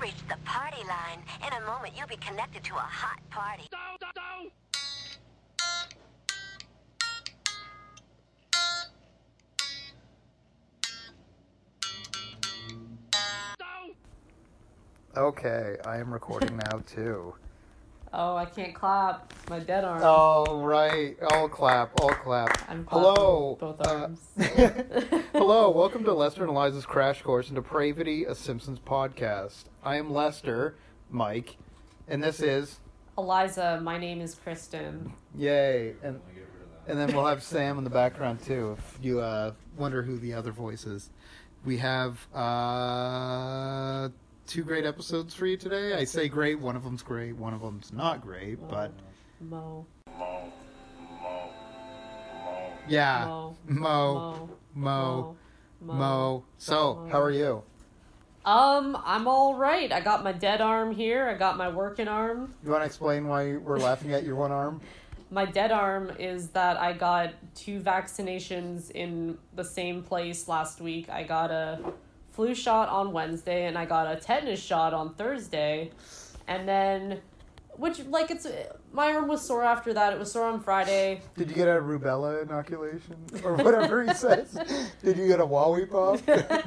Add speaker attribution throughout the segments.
Speaker 1: reached the party line. In a moment, you'll be connected to a hot party.
Speaker 2: Okay, I am recording now too.
Speaker 3: Oh, I can't clap. My dead arm.
Speaker 2: All right, all clap, all clap.
Speaker 3: I'm clapping
Speaker 2: Hello.
Speaker 3: with both
Speaker 2: uh,
Speaker 3: arms.
Speaker 2: hello, welcome to Lester and Eliza's Crash Course in Depravity, a Simpsons podcast. I am Lester, Mike, and this is
Speaker 3: Eliza, my name is Kristen.
Speaker 2: Yay, and and then we'll have Sam in the background too. If you uh, wonder who the other voice is, we have uh, two great episodes for you today. I say great. One of them's great. One of them's not great. But
Speaker 3: Mo.
Speaker 2: yeah,
Speaker 3: Mo.
Speaker 2: Ah. Mo,
Speaker 3: Mo.
Speaker 2: Mo, Mo. So, how are you?
Speaker 3: Um, I'm all right. I got my dead arm here. I got my working arm.
Speaker 2: You want to explain why we're laughing at your one arm?
Speaker 3: My dead arm is that I got two vaccinations in the same place last week. I got a flu shot on Wednesday and I got a tetanus shot on Thursday. And then which like it's my arm was sore after that. It was sore on Friday.
Speaker 2: Did you get a rubella inoculation or whatever he says? Did you get a Wowie pop?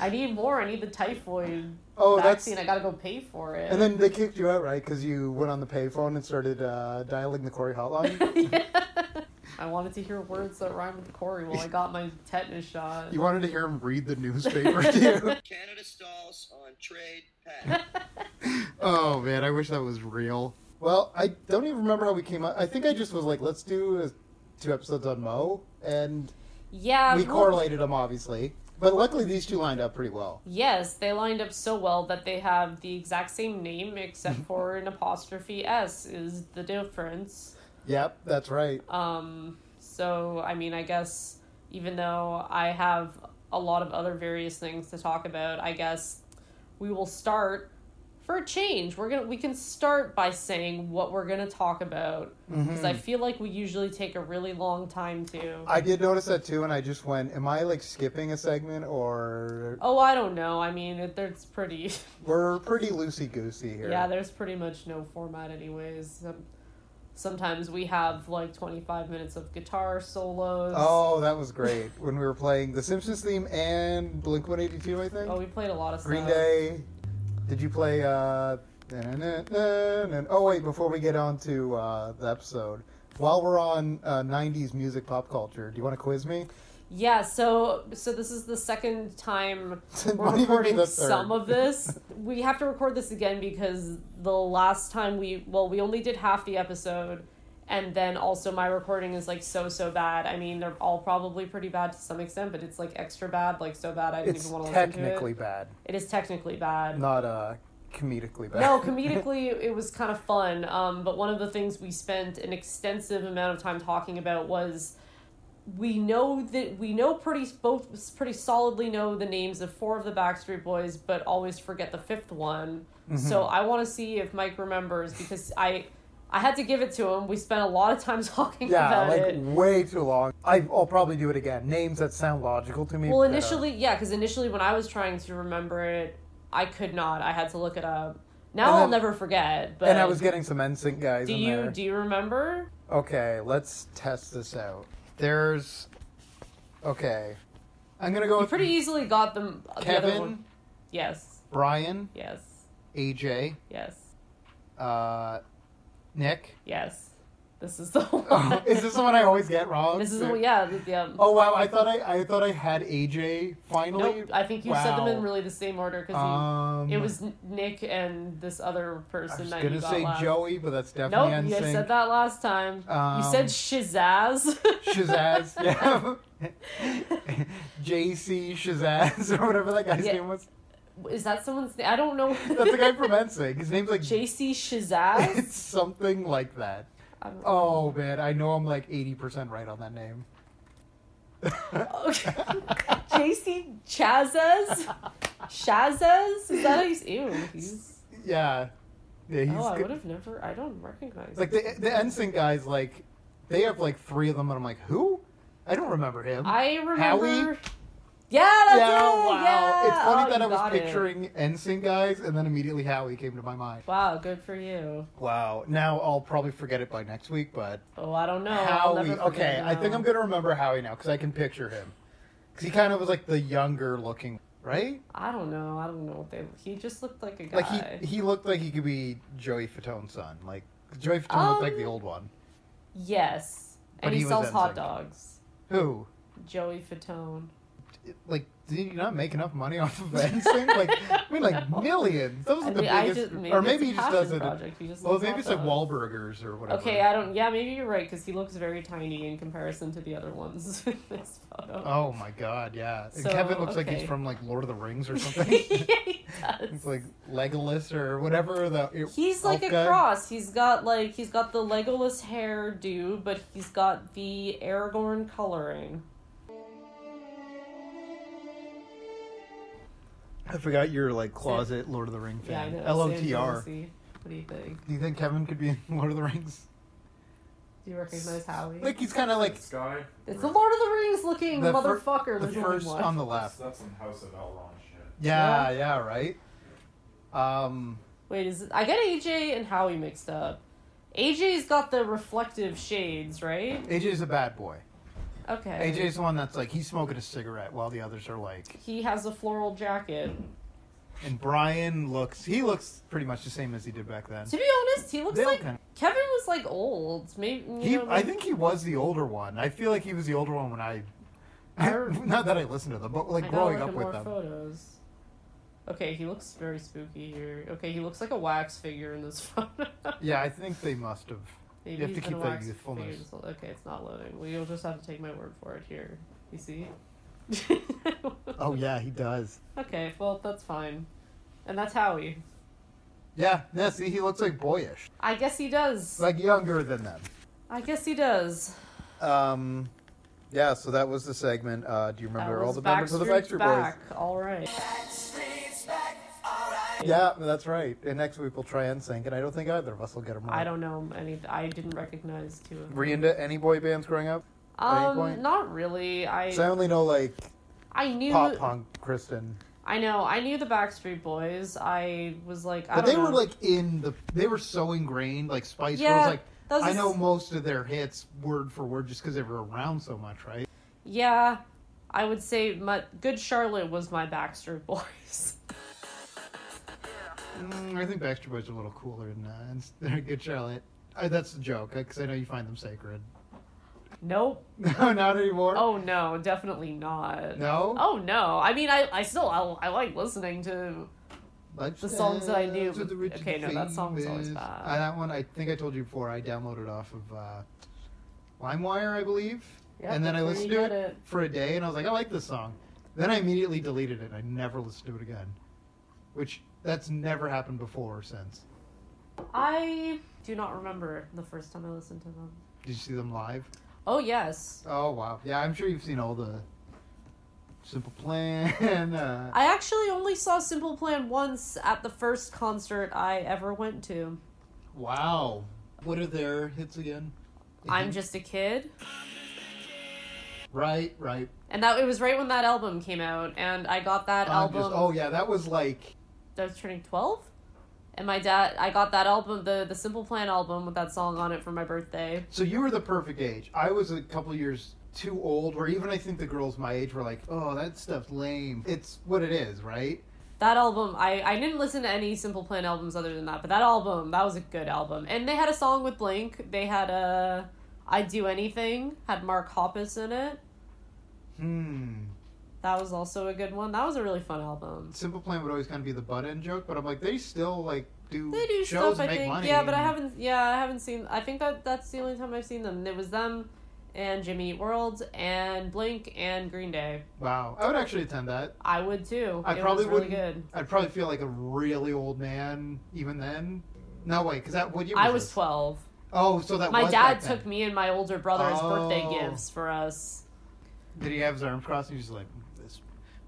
Speaker 3: I need more. I need the typhoid
Speaker 2: Oh, that's
Speaker 3: vaccine. I gotta go pay for it.
Speaker 2: And then they kicked you out, right? Because you went on the payphone and started uh, dialing the Corey hotline.
Speaker 3: I wanted to hear words that rhyme with Corey while I got my tetanus shot.
Speaker 2: you wanted to hear him read the newspaper to you.
Speaker 4: Canada stalls on trade pact.
Speaker 2: Oh man, I wish that was real. Well, I don't even remember how we came up. I think I just was like, let's do uh two episodes on Mo, and
Speaker 3: yeah,
Speaker 2: we
Speaker 3: well,
Speaker 2: correlated them obviously. But luckily, these two lined up pretty well.
Speaker 3: Yes, they lined up so well that they have the exact same name except for an apostrophe s is the difference.
Speaker 2: Yep, that's right.
Speaker 3: Um, so I mean, I guess even though I have a lot of other various things to talk about, I guess we will start for a change. We're gonna we can start by saying what we're gonna talk about because
Speaker 2: Mm-hmm.
Speaker 3: I feel like we usually take a really long time to.
Speaker 2: I did notice that too, and I just went, "Am I like skipping a segment, or
Speaker 3: Oh, I don't know. I mean, it, there's pretty.
Speaker 2: we're pretty loosey goosey here?"
Speaker 3: Yeah, there's pretty much no format, anyways. Um, sometimes we have like 25 minutes of guitar solos.
Speaker 2: Oh, that was great when we were playing the Simpsons theme and Blink One Eighty Two. I think
Speaker 3: Oh, we played a lot of
Speaker 2: Green
Speaker 3: stuff.
Speaker 2: Day. Did you play? Uh, and oh wait, before we get on to uh, the episode, while we're on uh, '90s music pop culture, do you want to quiz me?
Speaker 3: Yeah, so so this is the second time
Speaker 2: It might
Speaker 3: we're
Speaker 2: even be
Speaker 3: recording
Speaker 2: the third.
Speaker 3: some of this. We have to record this again because the last time we well we only did half the episode, and then also my recording is like so so bad. I mean they're all probably pretty bad to some extent, but it's like extra bad, like so bad I didn't
Speaker 2: It's
Speaker 3: even want to listen to
Speaker 2: technically
Speaker 3: it.
Speaker 2: bad,
Speaker 3: It is technically bad.
Speaker 2: not uh, comedically bad.
Speaker 3: No, comedically, it was kind of fun. Um, but one of the things we spent an extensive amount of time talking about was we know that we know pretty both pretty solidly know the names of four of the Backstreet Boys, but always forget the fifth one. So
Speaker 2: Mm-hmm.
Speaker 3: I want to see if Mike remembers because I I had to give it to him. We spent a lot of time talking
Speaker 2: yeah,
Speaker 3: about
Speaker 2: like
Speaker 3: it.
Speaker 2: way too long. I, I'll probably do it again. Names that sound logical to me.
Speaker 3: Well,
Speaker 2: but, uh,
Speaker 3: initially, yeah, because initially when I was trying to remember it, I could not. I had to look it up. Now
Speaker 2: And
Speaker 3: I'll
Speaker 2: then-
Speaker 3: never forget. But
Speaker 2: and I was getting some NSYNC guys.
Speaker 3: do
Speaker 2: in
Speaker 3: you
Speaker 2: there.
Speaker 3: do you remember?
Speaker 2: Okay, let's test this out. There's. Okay. I'm gonna go
Speaker 3: You
Speaker 2: with
Speaker 3: pretty easily got them. The other
Speaker 2: Kevin,
Speaker 3: one. Yes.
Speaker 2: Brian,
Speaker 3: Yes.
Speaker 2: AJ,
Speaker 3: Yes.
Speaker 2: uh, Nick.
Speaker 3: Yes. This is the one.
Speaker 2: Oh, is this the one I always get wrong?
Speaker 3: this is the one. Yeah. th- yeah.
Speaker 2: Oh wow! I thought I I thought I had AJ finally.
Speaker 3: nope. I think you said them
Speaker 2: Wow.
Speaker 3: in really the same order because
Speaker 2: Um,
Speaker 3: it was N- Nick and this other
Speaker 2: I
Speaker 3: person
Speaker 2: was
Speaker 3: that
Speaker 2: gonna
Speaker 3: you got
Speaker 2: say
Speaker 3: last.
Speaker 2: Joey, but that's definitely
Speaker 3: Nope, you
Speaker 2: NSYNC.
Speaker 3: said that last time. you
Speaker 2: Um,
Speaker 3: said Shazaz.
Speaker 2: Shazazz, yeah. JC Shazazz or whatever that guy's
Speaker 3: Yeah.
Speaker 2: name was.
Speaker 3: Is that someone's name? I don't know.
Speaker 2: That's the guy from NSYNC. His name's like
Speaker 3: JC Shazaz?
Speaker 2: it's something like that.
Speaker 3: I don't know.
Speaker 2: Oh man, I know I'm like 80% right on that name.
Speaker 3: Okay. JC Chazaz? Shazaz? Is that how you say Ew, he's.
Speaker 2: Yeah. Yeah, he's
Speaker 3: Oh, I
Speaker 2: good.
Speaker 3: would have never. I don't recognize.
Speaker 2: like the the NSYNC guys like they have like 3 of them and I'm like, "Who? I don't remember him."
Speaker 3: I remember.
Speaker 2: Howie?
Speaker 3: Yeah, that's
Speaker 2: yeah,
Speaker 3: it.
Speaker 2: wow.
Speaker 3: Yeah.
Speaker 2: it's
Speaker 3: Yeah,
Speaker 2: funny
Speaker 3: oh,
Speaker 2: that
Speaker 3: you
Speaker 2: I was
Speaker 3: got it.
Speaker 2: picturing NSYNC guys, and then immediately Howie came to my mind.
Speaker 3: Wow, good for you.
Speaker 2: Wow. Now I'll probably forget it by next week, but
Speaker 3: Oh, I don't know.
Speaker 2: Howie.
Speaker 3: I'll never forget
Speaker 2: Okay,
Speaker 3: it
Speaker 2: I think
Speaker 3: now.
Speaker 2: I'm gonna remember Howie now because I can picture him. Because he kind of was like the younger looking, right?
Speaker 3: I don't know. I don't know what they. He just looked like a guy.
Speaker 2: Like he he looked like he could be Joey Fatone's son. Like Joey Fatone looked like
Speaker 3: Um,
Speaker 2: the old one.
Speaker 3: yes,
Speaker 2: But
Speaker 3: and he,
Speaker 2: he was
Speaker 3: sells hot
Speaker 2: NSYNC.
Speaker 3: dogs.
Speaker 2: Who?
Speaker 3: Joey Fatone.
Speaker 2: Like, did you not make enough money off of NSYNC? like, I mean, like millions. That was
Speaker 3: I
Speaker 2: like the
Speaker 3: mean, I
Speaker 2: biggest,
Speaker 3: just- maybe
Speaker 2: or
Speaker 3: it's
Speaker 2: maybe
Speaker 3: a
Speaker 2: he just
Speaker 3: passion
Speaker 2: does it.
Speaker 3: project. He just
Speaker 2: Well,
Speaker 3: loves
Speaker 2: maybe
Speaker 3: hot
Speaker 2: it's like
Speaker 3: dogs.
Speaker 2: Wahlburgers or whatever.
Speaker 3: Okay, I don't. Yeah, maybe you're right because he looks very tiny in comparison to the other ones in this photo.
Speaker 2: Oh my god, yeah. And
Speaker 3: So,
Speaker 2: Kevin looks like
Speaker 3: okay.
Speaker 2: he's from like Lord of the Rings or
Speaker 3: yeah,
Speaker 2: something.
Speaker 3: he does.
Speaker 2: It's like Legolas or whatever the. it-
Speaker 3: He's like
Speaker 2: elf
Speaker 3: a
Speaker 2: guy.
Speaker 3: cross. He's got like he's got the Legolas hairdo, but he's got the Aragorn coloring.
Speaker 2: I forgot your like closet Lord of the Ring
Speaker 3: Yeah, I
Speaker 2: fan.
Speaker 3: know.
Speaker 2: LOTR.
Speaker 3: Sam Jonesy. What do you think?
Speaker 2: Do you think Kevin could be in Lord of the Rings?
Speaker 3: Do you recognize Howie?
Speaker 2: Like he's kind of like
Speaker 5: this guy.
Speaker 3: it's the Lord of the Rings looking
Speaker 2: The fir-
Speaker 3: motherfucker.
Speaker 2: the
Speaker 3: There's only
Speaker 2: first
Speaker 3: one.
Speaker 2: on the
Speaker 5: That's,
Speaker 2: left.
Speaker 5: that's some House of Elrond shit.
Speaker 2: Yeah, yeah, right. Um,
Speaker 3: Wait, is it, I get AJ and Howie mixed up? AJ's got the reflective shades, right?
Speaker 2: AJ's a bad boy.
Speaker 3: Okay.
Speaker 2: AJ's the one that's like he's smoking a cigarette while the others are like.
Speaker 3: He has a floral jacket.
Speaker 2: And Brian looks. He looks pretty much the same as he did back then.
Speaker 3: To be honest, he looks
Speaker 2: They all
Speaker 3: like
Speaker 2: kinda-
Speaker 3: Kevin was like old. Maybe you
Speaker 2: He,
Speaker 3: know,
Speaker 2: I think he was the older one. I feel like he was the older one when I, not that I listened to them, but like
Speaker 3: I gotta
Speaker 2: growing
Speaker 3: look
Speaker 2: up
Speaker 3: at
Speaker 2: with
Speaker 3: more
Speaker 2: them.
Speaker 3: photos. Okay, he looks very spooky here. Okay, he looks like a wax figure in this photo.
Speaker 2: Yeah, I think they must have.
Speaker 3: Maybe
Speaker 2: You have
Speaker 3: he's
Speaker 2: to
Speaker 3: been
Speaker 2: keep
Speaker 3: a
Speaker 2: that
Speaker 3: wax
Speaker 2: youthfulness.
Speaker 3: figure this whole- Okay, it's not loading. Well, you'll just have to take my word for it here. You see?
Speaker 2: Oh yeah, he does.
Speaker 3: Okay, well that's fine, and that's Howie.
Speaker 2: Yeah, yeah. See, he looks like boyish,
Speaker 3: I guess he does.
Speaker 2: like younger than them.
Speaker 3: I guess he does.
Speaker 2: Um, yeah. So that was the segment. Uh, do you remember
Speaker 3: That
Speaker 2: all
Speaker 3: was
Speaker 2: the members of the Backstreet Uh,
Speaker 3: back. All right.
Speaker 2: Boys? Yeah, that's right. And next week we'll try NSYNC, and I don't think either of us will get them right.
Speaker 3: I don't know any. I didn't recognize two of them.
Speaker 2: Were you into any boy bands growing up? any
Speaker 3: Um,
Speaker 2: point?
Speaker 3: not really. I
Speaker 2: 'Cause I only know like
Speaker 3: I knew
Speaker 2: pop punk, Kristen.
Speaker 3: I know. I knew the Backstreet Boys. I was like, I
Speaker 2: But
Speaker 3: don't
Speaker 2: they were
Speaker 3: know.
Speaker 2: like in the. They were so ingrained, like Spice
Speaker 3: Yeah,
Speaker 2: Girls. Like
Speaker 3: those
Speaker 2: I
Speaker 3: is-
Speaker 2: know most of their hits word for word, just because they were around so much, right?
Speaker 3: yeah. I would say my Good Charlotte was my Backstreet Boys.
Speaker 2: Mm, I think Backstreet Boys are a little cooler than that. And they're good, Charlotte. Uh, that's a joke, because I know you find them sacred.
Speaker 3: nope.
Speaker 2: No, not anymore.
Speaker 3: Oh no, definitely not.
Speaker 2: no.
Speaker 3: Oh no. I mean, I I still I, I like listening to.
Speaker 2: the
Speaker 3: songs that I knew- okay, no, that song was always bad.
Speaker 2: Uh, that one, I think I told you before. I downloaded off of uh, LimeWire, I believe,
Speaker 3: Yeah,
Speaker 2: and then I
Speaker 3: that's where
Speaker 2: listened
Speaker 3: you
Speaker 2: to it,
Speaker 3: get it.
Speaker 2: for a day, and I was like, I like this song. Then I immediately deleted it. and I never listened to it again, which that's never happened before or since.
Speaker 3: I do not remember the first time I listened to them.
Speaker 2: Did you see them live?
Speaker 3: Oh yes.
Speaker 2: Oh wow, yeah, I'm sure you've seen all the Simple Plan. Uh,
Speaker 3: I actually only saw Simple Plan once at the first concert I ever went to.
Speaker 2: wow, what are their hits again? Mm-hmm.
Speaker 3: I'm just a kid.
Speaker 2: right, right.
Speaker 3: And that it was right when that album came out, and I got that
Speaker 2: I'm
Speaker 3: album.
Speaker 2: just, oh yeah, that was like.
Speaker 3: I was turning twelve, and my dad. I got that album, the the Simple Plan album with that song on it for my birthday.
Speaker 2: So you were the perfect age. I was a couple years too old, where even I think the girls my age were like, "Oh, that stuff's lame." It's what it is, right?
Speaker 3: That album, I I didn't listen to any Simple Plan albums other than that, but that album, that was a good album. And they had a song with Blink. They had a I'd Do Anything had Mark Hoppus in it.
Speaker 2: Hmm.
Speaker 3: That was also a good one. That was a really fun album.
Speaker 2: Simple Plan would always kind of be the butt end joke, but I'm like, they still like do
Speaker 3: They do
Speaker 2: shows
Speaker 3: stuff,
Speaker 2: and
Speaker 3: I
Speaker 2: make
Speaker 3: think.
Speaker 2: money.
Speaker 3: Yeah, but I
Speaker 2: and-
Speaker 3: haven't. Yeah, I haven't seen. I think that that's the only time I've seen them. It was them, and Jimmy Eat World, and Blink, and Green Day.
Speaker 2: Wow, I would actually attend that.
Speaker 3: I would too.
Speaker 2: I
Speaker 3: it
Speaker 2: probably
Speaker 3: was really
Speaker 2: wouldn't-
Speaker 3: good.
Speaker 2: I'd probably feel like a really old man even then. No wait, because that what year? Was
Speaker 3: I was
Speaker 2: this?
Speaker 3: twelve.
Speaker 2: Oh, so that
Speaker 3: My
Speaker 2: was
Speaker 3: dad
Speaker 2: back then.
Speaker 3: took me and my older brother as birthday
Speaker 2: Oh.
Speaker 3: gifts for us.
Speaker 2: Did he have his arms crossed? He's just like, this.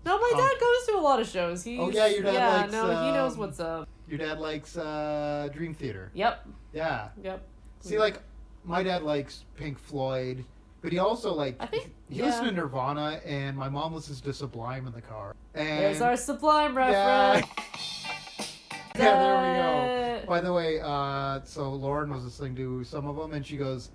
Speaker 3: No, my
Speaker 2: Oh.
Speaker 3: dad goes to a lot of shows. He's,
Speaker 2: Oh, yeah, your dad
Speaker 3: yeah,
Speaker 2: likes,
Speaker 3: no, he knows
Speaker 2: um,
Speaker 3: what's up.
Speaker 2: Your dad likes uh, Dream Theater.
Speaker 3: Yep,
Speaker 2: Yeah.
Speaker 3: yep.
Speaker 2: See, like, my dad likes Pink Floyd, But he also like
Speaker 3: I think-
Speaker 2: he
Speaker 3: yeah.
Speaker 2: listened to Nirvana, and my mom listens to Sublime in the car. And
Speaker 3: There's our Sublime
Speaker 2: yeah,
Speaker 3: reference.
Speaker 2: yeah, there we
Speaker 3: Uh,
Speaker 2: go. By the way, uh, so Lauren was listening to some of them, and she goes.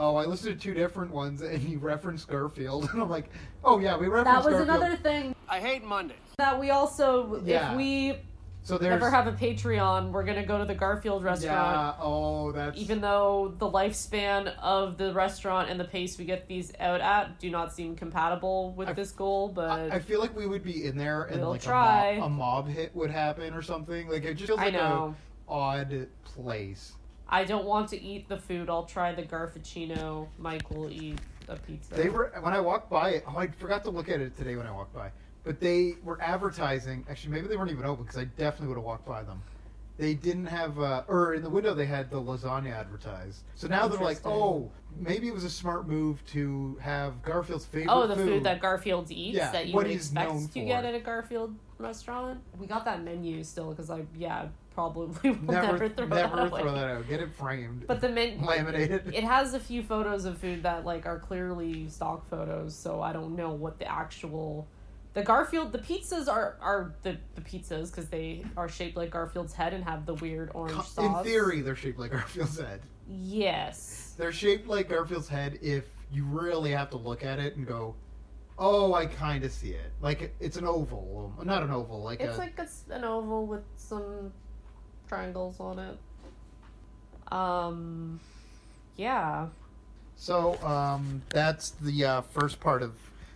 Speaker 2: Oh, I listened to two different ones, and he referenced Garfield, and I'm like, "Oh yeah, we
Speaker 3: That
Speaker 2: referenced."
Speaker 3: was
Speaker 2: Garfield.
Speaker 3: another thing
Speaker 6: I hate Mondays.
Speaker 3: that we also,
Speaker 2: Yeah.
Speaker 3: if we
Speaker 2: So there's
Speaker 3: ever have a Patreon, we're gonna go to the Garfield restaurant.
Speaker 2: Yeah. Oh, that's
Speaker 3: Even though the lifespan of the restaurant and the pace we get these out at do not seem compatible with
Speaker 2: I-
Speaker 3: this goal, but
Speaker 2: I, I feel like we would be in there and
Speaker 3: We'll
Speaker 2: like
Speaker 3: try.
Speaker 2: A, mob, a mob hit would happen or something. Like it just feels
Speaker 3: I
Speaker 2: like a
Speaker 3: know.
Speaker 2: odd place.
Speaker 3: I don't want to eat the food. I'll try the Garfuccino. Mike will eat a pizza.
Speaker 2: They were when I walked by it. Oh, I forgot to look at it today when I walked by. But they were advertising. Actually, maybe they weren't even open because I definitely would have walked by them. They didn't have, uh, or in the window they had the lasagna advertised. So now they're like,
Speaker 3: Interesting.
Speaker 2: oh, maybe it was a smart move to have Garfield's favorite.
Speaker 3: oh, the food. that Garfield eats
Speaker 2: Yeah,
Speaker 3: that you
Speaker 2: what
Speaker 3: would
Speaker 2: he's known
Speaker 3: expect to
Speaker 2: for.
Speaker 3: get at a Garfield restaurant. We got that menu still because I yeah probably will
Speaker 2: never,
Speaker 3: never, throw
Speaker 2: never
Speaker 3: that away.
Speaker 2: throw that out. Get it framed,
Speaker 3: But the men
Speaker 2: laminated.
Speaker 3: it has a few photos of food that like are clearly stock photos, so I don't know what the actual the Garfield the pizzas are are the, the pizzas because they are shaped like Garfield's head and have the weird orange
Speaker 2: Co-
Speaker 3: sauce.
Speaker 2: In theory, they're shaped like Garfield's head.
Speaker 3: yes.
Speaker 2: They're shaped like Garfield's head if you really have to look at it and go, "Oh, I kind of see it." Like it's an oval, um, not an oval, like
Speaker 3: It's
Speaker 2: a
Speaker 3: like it's an oval with some triangles on it. Um, yeah.
Speaker 2: so. Um, that's the uh, first part of.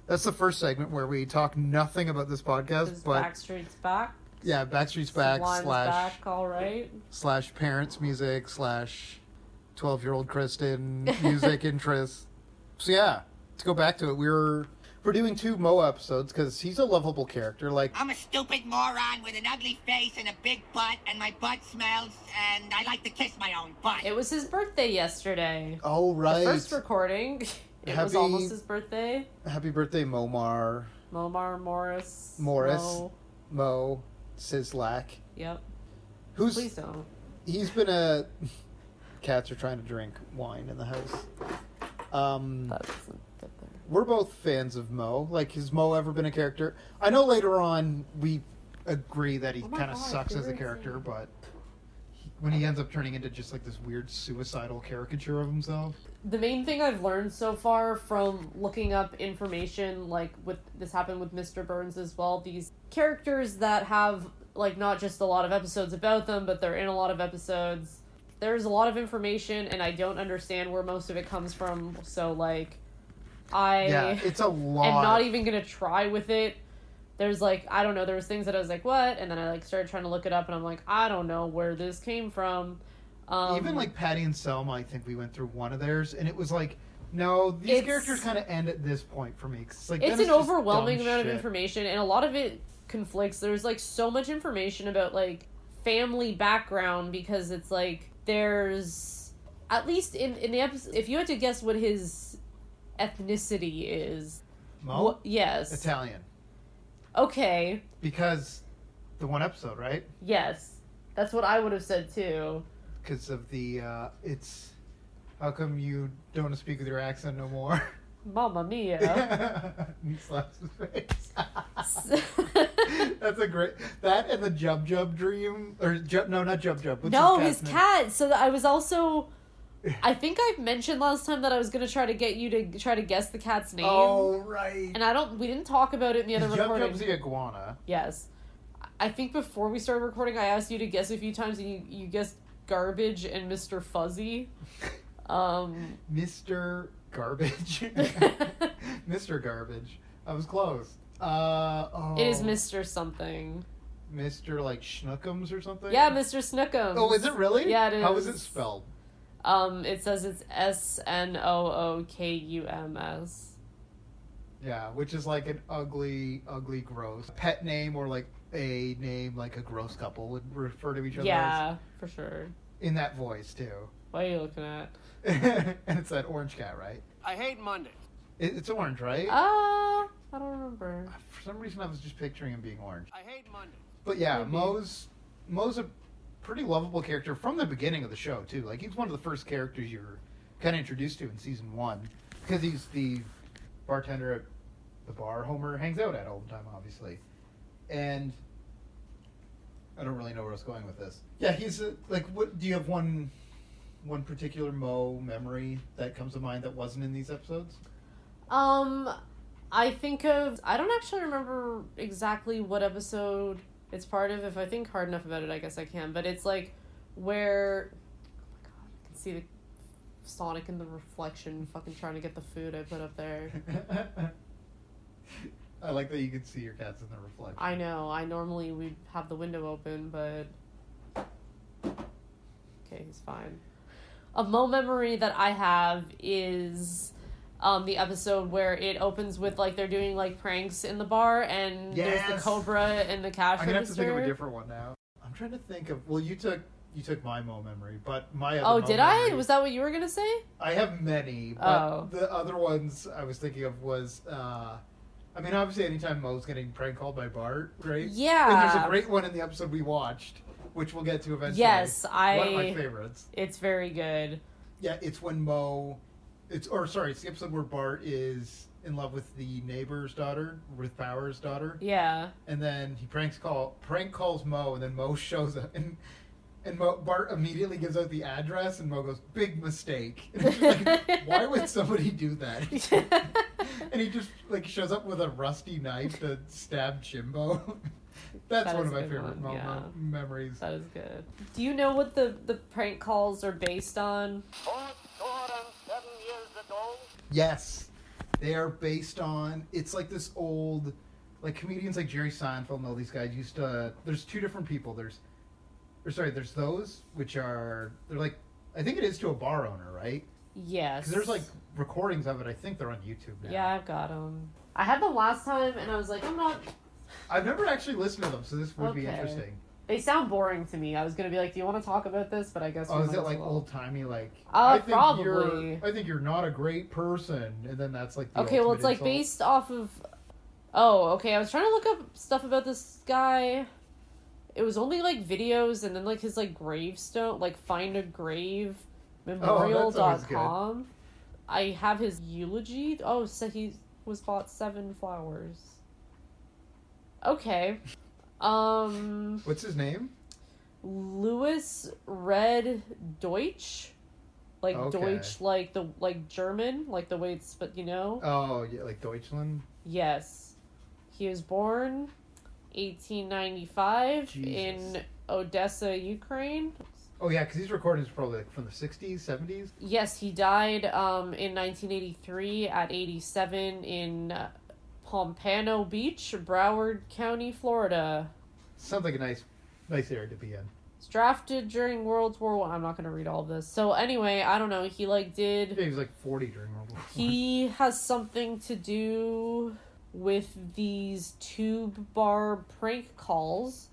Speaker 2: That's the first segment where we talk nothing about this podcast,
Speaker 3: Is
Speaker 2: but
Speaker 3: Backstreet's back.
Speaker 2: yeah, Backstreet's back
Speaker 3: Sublime's
Speaker 2: slash
Speaker 3: back. All right.
Speaker 2: slash parents music slash twelve year old Kristen music interests. So yeah, to go back to it, we were we're doing two Mo episodes because he's a lovable character. Like
Speaker 7: I'm a stupid moron with an ugly face and a big butt, and my butt smells, and I like to kiss my own butt.
Speaker 3: It was his birthday yesterday.
Speaker 2: Oh right!
Speaker 3: First recording. It was
Speaker 2: Happy-
Speaker 3: almost his birthday.
Speaker 2: Happy birthday, Momar,
Speaker 3: Momar Morris.
Speaker 2: Morris.
Speaker 3: Mo.
Speaker 2: Mo, Sizzlack.
Speaker 3: Yep.
Speaker 2: Who's
Speaker 3: Please don't.
Speaker 2: he's been a. Cats are trying to drink wine in the house. Um,
Speaker 3: That doesn't fit there.
Speaker 2: we're both fans of Mo. Like, has Mo ever been a character? I know later on we agree that he
Speaker 3: Oh my
Speaker 2: kind of
Speaker 3: God,
Speaker 2: sucks as a
Speaker 3: seriously.
Speaker 2: character, but he- when he ends up turning into just like this weird suicidal caricature of himself,
Speaker 3: the main thing I've learned so far from looking up information, like with this happened with Mr. Burns as well, these characters that have like not just a lot of episodes about them, but they're in a lot of episodes. There's a lot of information, and I don't understand where most of it comes from. So like, I
Speaker 2: yeah, it's a lot.
Speaker 3: and not even gonna try with it. There's like I don't know. There was things that I was like, what? And then I like started trying to look it up, and I'm like, I don't know where this came from. Um,
Speaker 2: even like Patty and Selma, I think we went through one of theirs, and it was like, no, these
Speaker 3: It's-
Speaker 2: characters kind of end at this point for me. 'cause it's like
Speaker 3: it's
Speaker 2: then
Speaker 3: an
Speaker 2: just
Speaker 3: overwhelming
Speaker 2: dumb
Speaker 3: amount of
Speaker 2: shit.
Speaker 3: information and a lot of it conflicts there's like so much information about like family background because it's like there's at least in in the episode if you had to guess what his ethnicity is
Speaker 2: Mo?
Speaker 3: wh- yes
Speaker 2: Italian,
Speaker 3: okay
Speaker 2: because the one episode, right?
Speaker 3: yes that's what i would have said too
Speaker 2: Because of the uh, it's how come you don't speak with your accent no more?
Speaker 3: mamma mia
Speaker 2: he slaps his face.
Speaker 3: S-
Speaker 2: That's a great that and the Jub Jub dream or Jub no not Jub Jub. what's
Speaker 3: no,
Speaker 2: cat's
Speaker 3: his
Speaker 2: name?
Speaker 3: cat. So that I was also. I think I mentioned last time that I was gonna try to get you to try to guess the cat's name,
Speaker 2: Oh right.
Speaker 3: and I don't. We didn't talk about it in the other
Speaker 2: Jub
Speaker 3: recording.
Speaker 2: Jub's the iguana.
Speaker 3: Yes, I think before we started recording, I asked you to guess a few times, and you you guessed garbage and Mister Fuzzy. Um,
Speaker 2: Mr. Garbage. Mr. Garbage. I was close. Uh, oh,
Speaker 3: it is Mister something.
Speaker 2: Mr. like Schnookums or something?
Speaker 3: Yeah, Mister Snookums.
Speaker 2: Oh, is it really?
Speaker 3: Yeah, it is.
Speaker 2: How is it spelled?
Speaker 3: Um, it says it's S N O O K U M S.
Speaker 2: Yeah, which is like an ugly, ugly, gross pet name or like a name like a gross couple would refer to each other as.
Speaker 3: Yeah, for sure.
Speaker 2: in that voice too.
Speaker 3: What are you looking at?
Speaker 2: and it's that orange cat, right?
Speaker 6: I hate Mondays.
Speaker 2: It, it's orange, right?
Speaker 3: Uh, I don't remember.
Speaker 2: For some reason, I was just picturing him being orange.
Speaker 6: I hate Mondays.
Speaker 2: But yeah,
Speaker 3: Maybe.
Speaker 2: Moe's Moe's a pretty lovable character from the beginning of the show too. Like he's one of the first characters you're kind of introduced to in season one. because he's the bartender at the bar Homer hangs out at all the time, obviously. And I don't really know where I was going with this. Yeah, he's a, like, what do you have one one particular Mo memory that comes to mind that wasn't in these episodes?
Speaker 3: Um, I think of. I don't actually remember exactly what episode it's part of. If I think hard enough about it, I guess I can. But it's like where. Oh my god! I can see the Sonic in the reflection, fucking trying to get the food I put up there.
Speaker 2: I like that you can see your cats in the reflection.
Speaker 3: I know. I normally would have the window open, but okay, he's fine. A mo memory that I have is um, the episode where it opens with like they're doing like pranks in the bar, and there's
Speaker 2: Yes.
Speaker 3: the cobra and the cash
Speaker 2: I'm gonna have to
Speaker 3: register.
Speaker 2: think of a different one now. I'm trying to think of. Well, you took you took my Mo memory, but my other
Speaker 3: oh,
Speaker 2: Mo
Speaker 3: did I?
Speaker 2: memory-
Speaker 3: Was that what you were gonna say?
Speaker 2: I have many, but
Speaker 3: Oh.
Speaker 2: the other ones I was thinking of was, uh, I mean, obviously, anytime Mo's getting prank called by Bart, right? And there's
Speaker 3: Yeah.
Speaker 2: a great one in the episode we watched, which we'll get to eventually.
Speaker 3: Yes, I.
Speaker 2: One of my favorites.
Speaker 3: It's very good.
Speaker 2: Yeah, it's when Mo, it's or sorry, it's the episode where Bart is in love with the neighbor's daughter, with Power's daughter,
Speaker 3: Yeah.
Speaker 2: and then he pranks call prank calls Mo, and then Mo shows up and. And Mo, Bart immediately gives out the address, and Mo goes, "Big mistake." And it's just like, Why would somebody do that? and he just like shows up with a rusty knife to stab Jimbo. That's
Speaker 3: That
Speaker 2: one
Speaker 3: is
Speaker 2: of
Speaker 3: a
Speaker 2: my
Speaker 3: good
Speaker 2: favorite
Speaker 3: one,
Speaker 2: Mo-
Speaker 3: yeah.
Speaker 2: Mo- memories.
Speaker 3: that is good. Do you know what the the prank calls are based on?
Speaker 2: Yes. They are based on it's like this old like comedians like Jerry Seinfeld and all these guys used to there's two different people. There's or sorry, there's those which are they're like I think it is to a bar owner, right?
Speaker 3: Yes.
Speaker 2: Cuz there's like recordings of it. I think they're on YouTube now.
Speaker 3: Yeah, I've got them. I had them last time, and I was like, I'm not.
Speaker 2: I've never actually listened to them, so this would be
Speaker 3: Okay.
Speaker 2: interesting.
Speaker 3: They sound boring to me. I was gonna be like, Do you want to talk about this? But I guess.
Speaker 2: Oh,
Speaker 3: we
Speaker 2: is
Speaker 3: might
Speaker 2: it
Speaker 3: as
Speaker 2: like
Speaker 3: well.
Speaker 2: old timey like
Speaker 3: Uh,
Speaker 2: I think
Speaker 3: probably.
Speaker 2: you're I think you're not a great person and then that's like the
Speaker 3: Okay, well, it's
Speaker 2: ultimate
Speaker 3: like
Speaker 2: insult.
Speaker 3: based off of. Oh, okay. I was trying to look up stuff about this guy. It was only like videos, and then like his like gravestone, like find a grave memorial
Speaker 2: Oh, always
Speaker 3: dot
Speaker 2: good.
Speaker 3: com. I have his eulogy. Oh, so he was bought seven flowers. Okay. Um.
Speaker 2: What's his name?
Speaker 3: Louis Red Deutsch, like
Speaker 2: Okay.
Speaker 3: Deutsch, like the like German, like the way it's but you know.
Speaker 2: Oh, yeah, like Deutschland.
Speaker 3: Yes, he was born, eighteen ninety five
Speaker 2: Jesus.
Speaker 3: in Odessa, Ukraine.
Speaker 2: Oh yeah, because these recordings are probably like from the '60s, '70s.
Speaker 3: Yes, he died um in nineteen eighty three at eighty seven in uh, Pompano Beach, Broward County, Florida.
Speaker 2: Sounds like a nice, nice area to be in.
Speaker 3: Was drafted during World War One. I'm not gonna read all of this. So anyway, I don't know. He like did.
Speaker 2: Yeah, he was like 40 during World War.
Speaker 3: He has something to do with these tube bar prank calls.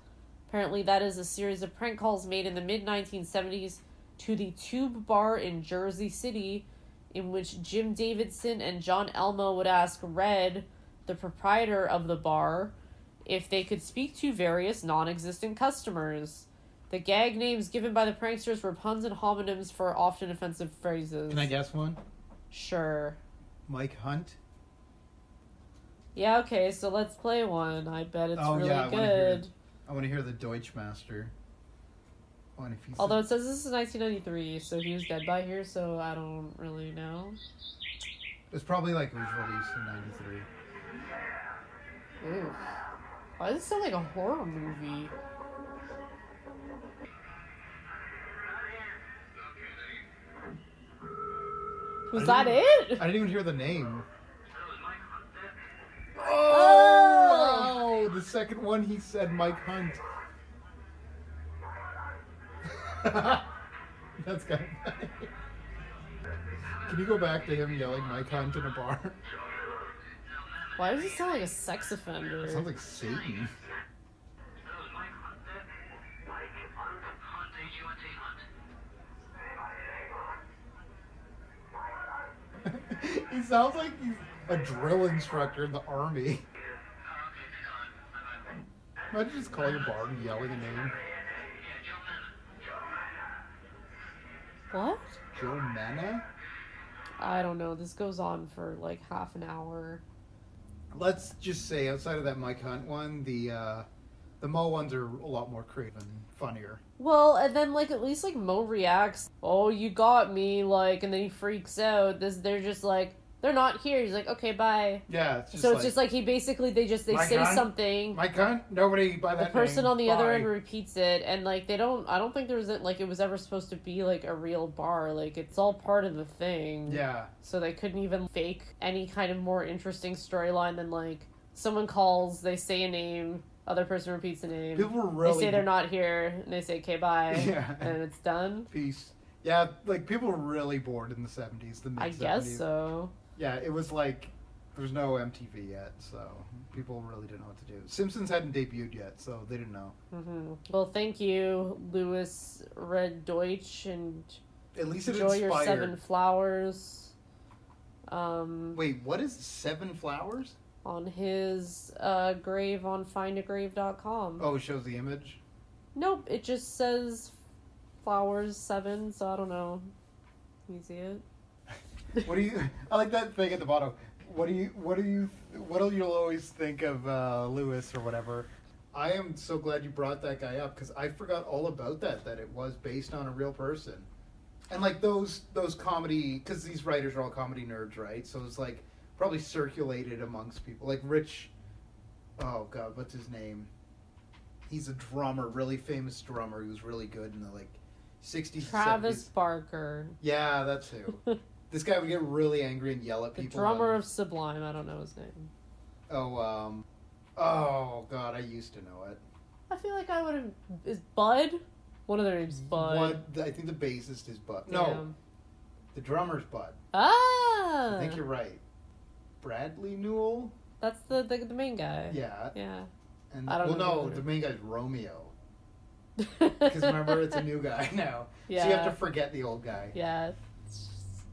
Speaker 3: Apparently, that is a series of prank calls made in the mid 1970s to the tube bar in Jersey City, in which Jim Davidson and John Elmo would ask Red, the proprietor of the bar, if they could speak to various non existent customers. The gag names given by the pranksters were puns and homonyms for often offensive phrases.
Speaker 2: Can I guess one?
Speaker 3: Sure.
Speaker 2: Mike Hunt.
Speaker 3: Yeah, okay, so let's play one. I bet it's
Speaker 2: Oh,
Speaker 3: really
Speaker 2: yeah, I wanna hear
Speaker 3: good.
Speaker 2: it. I want to hear the Deutschmaster. Oh, and if he's
Speaker 3: Although it says this is 1993, so he was dead by here, so I don't really know.
Speaker 2: it's probably like it was released in '93.
Speaker 3: Ooh. Why does it sound like a horror movie? Was that it?
Speaker 2: I didn't even hear the name.
Speaker 3: Oh!
Speaker 2: Oh, the second one he said Mike Hunt. That's kind of funny. Can you go back to him yelling Mike Hunt in a bar?
Speaker 3: Why does it sound like a sex
Speaker 2: It sounds
Speaker 3: offender?
Speaker 2: like Satan. he sounds like he's a drill instructor in the army. Imagine just calling a bar and yelling a name.
Speaker 3: What?
Speaker 2: Joe Manna?
Speaker 3: I don't know. This goes on for like half an hour.
Speaker 2: Let's just say outside of that Mike Hunt one, the uh, the Mo ones are a lot more creative and funnier.
Speaker 3: Well, and then like at least like Mo reacts, "Oh, you got me!" Like, and then he freaks out. This they're just like they're not here. He's like, "Okay, bye."
Speaker 2: Yeah, it's just
Speaker 3: so
Speaker 2: like,
Speaker 3: it's just like he basically they just they
Speaker 2: My
Speaker 3: say
Speaker 2: God.
Speaker 3: something.
Speaker 2: Mike Hunt. Nobody by
Speaker 3: the
Speaker 2: that
Speaker 3: person
Speaker 2: name.
Speaker 3: on the other
Speaker 2: Bye.
Speaker 3: end repeats it, and like they don't. I don't think there was like it was ever supposed to be like a real bar. Like it's all part of the thing.
Speaker 2: Yeah,
Speaker 3: So they couldn't even fake any kind of more interesting storyline than like someone calls, they say a name, other person repeats the name.
Speaker 2: people were really.
Speaker 3: They say they're not here, and they say okay bye,
Speaker 2: Yeah.
Speaker 3: and it's done.
Speaker 2: Peace. Yeah, like people were really bored in the seventies. The mid
Speaker 3: I guess so.
Speaker 2: Yeah, it was like there's no MTV yet, so people really didn't know what to do. Simpsons hadn't debuted yet, so they didn't know.
Speaker 3: hmm Well, thank you, Louis Red Deutsch, and
Speaker 2: At least it
Speaker 3: enjoy your
Speaker 2: inspired.
Speaker 3: seven flowers. Um,
Speaker 2: Wait, what is Seven Flowers?
Speaker 3: on his uh, grave on findagrave.com.
Speaker 2: Oh, it shows the image.
Speaker 3: Nope, it just says flowers seven, so I don't know. You see it?
Speaker 2: What do you? I like that thing at the bottom. What do you? What do you? What'll you always think of uh, Lewis or whatever? I am so glad you brought that guy up because I forgot all about that. That it was based on a real person, and like those those comedy because these writers are all comedy nerds, right? So it's like probably circulated amongst people. Like Rich, oh god, what's his name? He's a drummer, really famous drummer. He was really good in the like sixties.
Speaker 3: Travis Barker,
Speaker 2: Yeah, that's who. this guy would get really angry and yell at
Speaker 3: the
Speaker 2: people.
Speaker 3: drummer
Speaker 2: on-
Speaker 3: of Sublime. I don't know his name.
Speaker 2: oh, um, oh God, I used to know it.
Speaker 3: I feel like I would have. Is Bud? One of their names is Bud.
Speaker 2: What- I think the bassist is Bud. No,
Speaker 3: Damn.
Speaker 2: the drummer's Bud. I
Speaker 3: Ah!
Speaker 2: think you're right. Bradley Newell.
Speaker 3: That's the, the the main guy.
Speaker 2: Yeah,
Speaker 3: Yeah.
Speaker 2: and
Speaker 3: I don't
Speaker 2: well,
Speaker 3: know
Speaker 2: no,
Speaker 3: who-
Speaker 2: the main guy's Romeo.
Speaker 3: Because
Speaker 2: Because remember, it's a new guy now,
Speaker 3: Yeah.
Speaker 2: so you have to forget the old guy.
Speaker 3: Yeah.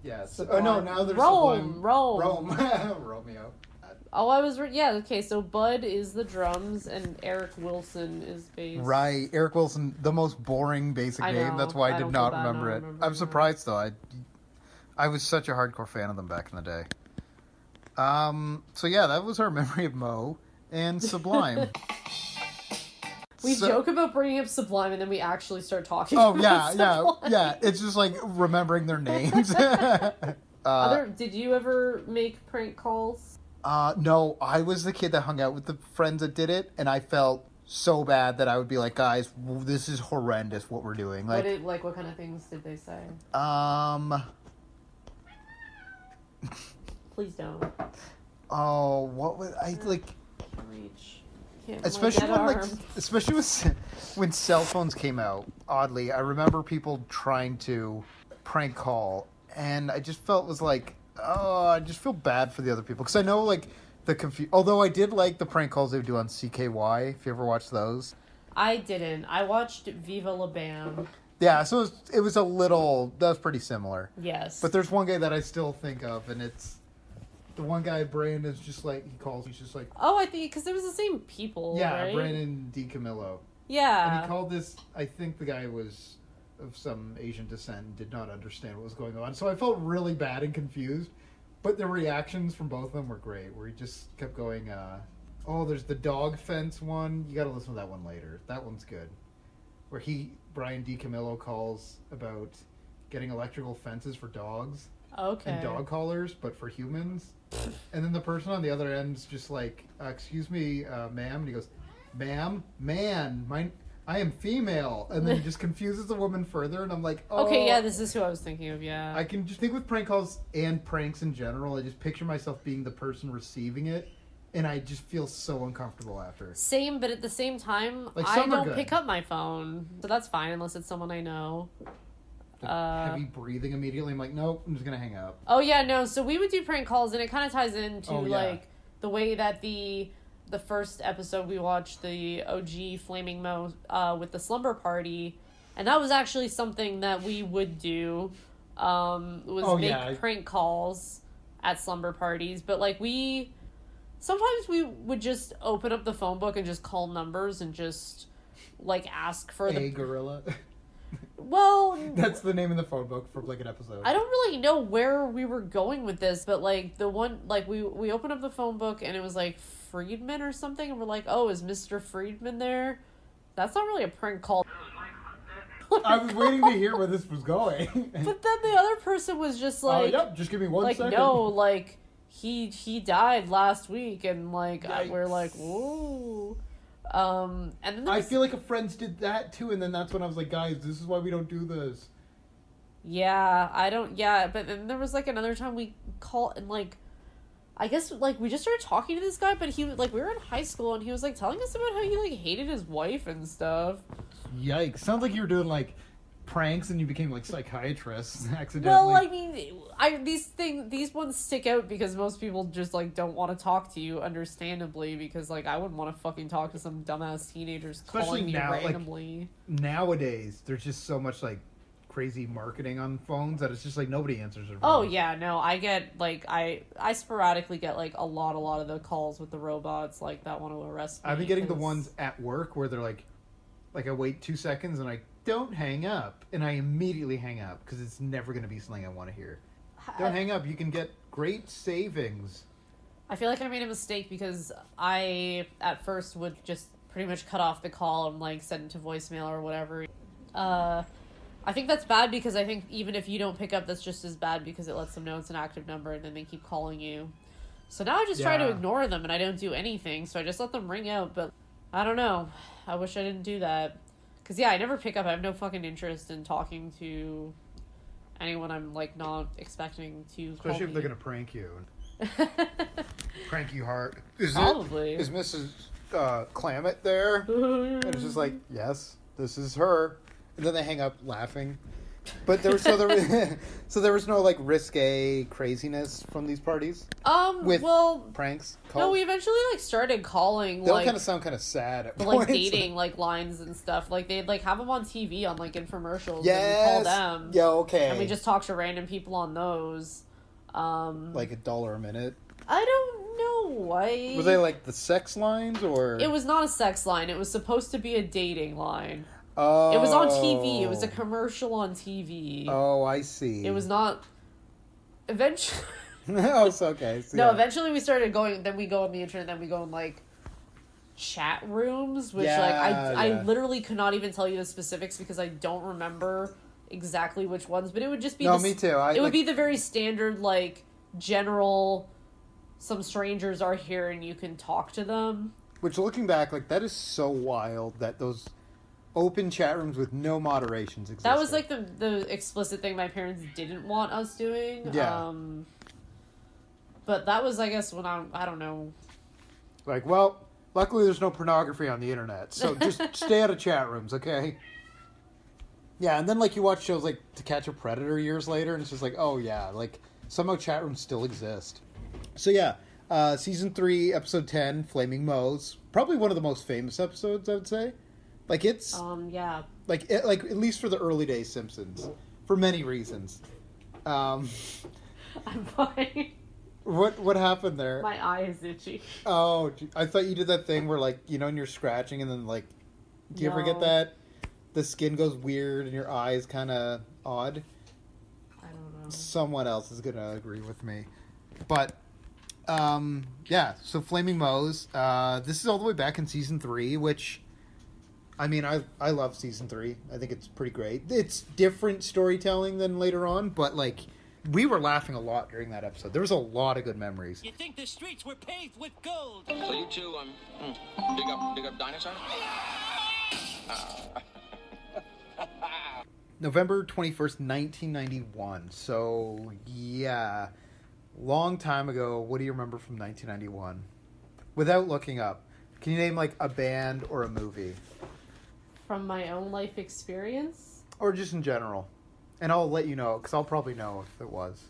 Speaker 2: Yeah. So, oh no,
Speaker 3: Sublime.
Speaker 2: now there's
Speaker 3: Rome, Rome.
Speaker 2: Rome, Romeo.
Speaker 3: Oh, I was. Re- yeah, okay, so Bud is the drums and Eric Wilson is bass.
Speaker 2: Right, Eric Wilson, the most boring basic
Speaker 3: I
Speaker 2: name.
Speaker 3: know.
Speaker 2: That's why I,
Speaker 3: I
Speaker 2: did
Speaker 3: don't
Speaker 2: not
Speaker 3: feel bad not
Speaker 2: remember it.
Speaker 3: remembering
Speaker 2: I'm
Speaker 3: that.
Speaker 2: surprised though. I, I was such a hardcore fan of them back in the day. Um. So yeah, that was our memory of Mo and Sublime.
Speaker 3: We
Speaker 2: So-
Speaker 3: joke about bringing up Sublime and then we actually start talking
Speaker 2: Oh
Speaker 3: about
Speaker 2: yeah, yeah,
Speaker 3: Sublime.
Speaker 2: yeah. It's just like remembering their names. uh,
Speaker 3: Other, did you ever make prank calls?
Speaker 2: uh, no, I was the kid that hung out with the friends that did it, and I felt so bad that I would be like, guys, w- this is horrendous what we're doing.
Speaker 3: What
Speaker 2: Like,
Speaker 3: did, like what kind of things did they say?
Speaker 2: um.
Speaker 3: Please don't
Speaker 2: Oh, what was I like?
Speaker 3: reach. Can't with my
Speaker 2: Especially
Speaker 3: dead
Speaker 2: when like,
Speaker 3: arm.
Speaker 2: especially with, when cell phones came out. Oddly, I remember people trying to prank call, and I just felt was like, oh, I just feel bad for the other people because I know like the confu. Although I did like the prank calls they would do on CKY. If you ever watched those,
Speaker 3: I didn't. I watched Viva La Bam.
Speaker 2: yeah. So it was, it was a little that was pretty similar.
Speaker 3: Yes.
Speaker 2: But there's one guy that I still think of, and it's the one guy Brandon's just like he calls. He's just like,
Speaker 3: oh, I think because it was the same people.
Speaker 2: yeah,
Speaker 3: right?
Speaker 2: Brandon DiCamillo. And he
Speaker 3: Yeah.
Speaker 2: called this. I think the guy was of some Asian descent and did not understand what was going on. So I felt really bad and confused. But the reactions from both of them were great. Where he just kept going, uh, "Oh, there's the dog fence one. You got to listen to that one later. That one's good." Where he Brian DiCamillo calls about getting electrical fences for dogs
Speaker 3: okay.
Speaker 2: and dog collars, but for humans. and then the person on the other end's just like, uh, "Excuse me, uh, ma'am," and he goes, "Ma'am, man, my, I am female," and then he just confuses the woman further. And I'm like, "Oh,
Speaker 3: Okay, yeah, this is who I was thinking of. Yeah.
Speaker 2: I can just think with prank calls and pranks in general. I just picture myself being the person receiving it, and I just feel so uncomfortable after.
Speaker 3: Same, but at the same time,
Speaker 2: Like,
Speaker 3: I
Speaker 2: some are
Speaker 3: don't
Speaker 2: good.
Speaker 3: pick up my phone, so that's fine unless it's someone I know. Uh,
Speaker 2: Heavy breathing immediately. I'm like, nope, I'm just gonna hang up.
Speaker 3: Oh yeah, no. So we would do prank calls, and it kind of ties into
Speaker 2: Oh, yeah.
Speaker 3: like the way that the the first episode we watched the OG Flaming Mo uh, with the slumber party, and that was actually something that we would do. Um, was
Speaker 2: Oh,
Speaker 3: make
Speaker 2: yeah.
Speaker 3: prank calls at slumber parties, but like we sometimes we would just open up the phone book and just call numbers and just like ask for
Speaker 2: Hey,
Speaker 3: the
Speaker 2: gorilla.
Speaker 3: well,
Speaker 2: That's the name in the phone book for like an episode.
Speaker 3: I don't really know where we were going with this, but like the one, like we we opened up the phone book and it was like Friedman or something, and we're like, oh, is Mister Friedman there? That's not really a prank call.
Speaker 2: I was waiting to hear where this was going.
Speaker 3: But then the other person was just
Speaker 2: Oh,
Speaker 3: like,
Speaker 2: yep. Just give me one
Speaker 3: like
Speaker 2: second.
Speaker 3: no, like he he died last week, and like I, we're
Speaker 2: Yikes.
Speaker 3: like, whoa. Um, and then there
Speaker 2: I
Speaker 3: was-
Speaker 2: feel like a Friends did that too, and then that's when I was like, guys, this is why we don't do this.
Speaker 3: Yeah, I don't. Yeah, but then there was like another time we called and like, I guess like we just started talking to this guy, but he was like we were in high school and he was like telling us about how he like hated his wife and stuff.
Speaker 2: Yikes! Sounds like you were doing like pranks, and you became like psychiatrists accidentally.
Speaker 3: Well, I mean, I these thing these ones stick out because most people just like don't want to talk to you, understandably, because like I wouldn't want to fucking talk to some dumbass teenagers
Speaker 2: Especially
Speaker 3: calling me
Speaker 2: now, like-
Speaker 3: randomly.
Speaker 2: nowadays there's just so much like crazy marketing on phones that it's just like nobody answers their
Speaker 3: Oh
Speaker 2: phone.
Speaker 3: yeah, no, I get like I I sporadically get like a lot a lot of the calls with the robots like that want to arrest me.
Speaker 2: I've been getting the
Speaker 3: 'cause-
Speaker 2: ones at work where they're like, like I wait two seconds and I don't hang up, and I immediately hang up because it's never going to be something I want to hear. Don't hang up. You can get great savings.
Speaker 3: I feel like I made a mistake because I at first would just pretty much cut off the call and like send it to voicemail or whatever. Uh I think that's bad because I think even if you don't pick up that's just as bad because it lets them know it's an active number and then they keep calling you. So now I just try to
Speaker 2: Yeah.
Speaker 3: ignore them and I don't do anything. So I just let them ring out, but I don't know. I wish I didn't do that. Cuz yeah, I never pick up. I have no fucking interest in talking to anyone I'm like not expecting to call
Speaker 2: Especially if they're
Speaker 3: me.
Speaker 2: going to prank you, prank you hard. Is
Speaker 3: Probably.
Speaker 2: Is Mrs. Uh, Clammett there? and it's just like, yes, this is her. And then they hang up laughing. But there was so there, was- so there was no like risque craziness from these parties
Speaker 3: um
Speaker 2: with
Speaker 3: well
Speaker 2: pranks.
Speaker 3: No,
Speaker 2: calls?
Speaker 3: we eventually like started calling
Speaker 2: They all
Speaker 3: like
Speaker 2: kind of sound kind of sad at
Speaker 3: the, like
Speaker 2: points.
Speaker 3: dating like lines and stuff. Like they'd like have them on TV on like infomercials.
Speaker 2: Yes.
Speaker 3: and we call them.
Speaker 2: Yeah. Okay.
Speaker 3: And we just talk to random people on those. Um,
Speaker 2: like a dollar a minute.
Speaker 3: I don't know why.
Speaker 2: Were they like the sex lines or?
Speaker 3: It was not a sex line. It was supposed to be a dating line.
Speaker 2: Oh.
Speaker 3: It was on TV. It was a commercial on TV.
Speaker 2: Oh, I see.
Speaker 3: It was not. Eventually,
Speaker 2: oh, it's okay. I see
Speaker 3: no.
Speaker 2: that.
Speaker 3: Eventually, we started going. Then we go on the internet. Then we go on like chat rooms, which like
Speaker 2: Yeah,
Speaker 3: I
Speaker 2: yeah.
Speaker 3: I literally could not even tell you the specifics because I don't remember exactly which ones, but it would just be
Speaker 2: No,
Speaker 3: the s-
Speaker 2: me too. I,
Speaker 3: it would
Speaker 2: like-
Speaker 3: be the very standard like general. Some strangers are here and you can talk to them.
Speaker 2: Which, looking back, like that is so wild that those open chat rooms with no moderations exist.
Speaker 3: That was like the the explicit thing my parents didn't want us doing.
Speaker 2: Yeah.
Speaker 3: Um, but that was, I guess, when I I don't know.
Speaker 2: like, well, luckily there's no pornography on the internet, so just stay out of chat rooms, okay? Yeah, and then like you watch shows like To Catch a Predator years later, and it's just like, oh yeah, like somehow chat rooms still exist. So yeah, uh, season three, episode ten, Flaming Moe's, probably one of the most famous episodes, I would say. Like it's
Speaker 3: Um, yeah.
Speaker 2: like it, like at least for the early day Simpsons, for many reasons. Um,
Speaker 3: I'm fine.
Speaker 2: What what happened there?
Speaker 3: my eye is itchy.
Speaker 2: Oh, gee- I thought you did that thing where like you know, and you're scratching, and then like, do you ever get
Speaker 3: No.
Speaker 2: that? The skin goes weird, and your eye is kind of odd.
Speaker 3: I don't know.
Speaker 2: Someone else is gonna agree with me, but um, yeah. So Flaming Moe's. Uh, this is all the way back in season three, which. I mean, I I love season three. I think it's pretty great. It's different storytelling than later on, but like, we were laughing a lot during that episode. There was a lot of good memories.
Speaker 7: You think the streets were paved with gold?
Speaker 4: So you two, um, mm, dig up, dig up dinosaurs.
Speaker 2: November 21st, 1991. So, yeah, long time ago. What do you remember from 1991? Without looking up, can you name like a band or a movie?
Speaker 3: From my own life experience,
Speaker 2: Or just in general? And I'll let you know because I'll probably know if it was.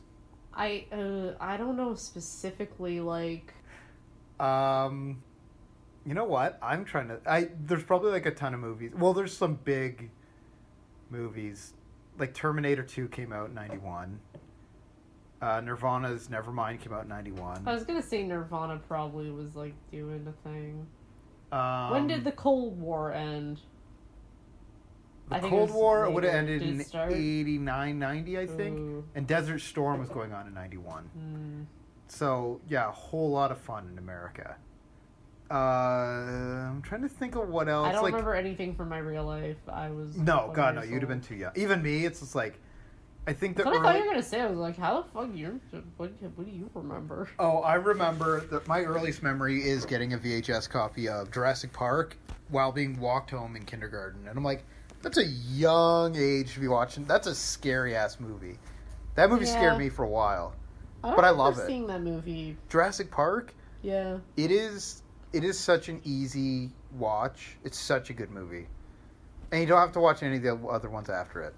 Speaker 3: I uh, I don't know specifically like
Speaker 2: Um, you know what? I'm trying to. I there's probably like a ton of movies. Well, there's some big movies. Like Terminator 2 came out in 91. Uh, Nirvana's Nevermind came out in 91.
Speaker 3: I was gonna say Nirvana probably was like doing a thing.
Speaker 2: Um,
Speaker 3: when did the Cold War end?
Speaker 2: The
Speaker 3: I think it
Speaker 2: Cold
Speaker 3: was
Speaker 2: War
Speaker 3: late
Speaker 2: would have ended
Speaker 3: to
Speaker 2: in
Speaker 3: start.
Speaker 2: 89, 90, I think.
Speaker 3: Ooh. hmm.
Speaker 2: And Desert Storm was going on in 91. So, yeah, a whole lot of fun in America. Uh, I'm trying to think of what else.
Speaker 3: I don't
Speaker 2: like,
Speaker 3: remember anything from my real life. I was
Speaker 2: No,
Speaker 3: one
Speaker 2: God, no,
Speaker 3: years
Speaker 2: you'd have been
Speaker 3: old.
Speaker 2: too young. Even me, it's just like, I think the
Speaker 3: That's what I thought
Speaker 2: early.
Speaker 3: you were gonna say. I was like, how the fuck you? What, what do you remember?
Speaker 2: Oh, I remember that my earliest memory is getting a VHS copy of Jurassic Park while being walked home in kindergarten. And I'm like, that's a young age to be watching. That's a scary ass movie. That movie
Speaker 3: Yeah.
Speaker 2: scared me for a while.
Speaker 3: I don't
Speaker 2: But I
Speaker 3: remember
Speaker 2: love it.
Speaker 3: Seeing that movie,
Speaker 2: Jurassic Park,
Speaker 3: yeah.
Speaker 2: it is it is such an easy watch. It's such a good movie. And you don't have to watch any of the other ones after it.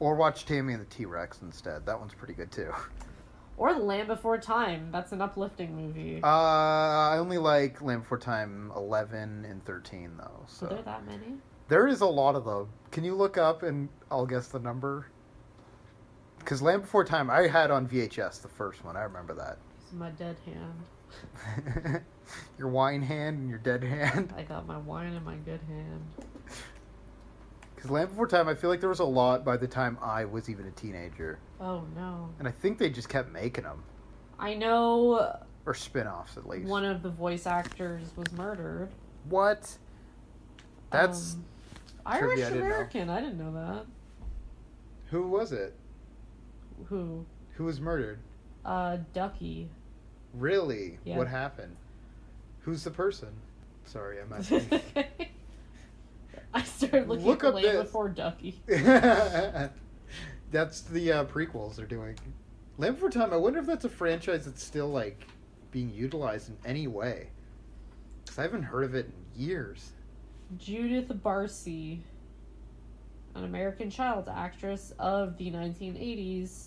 Speaker 2: Or watch Tammy and the T-Rex instead. That one's pretty good too.
Speaker 3: Or The Land Before Time. That's an uplifting movie.
Speaker 2: Uh, I only like Land Before Time 11 and 13, though.
Speaker 3: Were there
Speaker 2: So
Speaker 3: that many?
Speaker 2: there is a lot of them. Can you look up and I'll guess the number? Because Land Before Time, I had on VHS the first one. I remember
Speaker 3: It's my dead hand.
Speaker 2: that. your wine hand and your dead hand.
Speaker 3: I got my wine in my good hand.
Speaker 2: Because Land Before Time, I feel like there was a lot by the time I was even a teenager.
Speaker 3: Oh no.
Speaker 2: And I think they just kept making them.
Speaker 3: I know
Speaker 2: Or spin offs, at least.
Speaker 3: one of the voice actors was murdered.
Speaker 2: What? That's.
Speaker 3: Um,
Speaker 2: trivia I
Speaker 3: Irish
Speaker 2: didn't know.
Speaker 3: American. I didn't know that.
Speaker 2: Who was it?
Speaker 3: Who?
Speaker 2: Who was murdered?
Speaker 3: Uh, Ducky.
Speaker 2: Really?
Speaker 3: Yeah.
Speaker 2: What happened? Who's the person? Sorry, I'm asking.
Speaker 3: I started looking
Speaker 2: Look
Speaker 3: at
Speaker 2: up
Speaker 3: the Land
Speaker 2: this.
Speaker 3: Before Ducky.
Speaker 2: that's the uh, prequels they're doing. Land Before Time. I wonder if that's a franchise that's still like being utilized in any way. Because I haven't heard of it in years.
Speaker 3: Judith Barcy, an American child actress of the 1980s,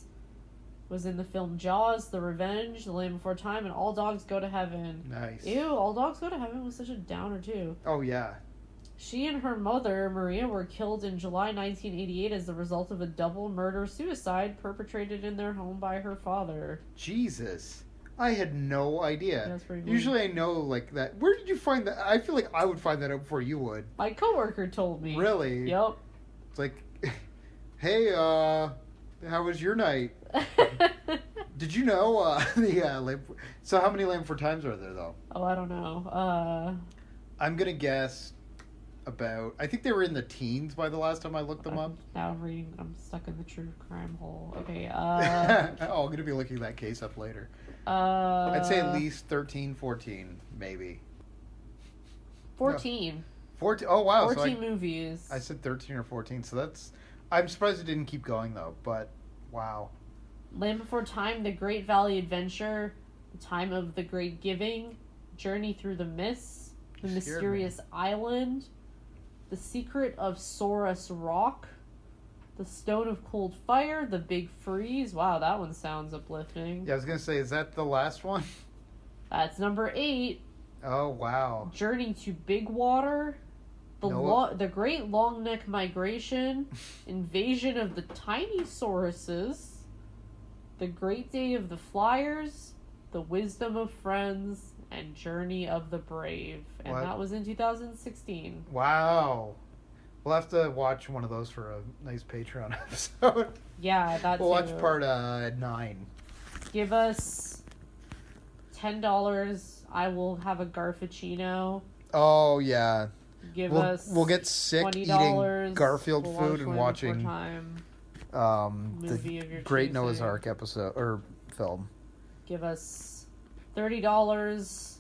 Speaker 3: was in the film Jaws, The Revenge, The Land Before Time, and All Dogs Go to Heaven.
Speaker 2: Nice.
Speaker 3: Ew, All Dogs Go to Heaven was such a downer, too.
Speaker 2: Oh yeah.
Speaker 3: She and her mother, Maria, were killed in July 1988 as the result of a double murder suicide perpetrated in their home by her father.
Speaker 2: Jesus. I had no idea.
Speaker 3: That's pretty weird.
Speaker 2: Usually I know like that. Where did you find that? I feel like I would find that out before you would.
Speaker 3: My coworker told me.
Speaker 2: Really?
Speaker 3: Yep.
Speaker 2: It's like, hey, uh, how was your night? Did you know uh, the uh, lamp? So how many lamp for times are there though?
Speaker 3: oh, I don't know. Uh,
Speaker 2: I'm gonna guess about. I think they were in the teens by the last time I looked them up.
Speaker 3: I'm now reading. I'm stuck in the true crime hole. Okay. Uh,
Speaker 2: oh, I'm gonna be looking that case up later.
Speaker 3: uh,
Speaker 2: I'd say at least 13, 14, maybe
Speaker 3: 14.
Speaker 2: 14. Oh wow,
Speaker 3: 14
Speaker 2: so
Speaker 3: movies.
Speaker 2: I, I said 13 or 14. So that's. I'm surprised it didn't keep going though. But wow,
Speaker 3: Land Before Time, The Great Valley Adventure, The Time of the Great Giving, Journey Through the Mist, The
Speaker 2: You scared me.
Speaker 3: Mysterious Island, The Secret of Saurus Rock, The Stone of Cold Fire, The Big Freeze. Wow, that one sounds uplifting.
Speaker 2: yeah, I was gonna say, is that the last one?
Speaker 3: That's number eight.
Speaker 2: Oh wow.
Speaker 3: Journey to Big Water, the
Speaker 2: Noah.
Speaker 3: lo- the Great Long Neck Migration, Invasion of the Tiny Sauruses, The Great Day of the Flyers, The Wisdom of Friends, and Journey of the Brave. And
Speaker 2: What?
Speaker 3: that was in 2016.
Speaker 2: Wow. We'll have to watch one of those for a nice Patreon episode.
Speaker 3: Yeah, that's
Speaker 2: we'll watch part uh, nine.
Speaker 3: Give us ten dollars. I will have a Garfuccino.
Speaker 2: Oh yeah,
Speaker 3: Give
Speaker 2: we'll,
Speaker 3: us
Speaker 2: we'll get sick
Speaker 3: $20.
Speaker 2: eating Garfield
Speaker 3: We'll watch
Speaker 2: food and watching
Speaker 3: Land Before Time.
Speaker 2: um,
Speaker 3: Movie of
Speaker 2: the
Speaker 3: your
Speaker 2: Great
Speaker 3: choosing.
Speaker 2: Noah's Ark episode or film.
Speaker 3: give us thirty dollars.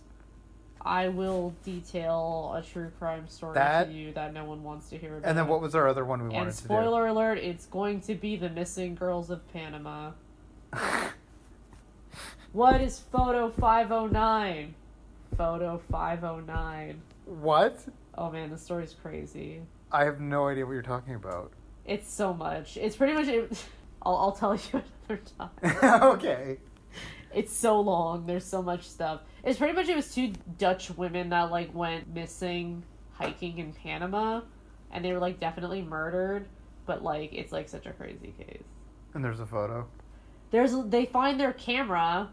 Speaker 3: I will detail a true crime story
Speaker 2: That-
Speaker 3: to you that no one wants to hear about.
Speaker 2: And then what was our other one we
Speaker 3: And
Speaker 2: wanted
Speaker 3: spoiler alert: it's going to be the missing girls of Panama. what is photo five oh nine? Photo five oh nine.
Speaker 2: to do? What?
Speaker 3: Oh man, the story's crazy.
Speaker 2: I have no idea what you're talking about.
Speaker 3: It's so much. It's pretty much. It, I'll, I'll tell you another time.
Speaker 2: okay.
Speaker 3: It's so long. There's so much stuff. It's pretty much it was two Dutch women that like went missing hiking in Panama, and they were like definitely murdered, but like it's like such a crazy case.
Speaker 2: And there's a photo.
Speaker 3: There's they find their camera.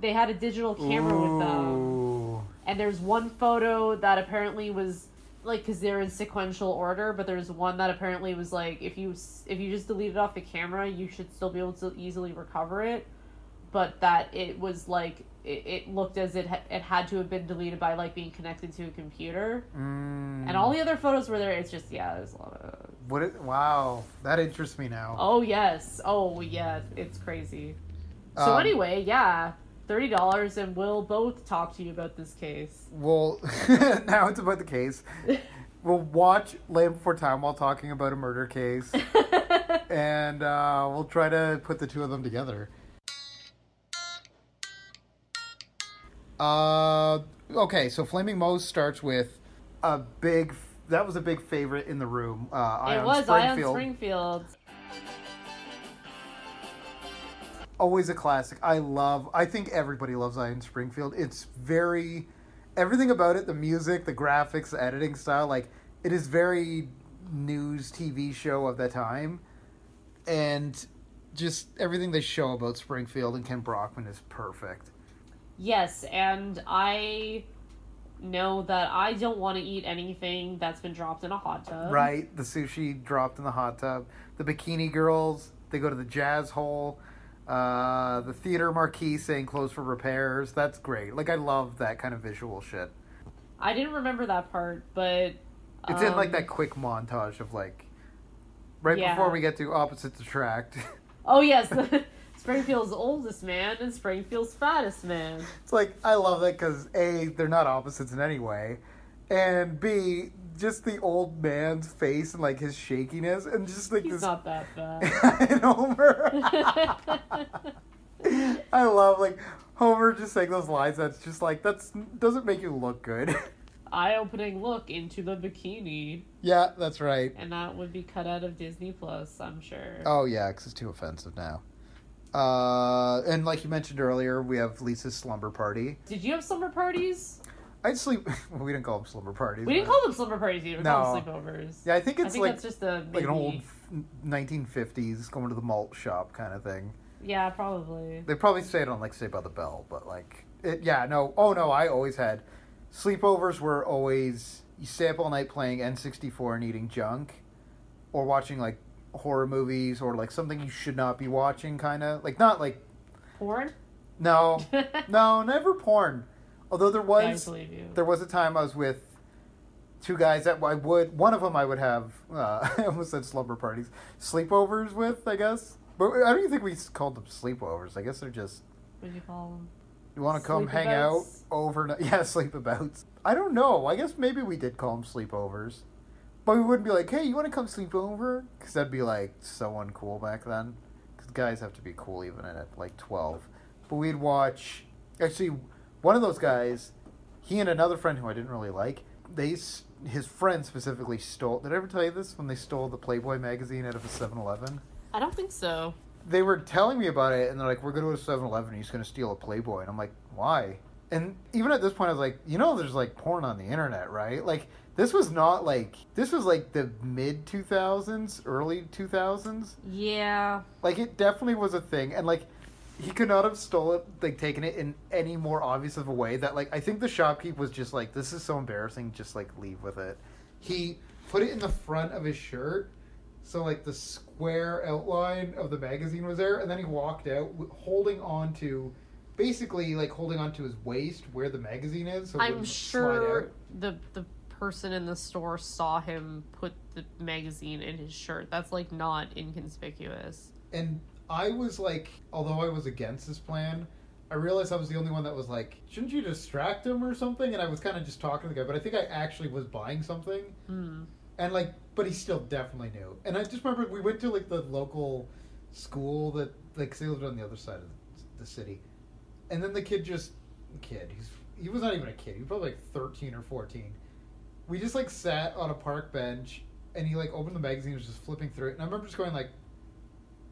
Speaker 3: They had a digital camera with um, them,
Speaker 2: Ooh.
Speaker 3: and there's one photo that apparently was like because they're in sequential order, but there's one that apparently was like if you s- if you just delete it off the camera, you should still be able to easily recover it, but that it was like it, it looked as it ha- it had to have been deleted by like being connected to a computer, and all the other photos were there. It's just yeah, there's a lot of
Speaker 2: What? It, wow, that interests me now.
Speaker 3: oh yes, oh yeah, it's crazy. So
Speaker 2: Um,
Speaker 3: anyway, yeah, thirty dollars, and we'll both talk to you about this case.
Speaker 2: Well, now it's about the case. We'll watch Land Before Time while talking about a murder case, and uh, we'll try to put the two of them together. Uh, okay, so Flaming Moe's starts with a big. That was a big favorite in the room. Uh, Ion
Speaker 3: it was
Speaker 2: Springfield.
Speaker 3: Ion Springfield.
Speaker 2: always a classic. I love. I think everybody loves Ian Springfield. It's very everything about it, the music, the graphics, the editing style, like it is very news TV show of the time. And just everything they show about Springfield and Ken Brockman is perfect.
Speaker 3: Yes, and I know that I don't want to eat anything that's been dropped in a hot tub.
Speaker 2: Right? The sushi dropped in the hot tub, the bikini girls, they go to the jazz hole. Uh, the theater marquee saying closed for repairs. That's great. Like, I love that kind of visual shit.
Speaker 3: I didn't remember that part, but
Speaker 2: It's in like that quick montage of like right
Speaker 3: Um, Yeah.
Speaker 2: before we get to opposites attract.
Speaker 3: oh yes, Springfield's oldest man and Springfield's fattest man.
Speaker 2: it's like I love that because a they're not opposites in any way, and b just the old man's face and like his shakiness and just like
Speaker 3: He's
Speaker 2: this
Speaker 3: not that fat.
Speaker 2: and Homer. I love like Homer just saying those lines. That's just like that's doesn't make you look good.
Speaker 3: Eye-opening look into the bikini,
Speaker 2: yeah, that's right.
Speaker 3: and that would be cut out of Disney Plus, I'm sure.
Speaker 2: Oh yeah, because it's too offensive now. Uh, and like you mentioned earlier, we have Lisa's slumber party.
Speaker 3: Did you have slumber parties?
Speaker 2: I'd sleep. Well, we didn't call them slumber parties.
Speaker 3: We didn't
Speaker 2: but-
Speaker 3: call them slumber parties either. We called
Speaker 2: No.
Speaker 3: them sleepovers.
Speaker 2: Yeah, I think
Speaker 3: I
Speaker 2: it's
Speaker 3: think
Speaker 2: like
Speaker 3: that's just a
Speaker 2: like an
Speaker 3: maybe-
Speaker 2: old f- 1950s going to the malt shop kind of thing.
Speaker 3: Yeah, probably.
Speaker 2: They probably say it on like Say by the Bell, but like it. Yeah, no. Oh no, I always had sleepovers were always you stay up all night playing N64 and eating junk, or watching like horror movies or like something you should not be watching. Kind of like not like
Speaker 3: Porn?
Speaker 2: No, no, never porn. Although there
Speaker 3: I
Speaker 2: was
Speaker 3: believe you.
Speaker 2: there was a time I was with two guys that I would one of them I would have uh, I almost said slumber parties sleepovers with I guess, but I don't even think we s- called them sleepovers. I guess they're just
Speaker 3: What do you call them?
Speaker 2: you want to come hang out
Speaker 3: Sleepabouts?
Speaker 2: overnight. Yeah, sleepabouts. I don't know. I guess maybe we did call them sleepovers, but we wouldn't be like, hey, you want to come sleep over? Because that'd be like so uncool back then. Because guys have to be cool even at like twelve. But we'd watch. Actually, one of those guys, he and another friend who I didn't really like, they s- his friend specifically stole. Did I ever tell you this? When they stole the Playboy magazine out of a 7-Eleven?
Speaker 3: I don't think so.
Speaker 2: they were telling me about it, and they're like, "We're going to a 7-Eleven. He's going to steal a Playboy." And I'm like, "Why?" And even at this point, I was like, "You know, there's like porn on the internet, right?" Like this was not like this was like the mid 2000s, early 2000s.
Speaker 3: Yeah.
Speaker 2: Like it definitely was a thing, and like he could not have stole it, like taken it in any more obvious of a way. That like I think the shopkeep was just like, "This is so embarrassing. Just like leave with it." He put it in the front of his shirt, so like the square outline of the magazine was there, and then he walked out w- holding on to, basically like holding on to his waist where the magazine is. So it
Speaker 3: I'm
Speaker 2: wouldn't slide
Speaker 3: sure
Speaker 2: out.
Speaker 3: the the person in the store saw him put the magazine in his shirt. That's like not inconspicuous.
Speaker 2: And I was like, although I was against this plan, I realized I was the only one that was like, shouldn't you distract him or something? And I was kind of just talking to the guy, but I think I actually was buying something.
Speaker 3: Hmm.
Speaker 2: And like, but he still definitely knew. And I just remember we went to like the local school that, like, 'cause they lived on the other side of the city. And then the kid just, kid, he's, he was not even a kid. He was probably like 13 or 14 we just like sat on a park bench and he like opened the magazine and was just flipping through it and i remember just going like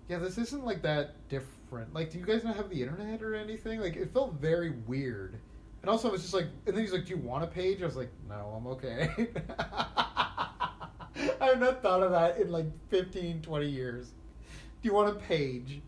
Speaker 2: yeah this isn't like that different like do you guys not have the internet or anything like it felt very weird and also i was just like and then he's like do you want a page i was like no i'm okay i've not thought of that in like 15 20 years do you want a page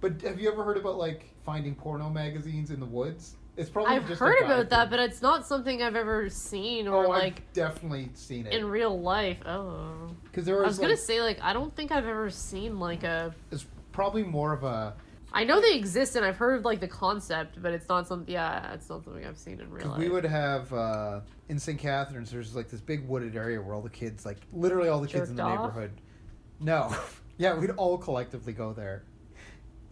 Speaker 2: but have you ever heard about like finding porno magazines in the woods It's probably
Speaker 3: I've
Speaker 2: just a
Speaker 3: heard
Speaker 2: guy
Speaker 3: about that,
Speaker 2: thing.
Speaker 3: but it's not something I've ever seen or
Speaker 2: oh,
Speaker 3: like
Speaker 2: I've definitely seen
Speaker 3: in
Speaker 2: it
Speaker 3: real life. Oh.
Speaker 2: because there
Speaker 3: I
Speaker 2: was,
Speaker 3: was gonna
Speaker 2: like,
Speaker 3: say like I don't think I've ever seen like a.
Speaker 2: it's probably more of a
Speaker 3: I know they exist and I've heard of, like the concept, but it's not something. Yeah, it's not something I've seen in real
Speaker 2: Because
Speaker 3: life.
Speaker 2: we would have uh, in St. Catharines, there's like this big wooded area where all the kids, like literally all the kids in the
Speaker 3: Jerked off?
Speaker 2: neighborhood. No, yeah, we'd all collectively go there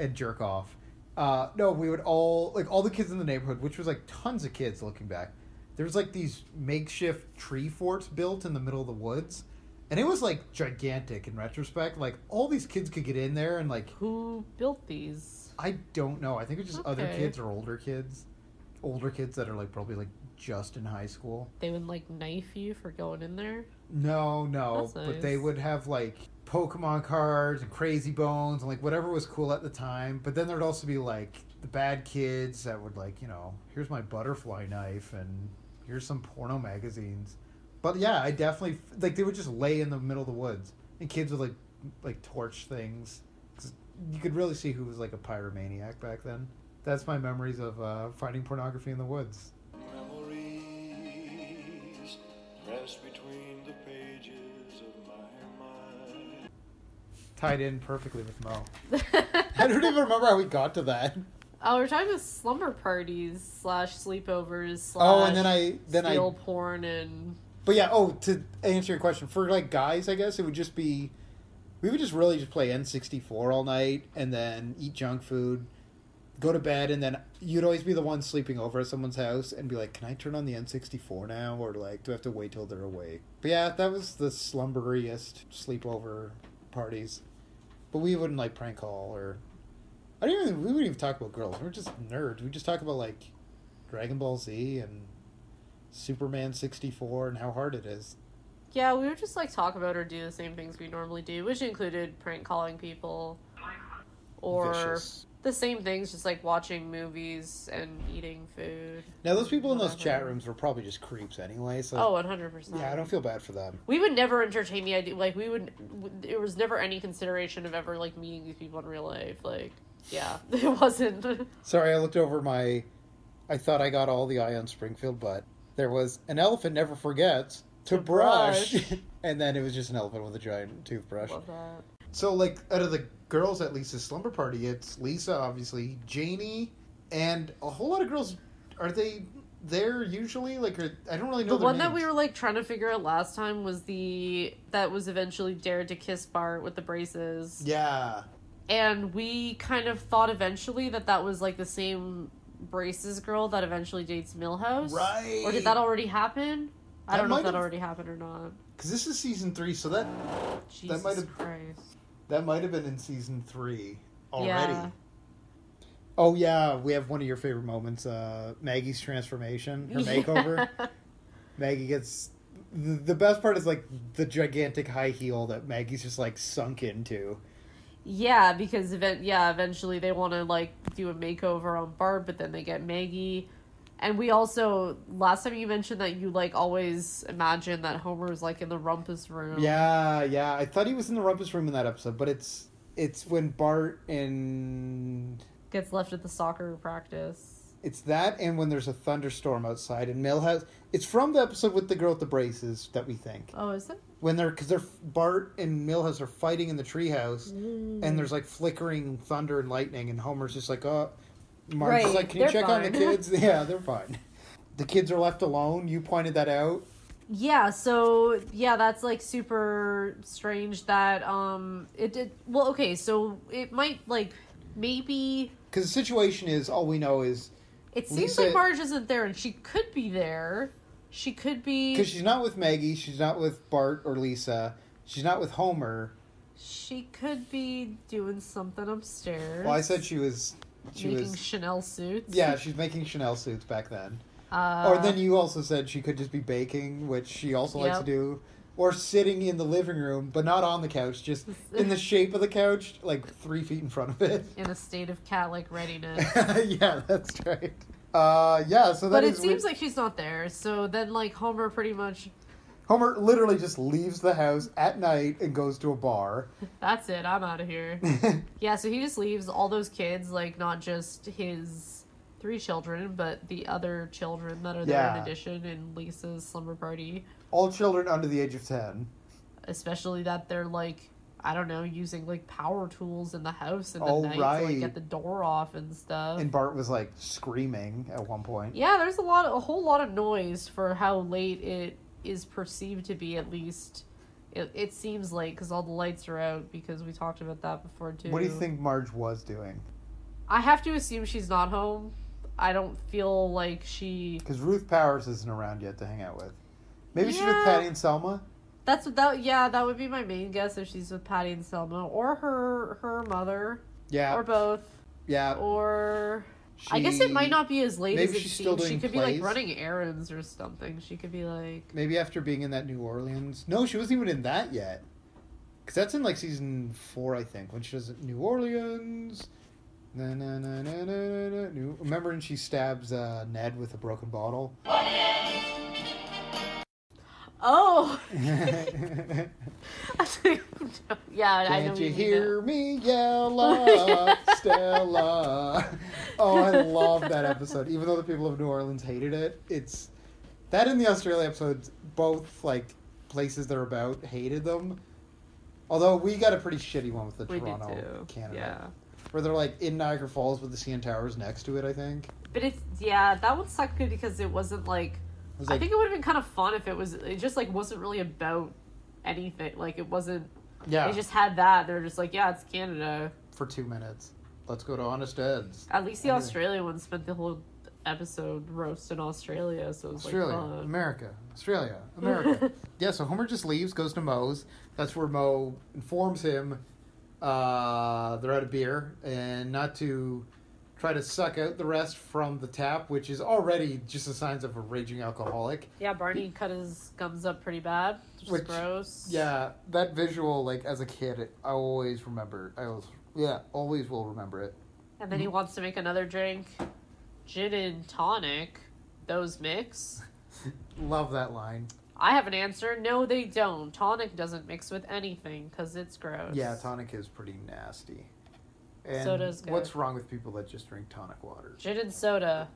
Speaker 2: and jerk off. Uh, no, we would all like all the kids in the neighborhood, which was like tons of kids. Looking back, there's like these makeshift tree forts built in the middle of the woods, and it was like gigantic in retrospect. Like all these kids could get in there, and like
Speaker 3: Who built these?
Speaker 2: I don't know. I think it's just other
Speaker 3: Okay.
Speaker 2: kids or older kids. Older kids that are like probably like just in high school.
Speaker 3: They would like knife you for going in there.
Speaker 2: No, no,
Speaker 3: That's
Speaker 2: but they
Speaker 3: nice.
Speaker 2: would have like Pokemon cards and Crazy Bones and like whatever was cool at the time. But then there'd also be like the bad kids that would like you know here's my butterfly knife and here's some porno magazines. But yeah, I definitely like they would just lay in the middle of the woods and kids would like like torch things. 'Cause You could really see who was like a pyromaniac back then. That's my memories of uh, finding pornography in the woods.
Speaker 8: Memories press between the pages of my mind.
Speaker 2: Tied in perfectly with Mo. I don't even remember how we got to that.
Speaker 3: Oh, we're talking about slumber parties slash sleepovers. Slash
Speaker 2: Oh, and then I then
Speaker 3: steal
Speaker 2: I
Speaker 3: porn and
Speaker 2: but yeah. Oh, to answer your question, for like guys, I guess it would just be we would just really just play N sixty four all night and then eat junk food, go to bed, and then you'd always be the one sleeping over at someone's house and be like, "Can I turn on the N sixty four now?" Or like, "Do I have to wait till they're awake?" But yeah, that was the slumberiest sleepover parties. But we wouldn't like prank call or I don't even. We wouldn't even talk about girls. We We're just nerds. We just talk about like Dragon Ball Z and Superman sixty four and how hard it is.
Speaker 3: yeah, we would just like talk about or do the same things we normally do, which included prank calling people, or
Speaker 2: Vicious.
Speaker 3: the same things, just like watching movies and eating food.
Speaker 2: Now those people in those
Speaker 3: Whatever.
Speaker 2: chat rooms were probably just creeps anyway. So
Speaker 3: Oh, one hundred percent.
Speaker 2: yeah, I don't feel bad for them.
Speaker 3: We would never entertain the idea. Like we would, there was never any consideration of ever like meeting these people in real life. Like, yeah, it wasn't.
Speaker 2: Sorry, I looked over my. I thought I got all the eye on Springfield, but there was an elephant never forgets to,
Speaker 3: To
Speaker 2: brush,
Speaker 3: brush.
Speaker 2: and then it was just an elephant with a giant toothbrush.
Speaker 3: Love that.
Speaker 2: So, like, out of the girls at Lisa's slumber party, it's Lisa, obviously, Janie, and a whole lot of girls. Are they there usually? Like, are, I don't really know
Speaker 3: The
Speaker 2: their
Speaker 3: one that we
Speaker 2: names.
Speaker 3: were like trying to figure out last time was the that was eventually dared to kiss Bart with the braces,
Speaker 2: Yeah,
Speaker 3: and we kind of thought eventually that that was like the same braces girl that eventually dates Millhouse,
Speaker 2: Right.
Speaker 3: Or did that already happen? I
Speaker 2: That
Speaker 3: don't know if
Speaker 2: might
Speaker 3: that
Speaker 2: have-
Speaker 3: already happened or not.
Speaker 2: because this is season three, so that
Speaker 3: Jesus
Speaker 2: might have-
Speaker 3: Christ.
Speaker 2: that might have been in season three already.
Speaker 3: Yeah.
Speaker 2: Oh yeah, we have one of your favorite moments, uh, Maggie's transformation, her makeover. Maggie gets the, the best part is like the gigantic high heel that Maggie's just like sunk into.
Speaker 3: Yeah, because event yeah, eventually they want to like do a makeover on Barb, but then they get Maggie. And we also last time you mentioned that you like always imagine that Homer's like in the rumpus room.
Speaker 2: Yeah, yeah. I thought he was in the rumpus room in that episode, but it's it's when Bart and
Speaker 3: Gets left at the soccer practice.
Speaker 2: it's that and when there's a thunderstorm outside and Millhouse. It's from the episode with the girl with the braces that we think.
Speaker 3: Oh, is it?
Speaker 2: when they're because they're Bart and Milhouse are fighting in the treehouse,
Speaker 3: Mm.
Speaker 2: and there's like flickering thunder and lightning, and Homer's just like, "Oh, Marge's
Speaker 3: Right,
Speaker 2: like, can you
Speaker 3: they're
Speaker 2: check on
Speaker 3: fine."
Speaker 2: the kids? yeah, they're fine. The kids are left alone. You pointed that out.
Speaker 3: Yeah, so yeah, that's like super strange that um it did well okay, so it might like maybe
Speaker 2: Because the situation is all we know is
Speaker 3: it seems
Speaker 2: Lisa-
Speaker 3: like Marge isn't there and she could be there. She could be
Speaker 2: because she's not with Maggie, she's not with Bart or Lisa, she's not with Homer.
Speaker 3: She could be doing something upstairs.
Speaker 2: Well, I said she was, she
Speaker 3: making
Speaker 2: was,
Speaker 3: Chanel suits.
Speaker 2: yeah, she's making Chanel suits back then.
Speaker 3: Uh,
Speaker 2: Or then you also said she could just be baking, which she also likes to
Speaker 3: Yep.
Speaker 2: do, or sitting in the living room, but not on the couch, just in the shape of the couch, like three feet in front of it.
Speaker 3: in a state of cat like readiness.
Speaker 2: yeah, that's right. Uh, yeah, so that
Speaker 3: but it
Speaker 2: is
Speaker 3: seems
Speaker 2: weird.
Speaker 3: like she's not there. So then, like Homer, pretty much,
Speaker 2: Homer literally just leaves the house at night and goes to a bar.
Speaker 3: that's it. I'm out of here. yeah. So he just leaves all those kids, like not just his three children, but the other children that are there
Speaker 2: Yeah.
Speaker 3: in addition in Lisa's slumber party,
Speaker 2: All children under the age of 10.
Speaker 3: especially that they're like, I don't know, using like power tools in the house in the
Speaker 2: Oh,
Speaker 3: night to like
Speaker 2: right.
Speaker 3: get the door off and stuff.
Speaker 2: And Bart was like screaming at one point.
Speaker 3: yeah, there's a lot, a whole lot of noise for how late it is perceived to be. At least, it, it seems late because all the lights are out. Because we talked about that before too.
Speaker 2: What do you think Marge was doing?
Speaker 3: I have to assume she's not home. I don't feel like she.
Speaker 2: Because Ruth Powers isn't around yet to hang out with. Maybe she's
Speaker 3: Yeah.
Speaker 2: with Patty and Selma.
Speaker 3: That's that. Yeah, that would be my main guess if she's with Patty and Selma, or her her mother,
Speaker 2: Yeah.
Speaker 3: or both,
Speaker 2: Yeah.
Speaker 3: or I guess it might
Speaker 2: She-
Speaker 3: not be as late
Speaker 2: maybe
Speaker 3: as it
Speaker 2: she's still
Speaker 3: seems. She
Speaker 2: doing
Speaker 3: could be
Speaker 2: plays.
Speaker 3: like running errands or something. She could be like,
Speaker 2: Maybe after being in that New Orleans. No, she wasn't even in that yet. Because that's in like season four, I think, when she does it- New Orleans. Na, na, na, na, na, na, na, New... Remember when she stabs uh, Ned with a broken bottle?
Speaker 3: oh,
Speaker 2: Can't
Speaker 3: yeah, I know. what
Speaker 2: you
Speaker 3: mean
Speaker 2: hear me yell out, Stella? Oh, I love that episode. Even though the people of New Orleans hated it, it's that in the Australia episodes, both like places they're about hated them. Although we got a pretty shitty one with the
Speaker 3: We did
Speaker 2: Toronto,
Speaker 3: too.
Speaker 2: Canada,
Speaker 3: Yeah,
Speaker 2: where they're like in Niagara Falls with the CN Towers next to it. I think. It
Speaker 3: but it's yeah that one sucked good because it wasn't like
Speaker 2: was
Speaker 3: I
Speaker 2: like,
Speaker 3: think it would have been kind of fun if it was. It just like wasn't really about anything. Like it wasn't.
Speaker 2: yeah,
Speaker 3: They just had that. They're just like, yeah, it's Canada.
Speaker 2: for two minutes. Let's go to Honest Ed's.
Speaker 3: At least the
Speaker 2: Anyway.
Speaker 3: Australia one spent the whole episode roast in Australia, so it was
Speaker 2: Australia,
Speaker 3: like uh, fun.
Speaker 2: America, Australia, America. yeah, so Homer just leaves, goes to Moe's. That's where Moe informs him uh, they're out of beer and not to try to suck out the rest from the tap, which is already just the signs of a raging alcoholic.
Speaker 3: yeah, Barney cut his gums up pretty bad, which,
Speaker 2: Which-
Speaker 3: is gross.
Speaker 2: Yeah, that visual, like as a kid, it, I always remember. I always, yeah, always will remember it.
Speaker 3: And then he wants to make another drink, gin and tonic. Those mix.
Speaker 2: Love that line.
Speaker 3: I have an answer. No, they don't. Tonic doesn't mix with anything because it's gross.
Speaker 2: Yeah, tonic is pretty nasty. And
Speaker 3: Soda's good.
Speaker 2: what's wrong with people that just drink tonic water?
Speaker 3: Gin and soda.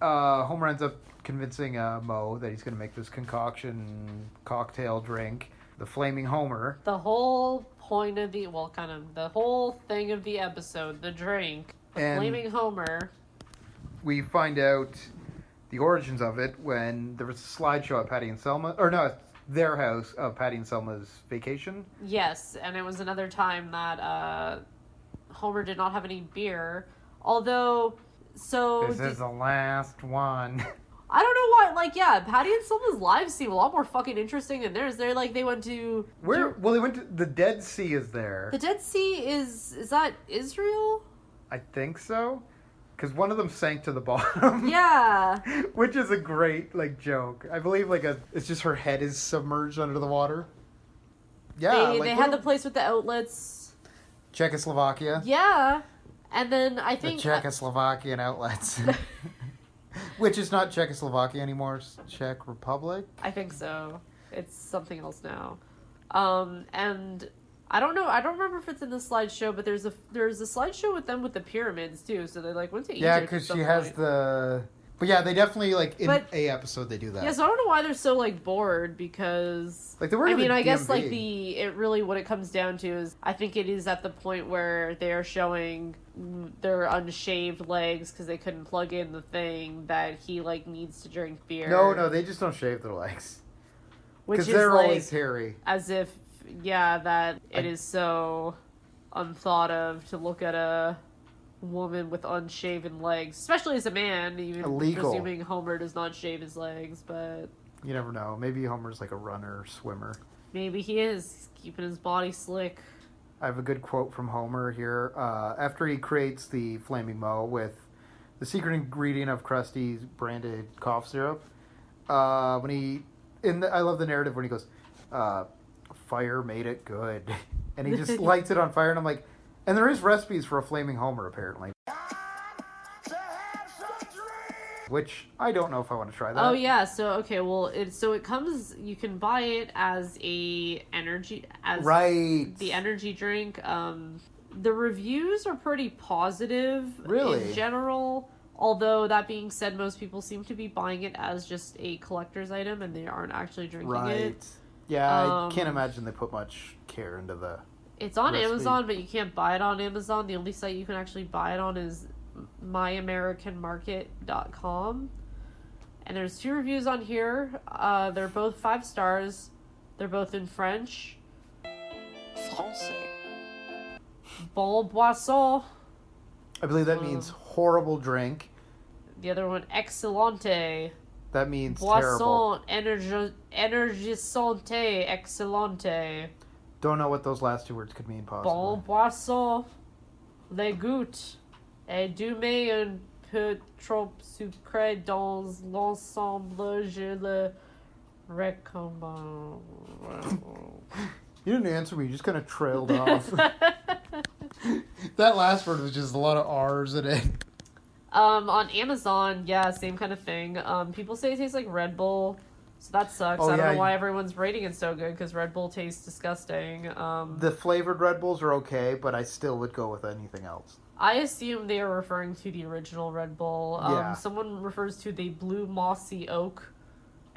Speaker 2: uh, Homer ends up convincing uh, Mo that he's going to make this concoction cocktail drink, the Flaming Homer.
Speaker 3: The whole point of the well, kind of the whole thing of the episode, the drink,
Speaker 2: And
Speaker 3: blaming Homer.
Speaker 2: we find out the origins of it when there was a slideshow at Patty and Selma, or no, their house of Patty and Selma's vacation.
Speaker 3: Yes, and it was another time that uh, Homer did not have any beer. Although, so
Speaker 2: this
Speaker 3: Oh, did-
Speaker 2: is the last one.
Speaker 3: I don't know why. Like, yeah, Patty and Selma's lives seem a lot more fucking interesting than theirs. They're like they went to
Speaker 2: Where? Well, they went to the Dead Sea. Is there?
Speaker 3: the Dead Sea. Is is that Israel?
Speaker 2: I think so, because one of them sank to the bottom.
Speaker 3: Yeah,
Speaker 2: Which is a great like joke. I believe like a it's just her head is submerged under the water. Yeah,
Speaker 3: they,
Speaker 2: like,
Speaker 3: they
Speaker 2: what
Speaker 3: had
Speaker 2: a-
Speaker 3: the place with the outlets.
Speaker 2: Czechoslovakia.
Speaker 3: Yeah, and then I
Speaker 2: the
Speaker 3: think uh,
Speaker 2: Czechoslovakian outlets. Which is not Czechoslovakia anymore, it's Czech Republic.
Speaker 3: I think so. It's something else now. Um, and I don't know. I don't remember if it's in the slideshow, but there's a there's a slideshow with them with the pyramids too. So they like went to Egypt.
Speaker 2: Yeah,
Speaker 3: at
Speaker 2: because
Speaker 3: some
Speaker 2: she has
Speaker 3: point.
Speaker 2: the. But yeah, they definitely like in
Speaker 3: But-
Speaker 2: a episode they do that.
Speaker 3: Yeah, so I don't know why they're so like bored because
Speaker 2: Like, they were
Speaker 3: I
Speaker 2: in the
Speaker 3: mean, I guess like
Speaker 2: DMV.
Speaker 3: the it really what it comes down to is I think it is at the point where they are showing their unshaved legs because they couldn't plug in the thing that he like needs to drink beer.
Speaker 2: no, no, they just don't shave their legs
Speaker 3: which
Speaker 2: because
Speaker 3: is
Speaker 2: they're
Speaker 3: like,
Speaker 2: always hairy.
Speaker 3: as if yeah that it
Speaker 2: I-
Speaker 3: is so unthought of to look at a woman with unshaven legs especially as a man even
Speaker 2: Illegal.
Speaker 3: presuming homer does not shave his legs but
Speaker 2: You never know. Maybe Homer's like a runner, swimmer.
Speaker 3: maybe he is keeping his body slick
Speaker 2: I have a good quote from Homer here. Uh, after he creates the Flaming Moe with the secret ingredient of Krusty's branded cough syrup, uh, when he in the, I love the narrative when he goes, uh, "Fire made it good," and he just lights it on fire, and I'm like, and there is recipes for a Flaming Homer apparently, which I don't know if I want to try that.
Speaker 3: oh yeah so okay well it so it comes you can buy it as a energy as
Speaker 2: right.
Speaker 3: the energy drink. Um, the reviews are pretty positive
Speaker 2: Really?
Speaker 3: in general. Although that being said, most people seem to be buying it as just a collector's item, and they aren't actually drinking
Speaker 2: Right.
Speaker 3: it.
Speaker 2: Yeah, I
Speaker 3: Um,
Speaker 2: can't imagine they put much care into the.
Speaker 3: It's on
Speaker 2: Recipe.
Speaker 3: Amazon, but you can't buy it on Amazon. The only site you can actually buy it on is myamericanmarket.com. And there's two reviews on here. Uh, they're both five stars. They're both in French. Français. Bon boisson.
Speaker 2: I believe
Speaker 3: Uh,
Speaker 2: that means horrible drink.
Speaker 3: The other one, excellente.
Speaker 2: That means terrible.
Speaker 3: Boisson energi- energisante excellente.
Speaker 2: Don't know what those last two words could mean. Possibly.
Speaker 3: Bon boisson, les gouttes, et du mets un peu trop sucré dans l'ensemble, je le recommande.
Speaker 2: You didn't answer me. You just kind of trailed off. that last word was just a lot of R's in it.
Speaker 3: um, on Amazon, yeah, same kind of thing. Um, people say it tastes like Red Bull, so that sucks.
Speaker 2: Oh,
Speaker 3: I don't
Speaker 2: yeah,
Speaker 3: know why
Speaker 2: you-
Speaker 3: everyone's rating it so good because Red Bull tastes disgusting. Um,
Speaker 2: The flavored Red Bulls are okay, but I still would go with anything else.
Speaker 3: I assume they are referring to the original Red Bull. Um,
Speaker 2: Yeah.
Speaker 3: Someone refers to the blue mossy oak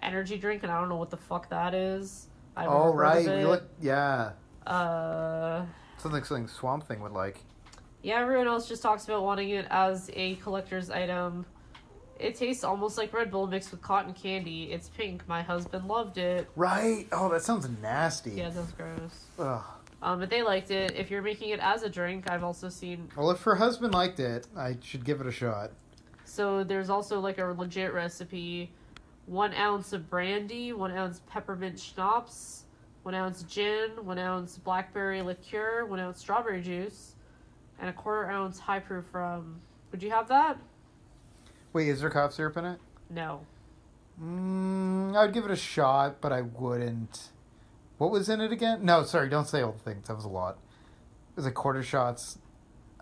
Speaker 3: energy drink, and I don't know what the fuck that is. I've
Speaker 2: Oh right,
Speaker 3: Heard of
Speaker 2: we
Speaker 3: it.
Speaker 2: look. Yeah,
Speaker 3: Uh,
Speaker 2: something something Swamp Thing would like.
Speaker 3: yeah, everyone else just talks about wanting it as a collector's item. It tastes almost like Red Bull mixed with cotton candy. It's pink. My husband loved it.
Speaker 2: Right. Oh, that sounds nasty.
Speaker 3: Yeah, that's gross.
Speaker 2: Ugh.
Speaker 3: Um, but they liked it. If you're making it as a drink, I've also seen
Speaker 2: Well, if her husband liked it, I should give it a shot.
Speaker 3: So there's also like a legit recipe: one ounce of brandy, one ounce peppermint schnapps, one ounce gin, one ounce blackberry liqueur, one ounce strawberry juice, and a quarter ounce high proof rum. Would you have that?
Speaker 2: Wait, is there cough syrup in it?
Speaker 3: No.
Speaker 2: Mm, I would give it a shot, but I wouldn't. What was in it again? No, sorry, don't say all the things. That was a lot. It was like quarter shots.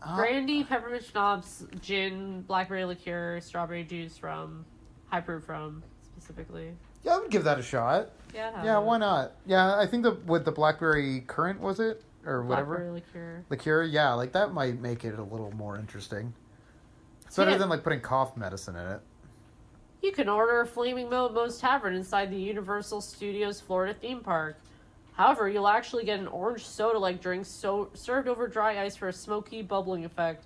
Speaker 2: Uh,
Speaker 3: Brandy, peppermint schnapps, gin, blackberry liqueur, strawberry juice, rum, high proof rum specifically.
Speaker 2: Yeah, I would give that a shot.
Speaker 3: Yeah. I'd have
Speaker 2: Yeah,
Speaker 3: it.
Speaker 2: why not? Yeah, I think the with the blackberry currant was it or
Speaker 3: Blackberry
Speaker 2: whatever
Speaker 3: liqueur.
Speaker 2: liqueur. Yeah, like that might make it a little more interesting. It's better
Speaker 3: Yeah.
Speaker 2: than like putting cough medicine in it.
Speaker 3: You can order a Flaming Mo at Moe's Tavern inside the Universal Studios Florida theme park. However, you'll actually get an orange soda like drink so- served over dry ice for a smoky, bubbling effect.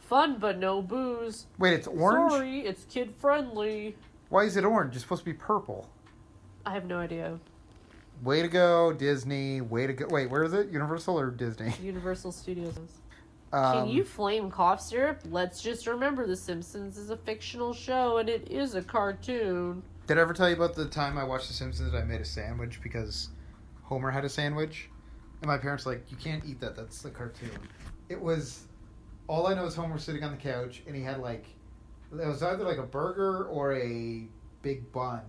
Speaker 3: Fun, but no booze.
Speaker 2: Wait, it's orange.
Speaker 3: Sorry, it's kid friendly.
Speaker 2: Why is it orange? It's supposed to be purple.
Speaker 3: I have no idea.
Speaker 2: Way to go, Disney. Way to go. Wait, where is it? Universal or Disney?
Speaker 3: Universal Studios.
Speaker 2: Um,
Speaker 3: Can you flame cough syrup? Let's just remember The Simpsons is a fictional show and it is a cartoon.
Speaker 2: Did I ever tell you about the time I watched The Simpsons? I made a sandwich because Homer had a sandwich, and my parents were like, "You can't eat that. That's the cartoon." It was all I know is Homer was sitting on the couch, and he had like it was either like a burger or a big bun,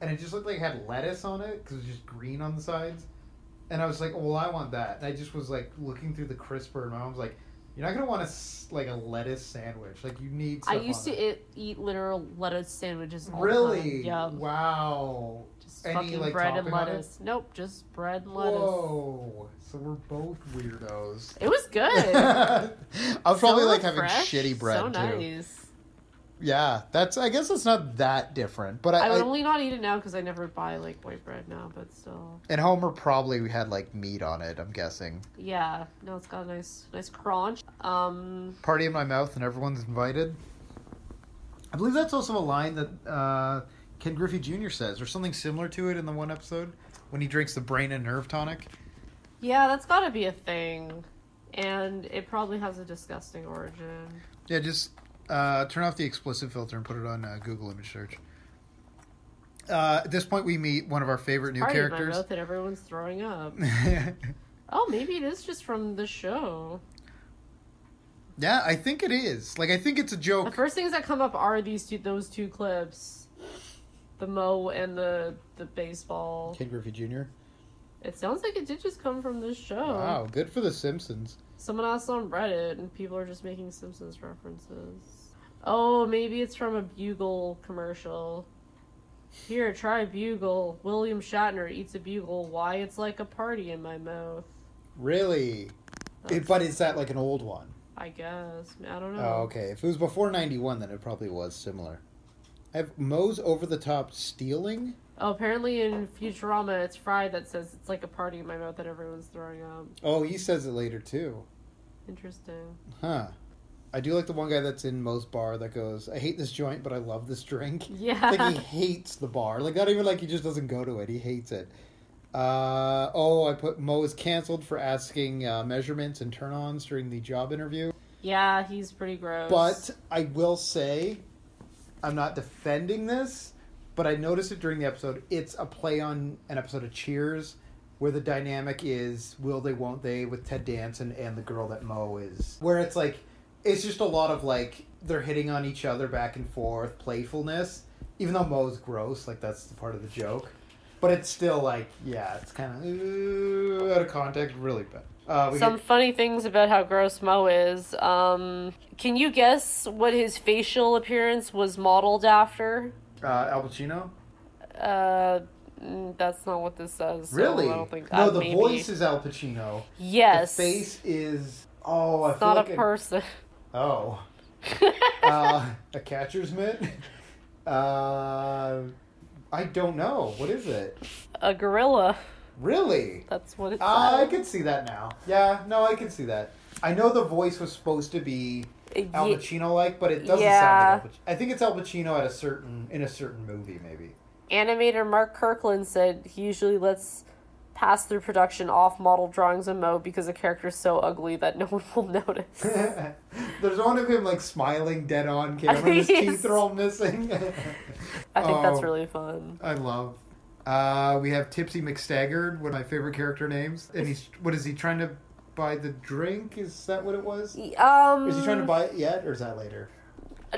Speaker 2: and it just looked like it had lettuce on it because it was just green on the sides. And I was like, "Well, I want that." And I just was like looking through the crisper, and my mom's like, "You're not gonna want a s- like a lettuce sandwich. Like you need."
Speaker 3: I
Speaker 2: stuff
Speaker 3: used
Speaker 2: on
Speaker 3: to
Speaker 2: it.
Speaker 3: eat, eat literal lettuce sandwiches. All
Speaker 2: Really?
Speaker 3: The time. Yep.
Speaker 2: Wow.
Speaker 3: Just
Speaker 2: Any,
Speaker 3: fucking
Speaker 2: like,
Speaker 3: bread and
Speaker 2: topping on it?
Speaker 3: lettuce. Nope, just bread and lettuce.
Speaker 2: Whoa. So we're both weirdos.
Speaker 3: It was good.
Speaker 2: I'll probably
Speaker 3: So
Speaker 2: like having
Speaker 3: fresh,
Speaker 2: shitty bread
Speaker 3: So
Speaker 2: too.
Speaker 3: nice.
Speaker 2: Yeah, that's. I guess it's not that different, but I,
Speaker 3: I would
Speaker 2: I-
Speaker 3: only not eat it now because I never buy like white bread now, but still.
Speaker 2: and Homer probably had like meat on it. I'm guessing.
Speaker 3: Yeah, no, it's got a nice, nice crunch. Um,
Speaker 2: Party in my mouth, and everyone's invited. I believe that's also a line that uh, Ken Griffey Jr. says, or something similar to it in the one episode when he drinks the brain and nerve tonic.
Speaker 3: yeah, that's got to be a thing, and it probably has a disgusting origin.
Speaker 2: Yeah, just uh, turn off the explicit filter and put it on uh, Google image search. Uh, at this point, we meet one of our favorite new
Speaker 3: Party in my
Speaker 2: characters.
Speaker 3: mouth that everyone's throwing up. Oh, maybe it is just from the show.
Speaker 2: yeah, I think it is. Like, I think it's a
Speaker 3: The
Speaker 2: joke.
Speaker 3: first things that come up are these two, those two clips, the Mo and the the baseball.
Speaker 2: Kid Griffey Jr.
Speaker 3: It sounds like it did just come from this show.
Speaker 2: Wow, good for The Simpsons.
Speaker 3: Someone asked on Reddit, and people are just making Simpsons references. Oh, maybe it's from a Bugle commercial. Here, try a Bugle. William Shatner eats a Bugle. Why it's like a party in my mouth.
Speaker 2: Really? It- but is that like an old one?
Speaker 3: I guess. I don't know.
Speaker 2: Oh, okay. If it was before 91, then it probably was similar. I have Moe's over the top stealing.
Speaker 3: Oh, apparently in Futurama, it's Fry that says it's like a party in my mouth that everyone's throwing up.
Speaker 2: Oh, he says it later too.
Speaker 3: Interesting.
Speaker 2: Huh. I do like the one guy that's in Moe's bar that goes, I hate this joint, but I love this drink. Like he
Speaker 3: Yeah.
Speaker 2: hates the bar. Like not even like he just doesn't go to it. He hates it. Uh, oh, I put Mo is canceled for asking uh, measurements and turn-ons during the job interview.
Speaker 3: yeah, he's pretty gross.
Speaker 2: But I will say, I'm not defending this, but I noticed it during the episode. It's a play on an episode of Cheers, where the dynamic is will they, won't they, with Ted Danson and the girl that Mo is. Where it's like, it's just a lot of like they're hitting on each other back and forth, playfulness. Even though Mo's gross, like that's the part of the joke. But it's still like, yeah, it's kind of out of context, really bad. Uh, we
Speaker 3: Some
Speaker 2: get-
Speaker 3: funny things about how gross Mo is. Um, can you guess what his facial appearance was modeled after?
Speaker 2: uh, Al Pacino?
Speaker 3: Uh, mm, that's not what this says. so
Speaker 2: Really?
Speaker 3: I don't think
Speaker 2: no,
Speaker 3: uh,
Speaker 2: the
Speaker 3: maybe.
Speaker 2: voice is Al Pacino.
Speaker 3: Yes.
Speaker 2: The face is oh, I
Speaker 3: It's
Speaker 2: feel
Speaker 3: not
Speaker 2: like
Speaker 3: a person.
Speaker 2: Oh, uh, a catcher's mitt. Uh, I don't know. What is it?
Speaker 3: a gorilla.
Speaker 2: Really?
Speaker 3: That's what it
Speaker 2: Uh, I
Speaker 3: says.
Speaker 2: can see that now. Yeah, no, I can see that. I know the voice was supposed to be
Speaker 3: Ye-
Speaker 2: Al Pacino like, but it doesn't
Speaker 3: Yeah.
Speaker 2: sound like Al Pacino. I think it's Al Pacino at a certain in a certain movie, maybe.
Speaker 3: Animator Mark Kirkland said he usually lets pass through production off model drawings of Mo because the character is so ugly that no one will notice.
Speaker 2: There's one of him like smiling dead on camera. His
Speaker 3: Yes.
Speaker 2: teeth are all missing.
Speaker 3: I think
Speaker 2: Oh.
Speaker 3: that's really fun.
Speaker 2: I love. Uh, we have Tipsy McStaggard, one of my favorite character names, and he's what is he trying to buy the drink? Is that what it was?
Speaker 3: Um,
Speaker 2: Is he trying to buy it yet, or is that later?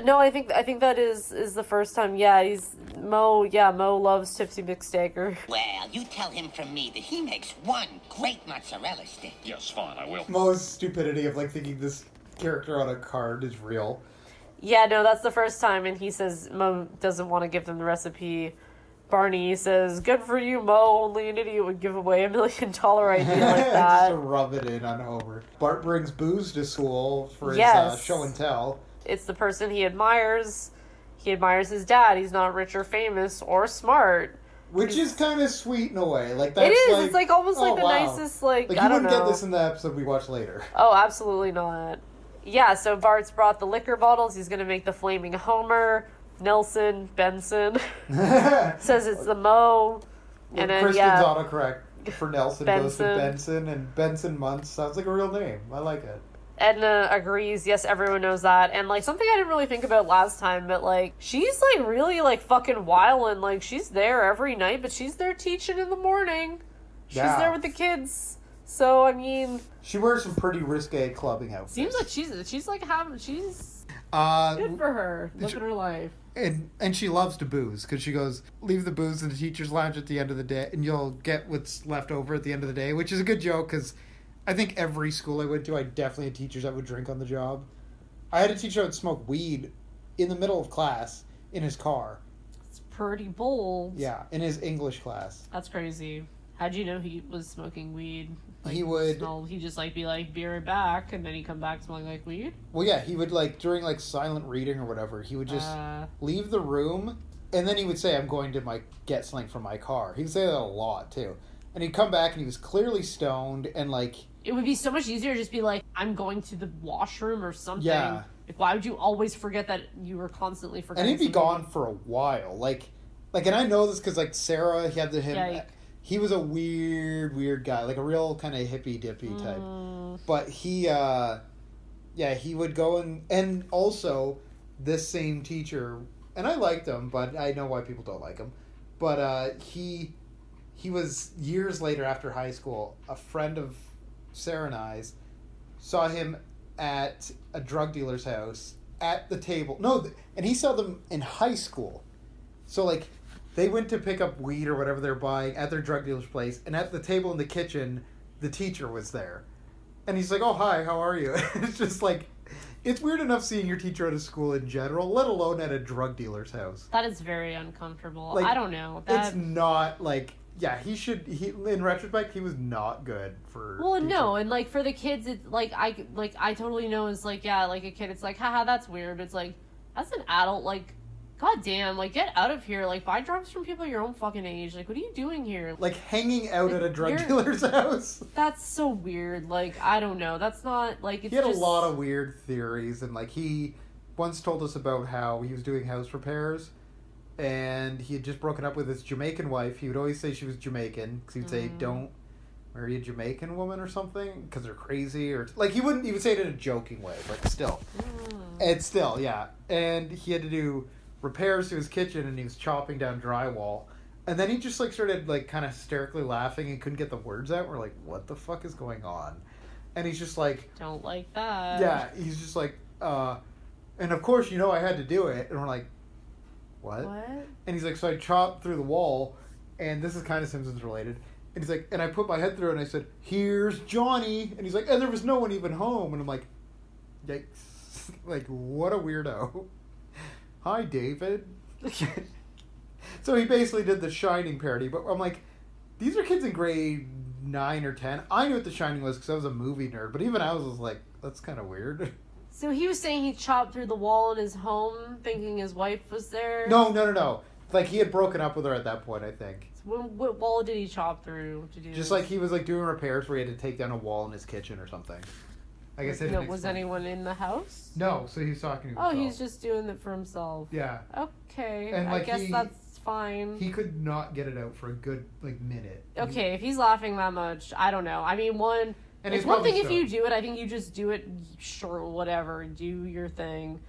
Speaker 3: No, I think I think that is is the first time. Yeah, he's Mo. Yeah, Mo loves Tipsy McStagger.
Speaker 7: Well, you tell him from me that he makes one great mozzarella stick.
Speaker 9: Yes, fine, I will.
Speaker 2: Mo's stupidity of like thinking this character on a card is real.
Speaker 3: Yeah, no, that's the first time, and he says Mo doesn't want to give them the recipe. Barney says, "Good for you, Mo. Only an idiot would give away a million dollar idea like
Speaker 2: Just to
Speaker 3: that."
Speaker 2: rub it in on Homer. Bart brings booze to school for his uh,
Speaker 3: Yes.
Speaker 2: show and tell.
Speaker 3: it's the person he admires. He admires his dad. He's not rich or famous or smart.
Speaker 2: Which is kind of sweet in a way. Like that's
Speaker 3: It is.
Speaker 2: Like,
Speaker 3: it's like almost
Speaker 2: oh,
Speaker 3: like the
Speaker 2: wow.
Speaker 3: nicest. Like,
Speaker 2: Like
Speaker 3: I
Speaker 2: you
Speaker 3: don't
Speaker 2: wouldn't
Speaker 3: know.
Speaker 2: get this in the episode we watch later.
Speaker 3: Oh, absolutely not. Yeah, so Bart's brought the liquor bottles. He's going to make the flaming Homer. Nelson Benson says it's the Mo. And then,
Speaker 2: Kristen's
Speaker 3: yeah.
Speaker 2: autocorrect for Nelson goes to
Speaker 3: Benson.
Speaker 2: Benson, and Benson Muntz sounds like a real name. I like it.
Speaker 3: Edna agrees. Yes, everyone knows that. And, like, something I didn't really think about last time, but, like, she's, like, really, like, fucking wildin'. Like, she's there every night, but she's there teaching in the morning. She's
Speaker 2: Yeah.
Speaker 3: there with the kids. So, I mean,
Speaker 2: She wears some pretty risque clubbing outfits.
Speaker 3: seems like she's, she's, like, having, she's
Speaker 2: uh,
Speaker 3: good for her. Look at her life.
Speaker 2: and and she loves to booze because she goes leave the booze in the teacher's lounge at the end of the day, and you'll get what's left over at the end of the day, which is a good joke because I think every school I went to, I definitely had teachers that would drink on the job. I had a teacher that would smoke weed in the middle of class in his car.
Speaker 3: It's pretty bold.
Speaker 2: Yeah, in his English class.
Speaker 3: That's crazy. How'd you know he was smoking weed? Like,
Speaker 2: He would-
Speaker 3: Smell, he'd just like be like, "Be right back," and then he come back smelling like weed.
Speaker 2: Well, yeah, he would like during like silent reading or whatever, he would just
Speaker 3: Uh,
Speaker 2: leave the room, and then he would say, "I'm going to my get something from my car." He'd say that a lot too, and he'd come back and he was clearly stoned and like,
Speaker 3: it would be so much easier to just be like, "I'm going to the washroom" or something.
Speaker 2: Yeah.
Speaker 3: Like, why would you always forget that you were constantly
Speaker 2: and
Speaker 3: forgetting?
Speaker 2: he'd be
Speaker 3: something?
Speaker 2: gone for a while, like, like, and I know this because like Sarah, he had the him.
Speaker 3: Yike.
Speaker 2: He was a weird, weird guy, like a real kind of hippy dippy type. But he, uh yeah, he would go and and also this same teacher, and I liked him, but I know why people don't like him. But uh, he he was years later after high school. A friend of Sarah and I's saw him at a drug dealer's house at the table. No, th- and he saw them in high school. So like they went to pick up weed or whatever they're buying at their drug dealer's place, and at the table in the kitchen, the teacher was there. And he's like, "Oh hi, how are you?" it's just like it's weird enough seeing your teacher at a school in general, let alone at a drug dealer's house.
Speaker 3: That is very uncomfortable.
Speaker 2: Like,
Speaker 3: I don't know.
Speaker 2: It's
Speaker 3: That
Speaker 2: not like yeah, he should. He in retrospect, he was not good for.
Speaker 3: Well,
Speaker 2: teaching.
Speaker 3: no, and like for the kids, it's like I like I totally know it's like yeah, like a kid, it's like haha, that's weird. But it's like as an adult, like goddamn, like get out of here, like buy drugs from people your own fucking age. Like what are you doing here?
Speaker 2: Like hanging out
Speaker 3: Like,
Speaker 2: at a drug
Speaker 3: you're-
Speaker 2: dealer's house.
Speaker 3: That's so weird. Like I don't know. That's not like it's
Speaker 2: he had
Speaker 3: just,
Speaker 2: a lot of weird theories and like he once told us about how he was doing house repairs and he had just broken up with his jamaican wife he would always say she was jamaican because he'd say
Speaker 3: Mm-hmm.
Speaker 2: don't marry a jamaican woman or something because they're crazy or like he wouldn't even say it in a joking way but still
Speaker 3: Mm.
Speaker 2: and still yeah and he had to do repairs to his kitchen and he was chopping down drywall and then he just like started like kind of hysterically laughing and couldn't get the words out we're like what the fuck is going on and he's just like
Speaker 3: don't like that.
Speaker 2: yeah, he's just like, uh, and of course, you know, I had to do it. And we're like, what?
Speaker 3: What?
Speaker 2: And he's like, so I chopped through the wall, and this is kind of Simpsons related. And he's like, and I put my head through, and I said, here's Johnny. And he's like, and there was no one even home. And I'm like, yikes. Like, what a weirdo. Hi, David. so he basically did the Shining parody, but I'm like, these are kids in grade nine or ten. I knew what the Shining was because I was a movie nerd, but even I was just like, that's kind of weird.
Speaker 3: So he was saying he chopped through the wall in his home, thinking his wife was there.
Speaker 2: no, no, no, no. Like he had broken up with her at that point, I think.
Speaker 3: What, what wall did he chop through to do?
Speaker 2: Just like he was like doing repairs where he had to take down a wall in his kitchen or something. I guess they
Speaker 3: no,
Speaker 2: didn't
Speaker 3: was
Speaker 2: explain.
Speaker 3: anyone in the house?
Speaker 2: No, so he's talking to
Speaker 3: Oh,
Speaker 2: himself.
Speaker 3: he's just doing it for himself.
Speaker 2: yeah.
Speaker 3: Okay,
Speaker 2: And,
Speaker 3: I
Speaker 2: like,
Speaker 3: guess
Speaker 2: he-
Speaker 3: that's fine.
Speaker 2: He could not get it out for a good like minute.
Speaker 3: okay, if he's laughing that much, I don't know. I mean, one.
Speaker 2: And
Speaker 3: it's
Speaker 2: he's
Speaker 3: one
Speaker 2: probably
Speaker 3: thing if
Speaker 2: still-
Speaker 3: you do it. I think you just do it. Sure, whatever. Do your thing.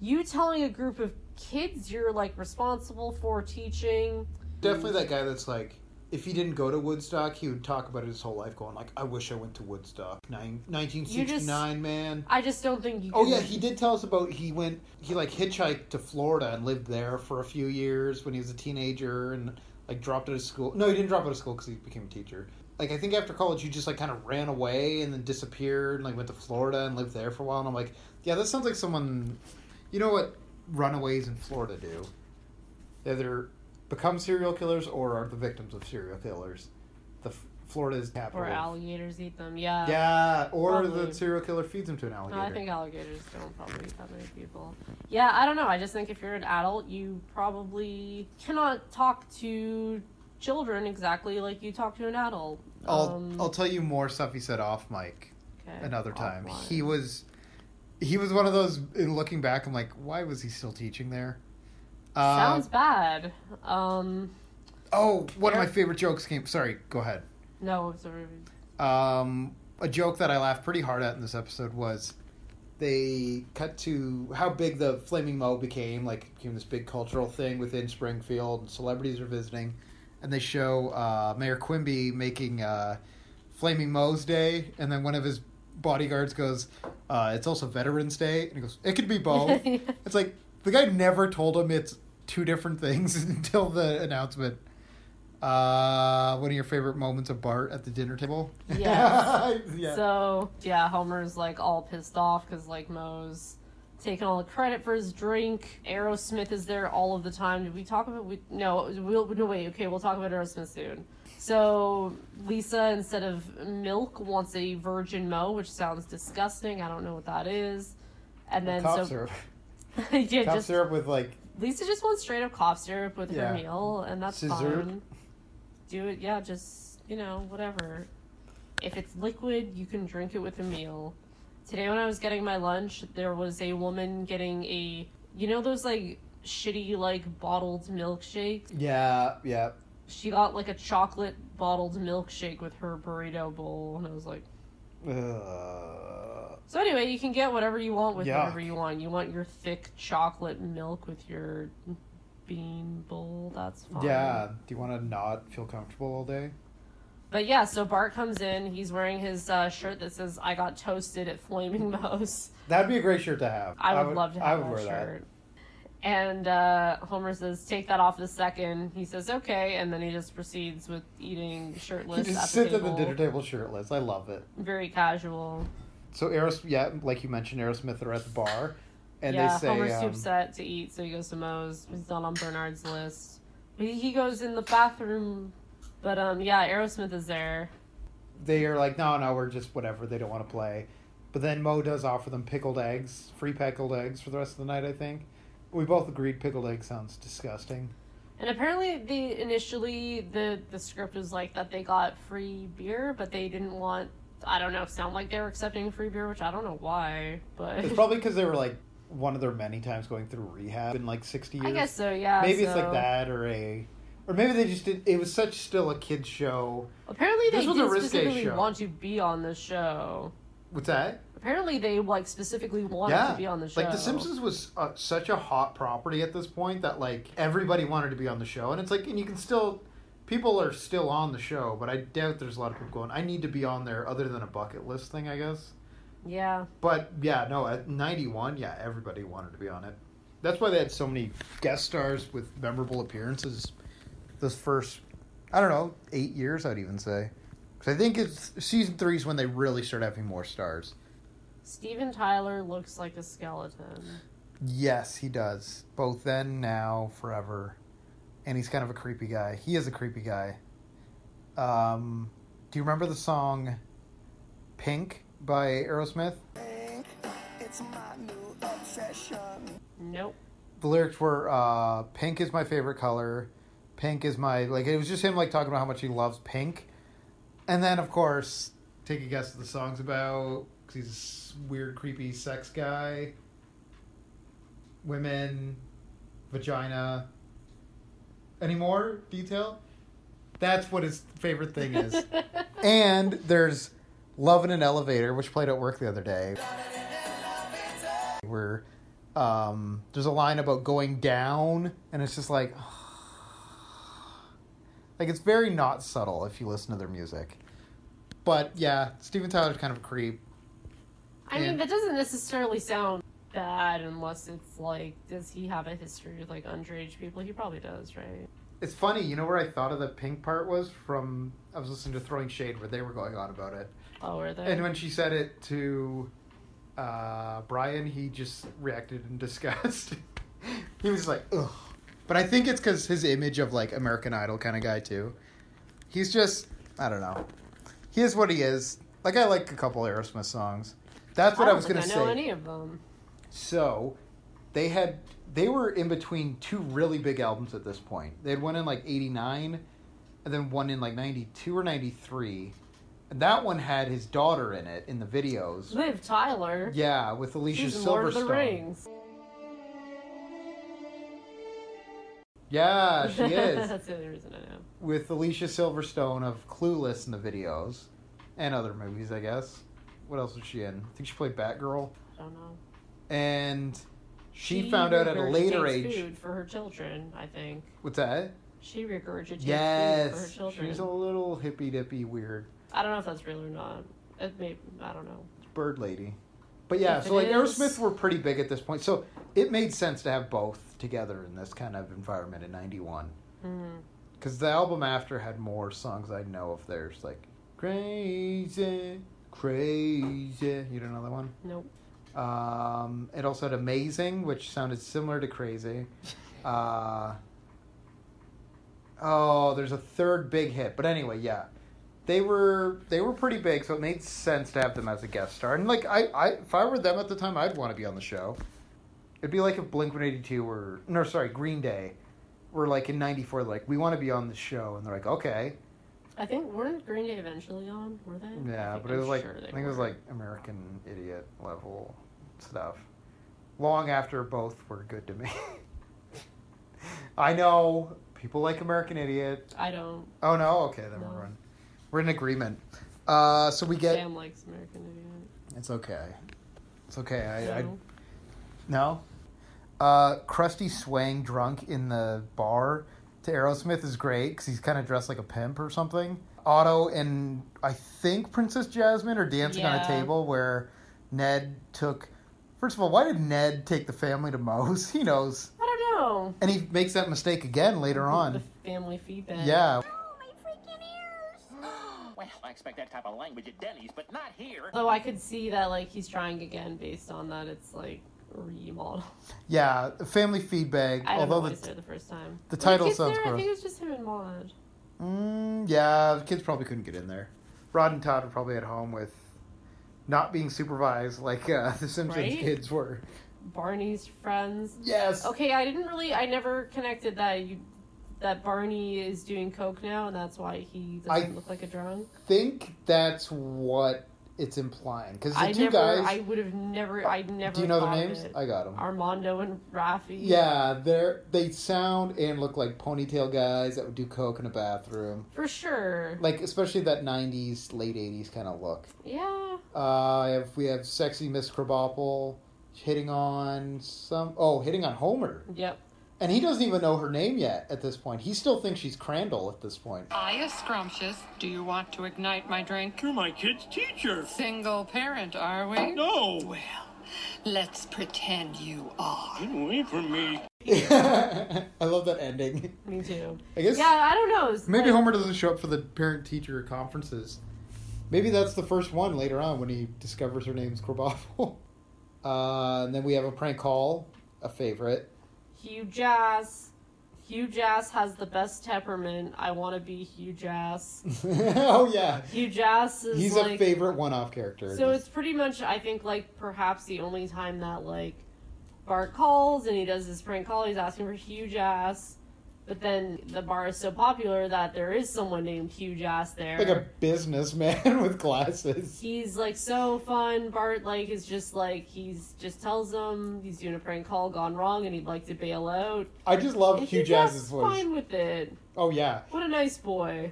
Speaker 3: You telling a group of kids you're like responsible for teaching.
Speaker 2: Definitely that guy that's like, if he didn't go to Woodstock, he would talk about it his whole life, going like, "I wish I went to Woodstock." Nine, 1969, man.
Speaker 3: I just don't think you.
Speaker 2: Oh
Speaker 3: can-
Speaker 2: yeah, he did tell us about he went he like hitchhiked to Florida and lived there for a few years when he was a teenager and like dropped out of school. No, he didn't drop out of school because he became a teacher. Like I think after college, he just like kind of ran away and then disappeared and like went to Florida and lived there for a while. And I'm like, yeah, that sounds like someone. You know what runaways in Florida do? They either become serial killers or are the victims of serial killers. The F- Florida is capital.
Speaker 3: Or
Speaker 2: of-
Speaker 3: alligators eat them. Yeah.
Speaker 2: Yeah, or
Speaker 3: Probably.
Speaker 2: the serial killer feeds them to an
Speaker 3: No,
Speaker 2: alligator.
Speaker 3: I think alligators don't probably eat that many people. Yeah, I don't know. I just think if you're an adult, you probably cannot talk to children exactly like you talk to an adult.
Speaker 2: I'll
Speaker 3: Um,
Speaker 2: I'll tell you more stuff he said off mic
Speaker 3: okay,
Speaker 2: another time.
Speaker 3: offline.
Speaker 2: He was he was one of those. In looking back, I'm like, why was he still teaching there? Uh,
Speaker 3: sounds bad. Um,
Speaker 2: oh, one of my favorite jokes came. Sorry, go ahead.
Speaker 3: no, it's a-
Speaker 2: Um, a joke that I laughed pretty hard at in this episode was they cut to how big the Flaming Moe became, like became this big cultural thing within Springfield. and Celebrities are visiting, and they show uh, Mayor Quimby making uh, Flaming Moe's Day, and then one of his bodyguards goes, uh, "It's also Veterans Day," and he goes, "It could be both." It's like the guy never told him it's two different things until the announcement. Uh, one of your favorite moments of Bart at the dinner table.
Speaker 3: Yes.
Speaker 2: yeah.
Speaker 3: So yeah, Homer's like all pissed off because like Moe's taking all the credit for his drink. Aerosmith is there all of the time. Did we talk about we no we'll no wait okay we'll talk about Aerosmith soon. So Lisa instead of milk wants a virgin Moe, which sounds disgusting. I don't know what that is. And then
Speaker 2: Cough
Speaker 3: so
Speaker 2: syrup.
Speaker 3: yeah,
Speaker 2: Cough
Speaker 3: just
Speaker 2: syrup with like
Speaker 3: Lisa just wants straight up cough syrup with
Speaker 2: Yeah.
Speaker 3: her meal, and that's
Speaker 2: Scissored.
Speaker 3: fine. Do it, yeah, just, you know, whatever. If it's liquid, you can drink it with a meal. Today, when I was getting my lunch, there was a woman getting a, you know, those like shitty, like bottled milkshakes?
Speaker 2: yeah, yeah.
Speaker 3: She got like a chocolate bottled milkshake with her burrito bowl, and I was like,
Speaker 2: Uh,
Speaker 3: so anyway, you can get whatever you want with
Speaker 2: Yuck.
Speaker 3: whatever you want. You want your thick chocolate milk with your bean bowl, that's fine.
Speaker 2: yeah. Do you want to not feel comfortable all day?
Speaker 3: But yeah, so Bart comes in. He's wearing his uh, shirt that says "I got toasted at Flaming Moe's."
Speaker 2: That'd be a great shirt to have.
Speaker 3: I would, love to
Speaker 2: I
Speaker 3: have
Speaker 2: would
Speaker 3: that
Speaker 2: wear
Speaker 3: shirt. And uh, Homer says, "Take that off the second. He says, "Okay," and then he just proceeds with eating
Speaker 2: that. You
Speaker 3: shirtless at
Speaker 2: just
Speaker 3: the
Speaker 2: sit at
Speaker 3: table,
Speaker 2: the dinner table shirtless. I love it.
Speaker 3: very casual.
Speaker 2: So Aeros, yeah, like you mentioned, Aerosmith are at the bar, and
Speaker 3: yeah,
Speaker 2: they say,
Speaker 3: Homer's too
Speaker 2: um,
Speaker 3: upset to eat, so he goes to Moe's. He's not on Bernard's list. He, he goes in the bathroom But um, yeah, Aerosmith is there.
Speaker 2: They are like, no, no, we're just whatever. They don't want to play. But then Mo does offer them pickled eggs, free pickled eggs for the rest of the night. I think we both agreed pickled egg sounds disgusting.
Speaker 3: And apparently, the initially the the script was like that they got free beer, but they didn't want. I don't know. Sound like they were accepting free beer, which I don't know why, but
Speaker 2: It's probably because they were like one of their many times going through rehab in like sixty years.
Speaker 3: I guess so. Yeah.
Speaker 2: maybe it's
Speaker 3: so-
Speaker 2: like that or a, or maybe they just did. It was such still a kids show.
Speaker 3: Apparently, they
Speaker 2: This was a
Speaker 3: did
Speaker 2: risque
Speaker 3: specifically
Speaker 2: show.
Speaker 3: want to be on the show.
Speaker 2: What's that?
Speaker 3: Apparently, they like specifically wanted
Speaker 2: yeah,
Speaker 3: to be on the show.
Speaker 2: like The Simpsons was uh, such a hot property at this point that like everybody wanted to be on the show, and it's like, and you can still, people are still on the show, but I doubt there's a lot of people going. I need to be on there, other than a bucket list thing, I guess.
Speaker 3: Yeah.
Speaker 2: But yeah, no, at ninety one, yeah, everybody wanted to be on it. That's why they had so many guest stars with memorable appearances. This first, I don't know, eight years, I'd even say. 'Cause I think it's season three is when they really start having more stars.
Speaker 3: Steven Tyler looks like a skeleton.
Speaker 2: Yes, he does. Both then, now, forever. And he's kind of a creepy guy. He is a creepy guy. Um, do you remember the song Pink by Aerosmith?
Speaker 3: Nope.
Speaker 2: The lyrics were uh, Pink is my favorite color. Pink is my like it was just him like talking about how much he loves pink. And then of course, take a guess what the song's about 'cause he's this weird creepy sex guy. Women, vagina. Any more detail? That's what his favorite thing is. and there's Love in an Elevator, which played at work the other day. Where um, there's a line about going down, and it's just like, like it's very not subtle if you listen to their music. But yeah, Steven Tyler's kind of a creep.
Speaker 3: I
Speaker 2: Yeah.
Speaker 3: mean, that doesn't necessarily sound bad unless it's like, does he have a history with like underage people? He probably does, right?
Speaker 2: It's funny, you know where I thought of the pink part was from? I was listening to Throwing Shade where they were going on about it.
Speaker 3: Oh, or they?
Speaker 2: And when she said it to uh, Brian, he just reacted in disgust. he was like, ugh. But I think it's because his image of like American Idol kind of guy, too. He's just, I don't know. He is what he is. Like, I like a couple Aerosmith songs. That's what I,
Speaker 3: don't
Speaker 2: was going to
Speaker 3: think
Speaker 2: say.
Speaker 3: I know any of them.
Speaker 2: So they had they were in between two really big albums at this point. They had one in like '89, and then one in like '92 or '93. And that one had his daughter in it in the videos.
Speaker 3: Liv Tyler.
Speaker 2: Yeah, with Alicia
Speaker 3: She's in
Speaker 2: Silverstone.
Speaker 3: Lord of the Rings.
Speaker 2: Yeah, she is
Speaker 3: That's the only reason I know.
Speaker 2: with Alicia Silverstone of Clueless in the videos, and other movies, I guess. What else was she in? I think she played Batgirl,
Speaker 3: I don't know.
Speaker 2: and she, found out at a later
Speaker 3: regurgitates
Speaker 2: age.
Speaker 3: Food for her children, I think.
Speaker 2: What's that?
Speaker 3: She regurgitates food for her
Speaker 2: Yes,
Speaker 3: children.
Speaker 2: she's a little hippy dippy weird.
Speaker 3: I don't know if that's real or not. It may, I don't know.
Speaker 2: Bird Lady. But yeah,
Speaker 3: If
Speaker 2: so like
Speaker 3: it is-
Speaker 2: Aerosmith were pretty big at this point, so it made sense to have both together in this kind of environment in '91.
Speaker 3: Mm-hmm.
Speaker 2: Because the album after had more songs I know of theirs, like Crazy, Crazy. You don't know that one?
Speaker 3: Nope.
Speaker 2: Um, it also had Amazing, which sounded similar to Crazy. Uh, oh, there's a third big hit, but anyway, yeah, they were they were pretty big, so it made sense to have them as a guest star. And like, I, I if I were them at the time, I'd want to be on the show. It'd be like if Blink One Eighty Two were no, sorry, Green Day were like in '94, like we want to be on the show, and they're like, okay,
Speaker 3: I think weren't Green Day eventually on? Were they? I
Speaker 2: yeah,
Speaker 3: think-
Speaker 2: but it was
Speaker 3: I'm
Speaker 2: like
Speaker 3: sure
Speaker 2: I
Speaker 3: they
Speaker 2: think it was
Speaker 3: were.
Speaker 2: like American idiot level stuff. Long after both were good to me. I know people like American Idiot.
Speaker 3: I don't.
Speaker 2: Oh no, okay, then
Speaker 3: No.
Speaker 2: we're on. We're in agreement. Uh, so we get
Speaker 3: Sam likes American Idiot.
Speaker 2: it's okay. It's okay. I, I
Speaker 3: So,
Speaker 2: no. Uh, Krusty swaying drunk in the bar to Aerosmith is great because he's kind of dressed like a pimp or something. Otto and I think Princess Jasmine are dancing on a
Speaker 3: Yeah.
Speaker 2: table where Ned took. First of all, why did Ned take the family to Moe's? He knows.
Speaker 3: I don't know.
Speaker 2: And he makes that mistake again later
Speaker 3: The
Speaker 2: on.
Speaker 3: family feedback.
Speaker 2: Yeah.
Speaker 10: Well, I expect that type of language at Denny's, but not here.
Speaker 3: Though Oh, I could see that like he's trying again based on that it's like remodel.
Speaker 2: Yeah. Family feedback.
Speaker 3: I don't know
Speaker 2: Although
Speaker 3: why
Speaker 2: the
Speaker 3: he's there the first time.
Speaker 2: the
Speaker 3: When
Speaker 2: title
Speaker 3: kid's
Speaker 2: sounds
Speaker 3: there, I
Speaker 2: gross.
Speaker 3: think it's just him and Maud.
Speaker 2: Mm, yeah, the kids probably couldn't get in there.
Speaker 11: Rod and Todd were probably at home with not being supervised like uh, the Simpsons
Speaker 3: Right?
Speaker 11: kids were.
Speaker 3: Barney's friends.
Speaker 2: Yes.
Speaker 3: Okay, I didn't really. I never connected that you that Barney is doing coke now, and that's why he doesn't
Speaker 2: I-
Speaker 3: look like a drunk.
Speaker 2: think that's what it's implying because the
Speaker 3: I
Speaker 2: two
Speaker 3: never.
Speaker 2: guys.
Speaker 3: I would have never. I never.
Speaker 2: do you know their
Speaker 3: thought of
Speaker 2: names?
Speaker 3: it.
Speaker 2: I got them.
Speaker 3: Armando and Rafi.
Speaker 2: Yeah, they're they sound and look like ponytail guys that would do coke in a bathroom,
Speaker 3: for sure.
Speaker 2: like especially that '90s, late '80s kind of look.
Speaker 3: Yeah,
Speaker 2: Uh, I have, we have sexy Miss Krabappel hitting on some. Oh, hitting on Homer,
Speaker 3: yep.
Speaker 2: and he doesn't even know her name yet at this point. He still thinks she's Crandall at this point.
Speaker 12: Hiya, Scrumptious. Do you want to ignite my drink?
Speaker 13: You're my kid's teacher.
Speaker 12: Single parent, are we?
Speaker 13: No.
Speaker 12: Well, let's pretend you are.
Speaker 13: Get away from me.
Speaker 2: I love that ending.
Speaker 3: Me too.
Speaker 2: I guess
Speaker 3: Yeah, I don't know. It's
Speaker 2: Maybe
Speaker 3: like-
Speaker 2: Homer doesn't show up for the parent teacher conferences. Maybe that's the first one later on when he discovers her name's Krabappel. Uh, and then we have a prank call, a favorite.
Speaker 3: Hugh Jass. Hugh Jass has the best temperament. I want to be Hugh Jass.
Speaker 2: oh yeah,
Speaker 3: Hugh Jass is
Speaker 2: he's
Speaker 3: like
Speaker 2: a favorite one-off character.
Speaker 3: so. It's pretty much I think like perhaps the only time that like Bart calls and he does his prank call. He's asking for Hugh Jass, but then the bar is so popular that there is someone named Hugh Jass there.
Speaker 2: like a businessman with glasses.
Speaker 3: he's like so fun. Bart like is just like he's just tells him he's doing a prank call gone wrong and he'd like to bail out.
Speaker 2: I just love
Speaker 3: And
Speaker 2: Oh, Hugh
Speaker 3: Hugh
Speaker 2: Jazz's
Speaker 3: is
Speaker 2: voice.
Speaker 3: fine with it.
Speaker 2: Oh yeah,
Speaker 3: What a nice boy.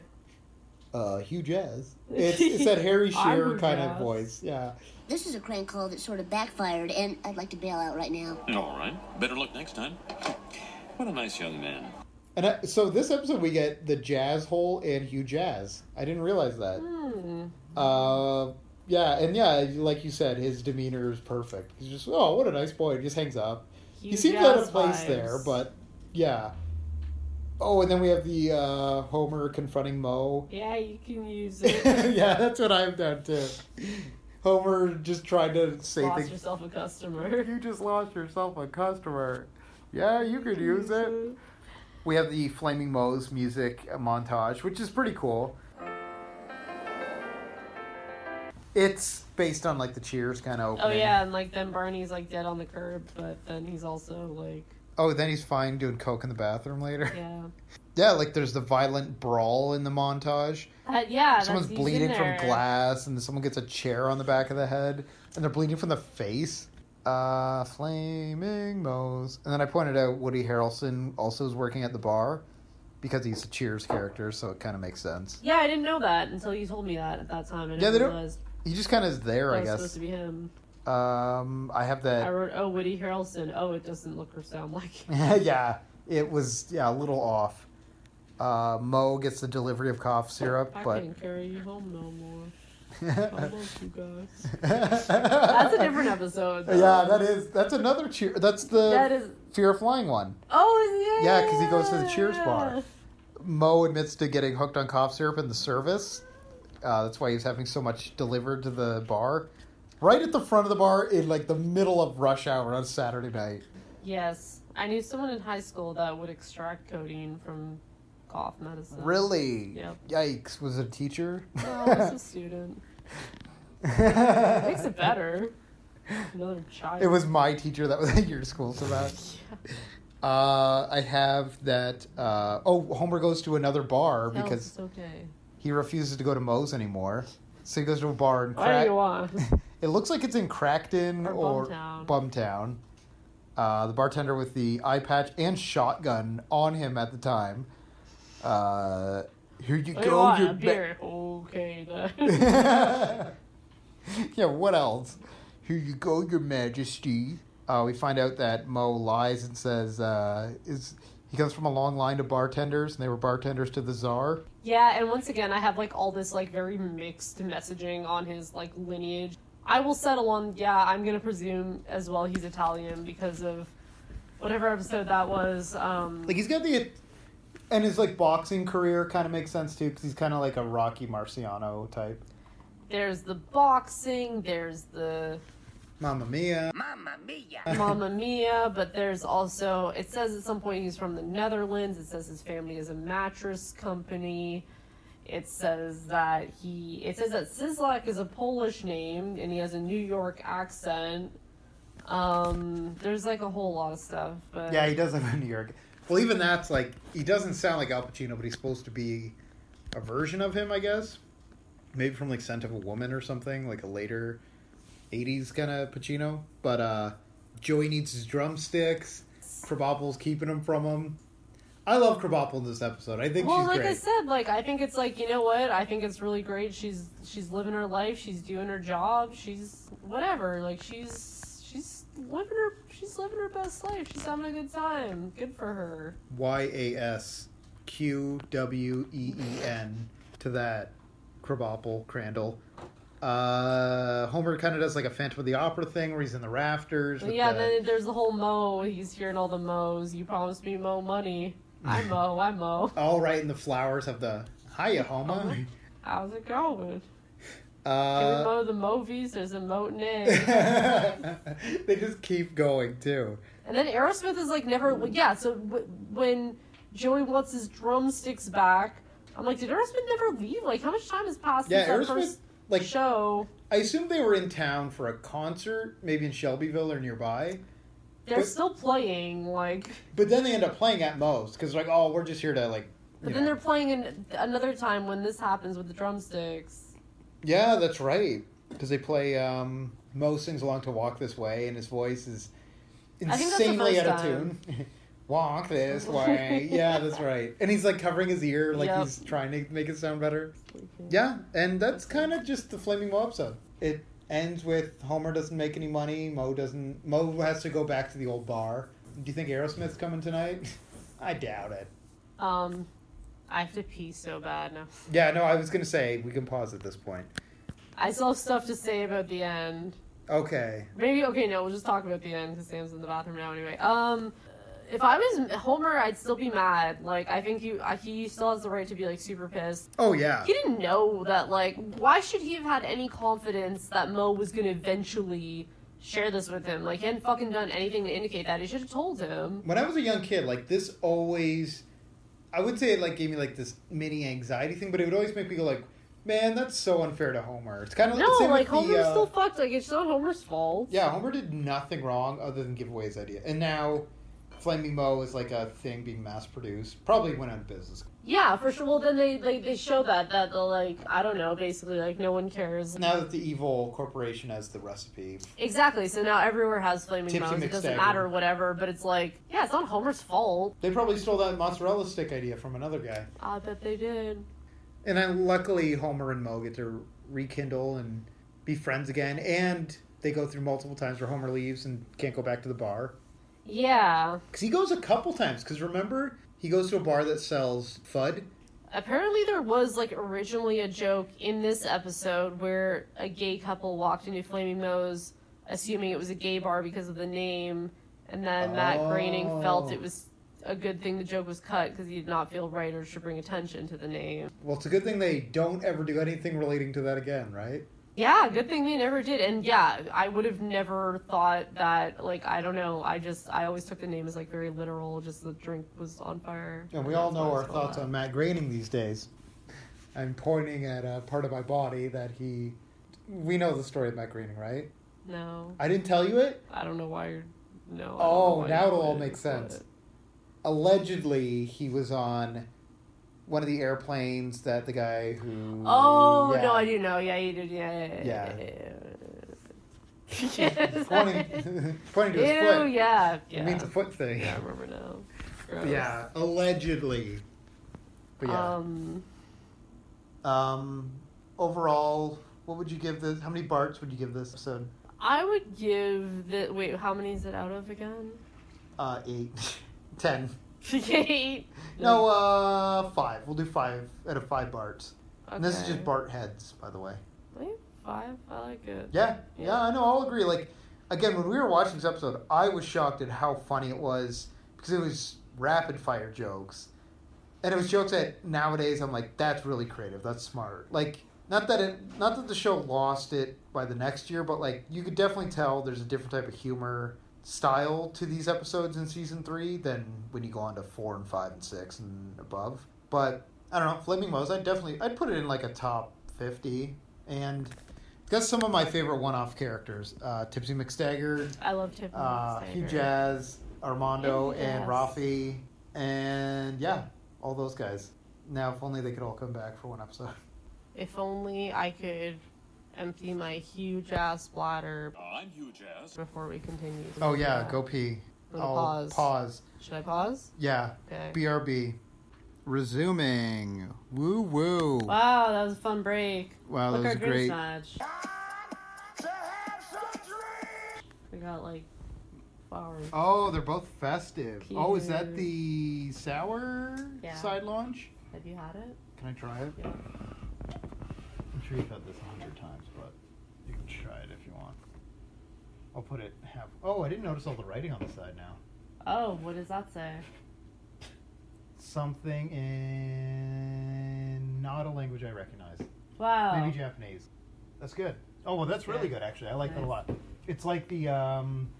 Speaker 2: uh, Hugh Jazz. It's, it's that Harry
Speaker 3: I'm
Speaker 2: Shearer
Speaker 3: Hugh
Speaker 2: kind of
Speaker 3: Jazz.
Speaker 2: voice. Yeah.
Speaker 7: This is a crank call that sort of backfired, and I'd like to bail out right now.
Speaker 14: All right. Better luck next time. What a nice young man.
Speaker 2: And I, so this episode we get the Jazz Hole and Hugh Jazz. I didn't realize that.
Speaker 3: Hmm.
Speaker 2: Uh, yeah, and yeah, like you said, his demeanor is perfect. He's just, oh, what a nice boy. He just hangs up. he
Speaker 3: Hugh
Speaker 2: seems out
Speaker 3: Jazz
Speaker 2: of place
Speaker 3: vibes.
Speaker 2: there, but yeah. Oh, and then we have the uh, Homer confronting Mo.
Speaker 3: yeah, you can use it.
Speaker 2: yeah, that's what I've done too. Homer just trying to say
Speaker 3: Lost
Speaker 2: things.
Speaker 3: yourself a customer.
Speaker 11: You just lost yourself a customer. Yeah, you could use it.
Speaker 2: Mm-hmm.
Speaker 11: We have the Flaming Moe's music montage, which is pretty cool.
Speaker 2: It's based on like the Cheers kind of
Speaker 3: Oh
Speaker 2: opening.
Speaker 3: yeah, and like then Barney's like dead on the curb, but then he's also like
Speaker 2: Oh, then he's fine doing coke in the bathroom later.
Speaker 3: yeah.
Speaker 2: Yeah, like there's the violent brawl in the montage.
Speaker 3: Uh, yeah,
Speaker 2: Someone's
Speaker 3: that's, he's in
Speaker 2: bleeding from
Speaker 3: there.
Speaker 2: glass, and someone gets a chair on the back of the head, and they're bleeding from the face. Uh, flaming Moe's. And then I pointed out Woody Harrelson also is working at the bar because he's a Cheers character, so it kind of makes sense.
Speaker 3: Yeah, I didn't know that until you told me that at that time. I
Speaker 2: Yeah, they don't-
Speaker 3: realized
Speaker 2: He just kind of is there,
Speaker 3: that
Speaker 2: I
Speaker 3: was supposed
Speaker 2: guess.
Speaker 3: to be him.
Speaker 2: Um, I have
Speaker 3: I
Speaker 2: that.
Speaker 3: wrote, "Oh, Woody Harrelson." Oh, it doesn't look or sound like.
Speaker 2: yeah, it was yeah a little off. Uh, Mo gets the delivery of cough syrup,
Speaker 3: I
Speaker 2: but
Speaker 3: can't carry you home no more. I love you guys.
Speaker 2: that's
Speaker 3: That's a different episode. though.
Speaker 2: Yeah, that is. That's another cheer. That's the
Speaker 3: That is.
Speaker 2: fear of flying one.
Speaker 3: Oh yeah.
Speaker 2: Yeah, because he goes to the Cheers bar. Mo admits to getting hooked on cough syrup in the service. Uh, that's why he's having so much delivered to the bar, right at the front of the bar in like the middle of rush hour on Saturday night.
Speaker 3: Yes, I knew someone in high school that would extract codeine from cough medicine.
Speaker 2: Really?
Speaker 3: Yep.
Speaker 2: Yikes! Was it a teacher?
Speaker 3: No, it's a student. Makes it better. Another child.
Speaker 2: It was my teacher that was at your school, so that. Uh, I have that. Uh, oh, Homer goes to another bar
Speaker 3: Hell,
Speaker 2: because
Speaker 3: it's okay.
Speaker 2: he refuses to go to Moe's anymore. So he goes to a bar in
Speaker 3: What do
Speaker 2: Crack.
Speaker 3: you want?
Speaker 2: It looks like it's in Crackton or,
Speaker 3: Or Bumtown.
Speaker 2: Bumtown. Uh, the bartender with the eye patch and shotgun on him at the time. Uh, here you
Speaker 3: What do you
Speaker 2: go,
Speaker 3: want?
Speaker 2: you
Speaker 3: Oh, A
Speaker 2: ba-
Speaker 3: beer. okay then.
Speaker 2: yeah, what else? Here you go, Your Majesty. Uh, we find out that Mo lies and says uh, is he comes from a long line of bartenders, and they were bartenders to the Tsar.
Speaker 3: yeah, and once again, I have like all this like very mixed messaging on his like lineage. I will settle on yeah. I'm gonna presume as well he's Italian because of whatever episode that was. Um,
Speaker 2: Like he's got the, and his like boxing career kind of makes sense too, because he's kind of like a Rocky Marciano type.
Speaker 3: there's the boxing, there's the
Speaker 2: Mamma Mia.
Speaker 7: Mamma mia.
Speaker 3: Mamma Mia, but there's also it says at some point he's from the Netherlands. It says his family is a mattress company. It says that he it says that Sislak is a Polish name and he has a New York accent. Um there's like a whole lot of stuff, but
Speaker 2: Yeah, he does live in New York. Well, even that's like he doesn't sound like Al Pacino, but he's supposed to be a version of him, I guess. Maybe from like Scent of a Woman or something, like a later '80s kind of Pacino. But uh Joey needs his drumsticks. Krabappel's keeping them from him. I love Krabappel in this episode. I think
Speaker 3: well,
Speaker 2: she's
Speaker 3: like
Speaker 2: great.
Speaker 3: I said, like I think it's like you know what? I think it's really great. She's she's living her life. She's doing her job. She's whatever. Like she's she's living her she's living her best life. She's having a good time. Good for her.
Speaker 2: Y A S Q W E E N to that Krabappel Crandall. Uh, Homer kind of does like a Phantom of the Opera thing where he's in the rafters.
Speaker 3: But
Speaker 2: with
Speaker 3: yeah.
Speaker 2: the-
Speaker 3: Then there's the whole Mo. He's hearing all the Mo's. You promised me Mo money. I Mo. I Mo.
Speaker 2: all right, and the flowers have the hiya,
Speaker 3: Oh.
Speaker 2: Homer.
Speaker 3: How's it going? Can we
Speaker 2: Uh,
Speaker 3: mow the movies? There's a moat egg.
Speaker 2: they just keep going too.
Speaker 3: And then Aerosmith is like never. well, Yeah, so w- when Joey wants his drumsticks back, I'm like, did Aerosmith never leave? Like, how much time has passed
Speaker 2: Yeah,
Speaker 3: since that
Speaker 2: Aerosmith,
Speaker 3: first
Speaker 2: like-
Speaker 3: show?
Speaker 2: I assume they were in town for a concert, maybe in Shelbyville or nearby.
Speaker 3: They're
Speaker 2: but-
Speaker 3: still playing, like.
Speaker 2: But then they end up playing at most because like, oh, we're just here to like.
Speaker 3: But
Speaker 2: you
Speaker 3: then
Speaker 2: know.
Speaker 3: they're playing in another time when this happens with the drumsticks.
Speaker 2: Yeah, that's right. Because they play um, Mo sings along to "Walk This Way," and his voice is
Speaker 3: I think that's the
Speaker 2: insanely
Speaker 3: first
Speaker 2: out of
Speaker 3: time.
Speaker 2: tune. Walk this way, yeah, that's right. And he's like covering his ear, like
Speaker 3: Yep.
Speaker 2: he's trying to make it sound better. Yeah, and that's kind of just the Flaming Mo episode. It ends with Homer doesn't make any money. Mo doesn't. Mo has to go back to the old bar. Do you think Aerosmith's coming tonight? I doubt it.
Speaker 3: Um, I have to pee so bad now.
Speaker 2: Yeah, no, I was gonna say we can pause at this point.
Speaker 3: I still have stuff to say about the end.
Speaker 2: Okay.
Speaker 3: Maybe okay. No, we'll just talk about the end because Sam's in the bathroom now. Anyway, um, if I was Homer, I'd still be mad. Like, I think you, uh, he still has the right to be like super pissed.
Speaker 2: Oh yeah.
Speaker 3: He didn't know that. Like, why should he have had any confidence that Mo was gonna eventually share this with him? Like, he hadn't fucking done anything to indicate that. He should have told him.
Speaker 2: when I was a young kid, like this always, I would say it like gave me like this mini anxiety thing, but it would always make me go like, man, that's so unfair to Homer. It's kind of
Speaker 3: No,
Speaker 2: same
Speaker 3: like
Speaker 2: with the,
Speaker 3: Homer's
Speaker 2: uh,
Speaker 3: still fucked. Like, it's not Homer's fault.
Speaker 2: yeah, Homer did nothing wrong other than give away his idea, and now Flaming Mo is like a thing being mass produced. Probably went out of business.
Speaker 3: Yeah, for sure. Well, then they they, they show that that the like I don't know, basically like no one cares.
Speaker 2: Now that the evil corporation has the recipe,
Speaker 3: Exactly. So now everywhere has flaming
Speaker 2: Tipsy
Speaker 3: mounds. It
Speaker 2: mixed
Speaker 3: doesn't
Speaker 2: egg.
Speaker 3: matter, whatever. But it's like, yeah, it's not Homer's fault.
Speaker 2: they probably stole that mozzarella stick idea from another guy.
Speaker 3: I bet they did.
Speaker 2: And then luckily, Homer and Mo get to rekindle and be friends again. And they go through multiple times where Homer leaves and can't go back to the bar.
Speaker 3: Yeah.
Speaker 2: Because he goes a couple times. Because remember, he goes to a bar that sells FUD.
Speaker 3: Apparently, there was like originally a joke in this episode where a gay couple walked into Flaming Moe's, assuming it was a gay bar because of the name, and then Matt Groening felt
Speaker 2: Oh.
Speaker 3: it was a good thing the joke was cut because he did not feel right or should bring attention to the name.
Speaker 2: Well, it's a good thing they don't ever do anything relating to that again, right?
Speaker 3: Yeah, good thing they never did. And yeah, I would have never thought that, like, I don't know. I just, I always took the name as, like, very literal, just the drink was on fire.
Speaker 2: And we all know our
Speaker 3: That's what I
Speaker 2: thoughts on Matt Groening these days. I'm pointing at a part of my body that he. We know the story of Matt Groening, right?
Speaker 3: No.
Speaker 2: I didn't tell you it?
Speaker 3: I don't know why you're. No. I don't know
Speaker 2: Oh,
Speaker 3: why
Speaker 2: now
Speaker 3: you
Speaker 2: it'll all
Speaker 3: would,
Speaker 2: make sense.
Speaker 3: but-
Speaker 2: Allegedly, he was on one of the airplanes that the guy who.
Speaker 3: Oh, no,
Speaker 2: Yeah.
Speaker 3: I do know. Yeah, you did. Yeah. yeah,
Speaker 2: Yeah.
Speaker 3: Yeah.
Speaker 2: Pointing, pointing to his
Speaker 3: Ew,
Speaker 2: foot.
Speaker 3: yeah. yeah.
Speaker 2: It means a foot thing.
Speaker 3: Yeah, I remember now. Gross.
Speaker 2: Yeah, allegedly. But yeah.
Speaker 3: Um,
Speaker 2: Um, overall, what would you give this? How many Barts would you give this episode?
Speaker 3: I would give the. Wait, how many is it out of again?
Speaker 2: Uh, eight, ten.
Speaker 3: Eight.
Speaker 2: No, uh, five. We'll do five out of five Barts. And this is
Speaker 3: Okay.
Speaker 2: just Bart heads, by the way.
Speaker 3: Wait, five? I like it.
Speaker 2: Yeah, yeah, I know. I'll agree. Like, again, when we were watching this episode, I was shocked at how funny it was because it was rapid fire jokes, and it was jokes that nowadays I'm like, that's really creative. That's smart. Like, Not that it, not that the show lost it by the next year, but like you could definitely tell there's a different type of humor style to these episodes in season three than when you go on to four and five and six and above. But I don't know, Flaming Moe's. I definitely I'd put it in like a top fifty, and that's some of my favorite one-off characters: uh, Tipsy McStaggard,
Speaker 3: I love Tiffany.
Speaker 2: uh,
Speaker 3: Steiger.
Speaker 2: Hugh Jazz, Armando,
Speaker 3: Hugh
Speaker 2: and
Speaker 3: Jazz.
Speaker 2: Rafi, and yeah, all those guys. Now, if only they could all come back for one episode.
Speaker 3: If only I could empty my huge ass bladder
Speaker 14: Oh, I'm Hugh Jazz.
Speaker 3: before we continue.
Speaker 2: Oh yeah, go pee.
Speaker 3: I'm gonna
Speaker 2: I'll
Speaker 3: pause.
Speaker 2: pause.
Speaker 3: Should I pause?
Speaker 2: Yeah.
Speaker 3: Okay.
Speaker 2: BRB. Resuming. Woo woo.
Speaker 3: Wow, that was a fun break.
Speaker 2: Wow,
Speaker 3: Look
Speaker 2: that was
Speaker 3: our drinks
Speaker 2: great.
Speaker 3: match. We got like flowers.
Speaker 2: Oh, they're both festive. Oh, is that
Speaker 3: Cute.
Speaker 2: the sour
Speaker 3: Yeah.
Speaker 2: side launch?
Speaker 3: Have you had it?
Speaker 2: Can I try it?
Speaker 3: Yeah.
Speaker 2: I'm sure you've had this a hundred times, but you can try it if you want. I'll put it half. Oh, I didn't notice all the writing on the side now.
Speaker 3: Oh, what does that say?
Speaker 2: Something in not a language I recognize.
Speaker 3: Wow.
Speaker 2: Maybe Japanese. That's good. Oh well, that's really
Speaker 3: Oh. Yeah.
Speaker 2: good actually. I like that a
Speaker 3: Nice.
Speaker 2: lot. It's like the um,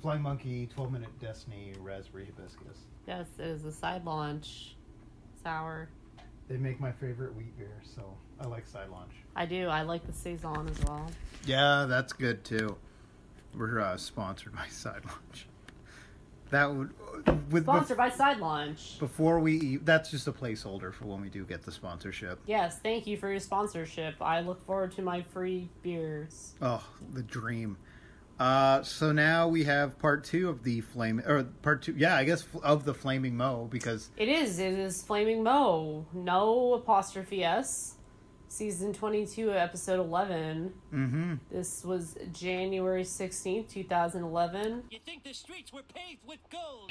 Speaker 2: Flying Monkey 12 Minute Destiny Raspberry Hibiscus.
Speaker 3: Yes, it is a side launch sour.
Speaker 2: They make my favorite wheat beer, so I like side launch.
Speaker 3: I do. I like the saison as well.
Speaker 2: Yeah, that's good too. We're uh, sponsored by side launch. That would with
Speaker 3: Sponsored by Side Launch.
Speaker 2: before we eat, that's just a placeholder for when we do get the sponsorship.
Speaker 3: Yes, thank you for your sponsorship. I look forward to my free beers.
Speaker 2: Oh, the dream. Uh, so now we have part two of the flame, or part two, yeah, I guess f- of the flaming mo because
Speaker 3: It is. It is Flaming Mo. No apostrophe S. Season 22, episode 11.
Speaker 2: mm-hmm,
Speaker 3: This was January 16th, 2011.
Speaker 7: You think the streets were paved with gold?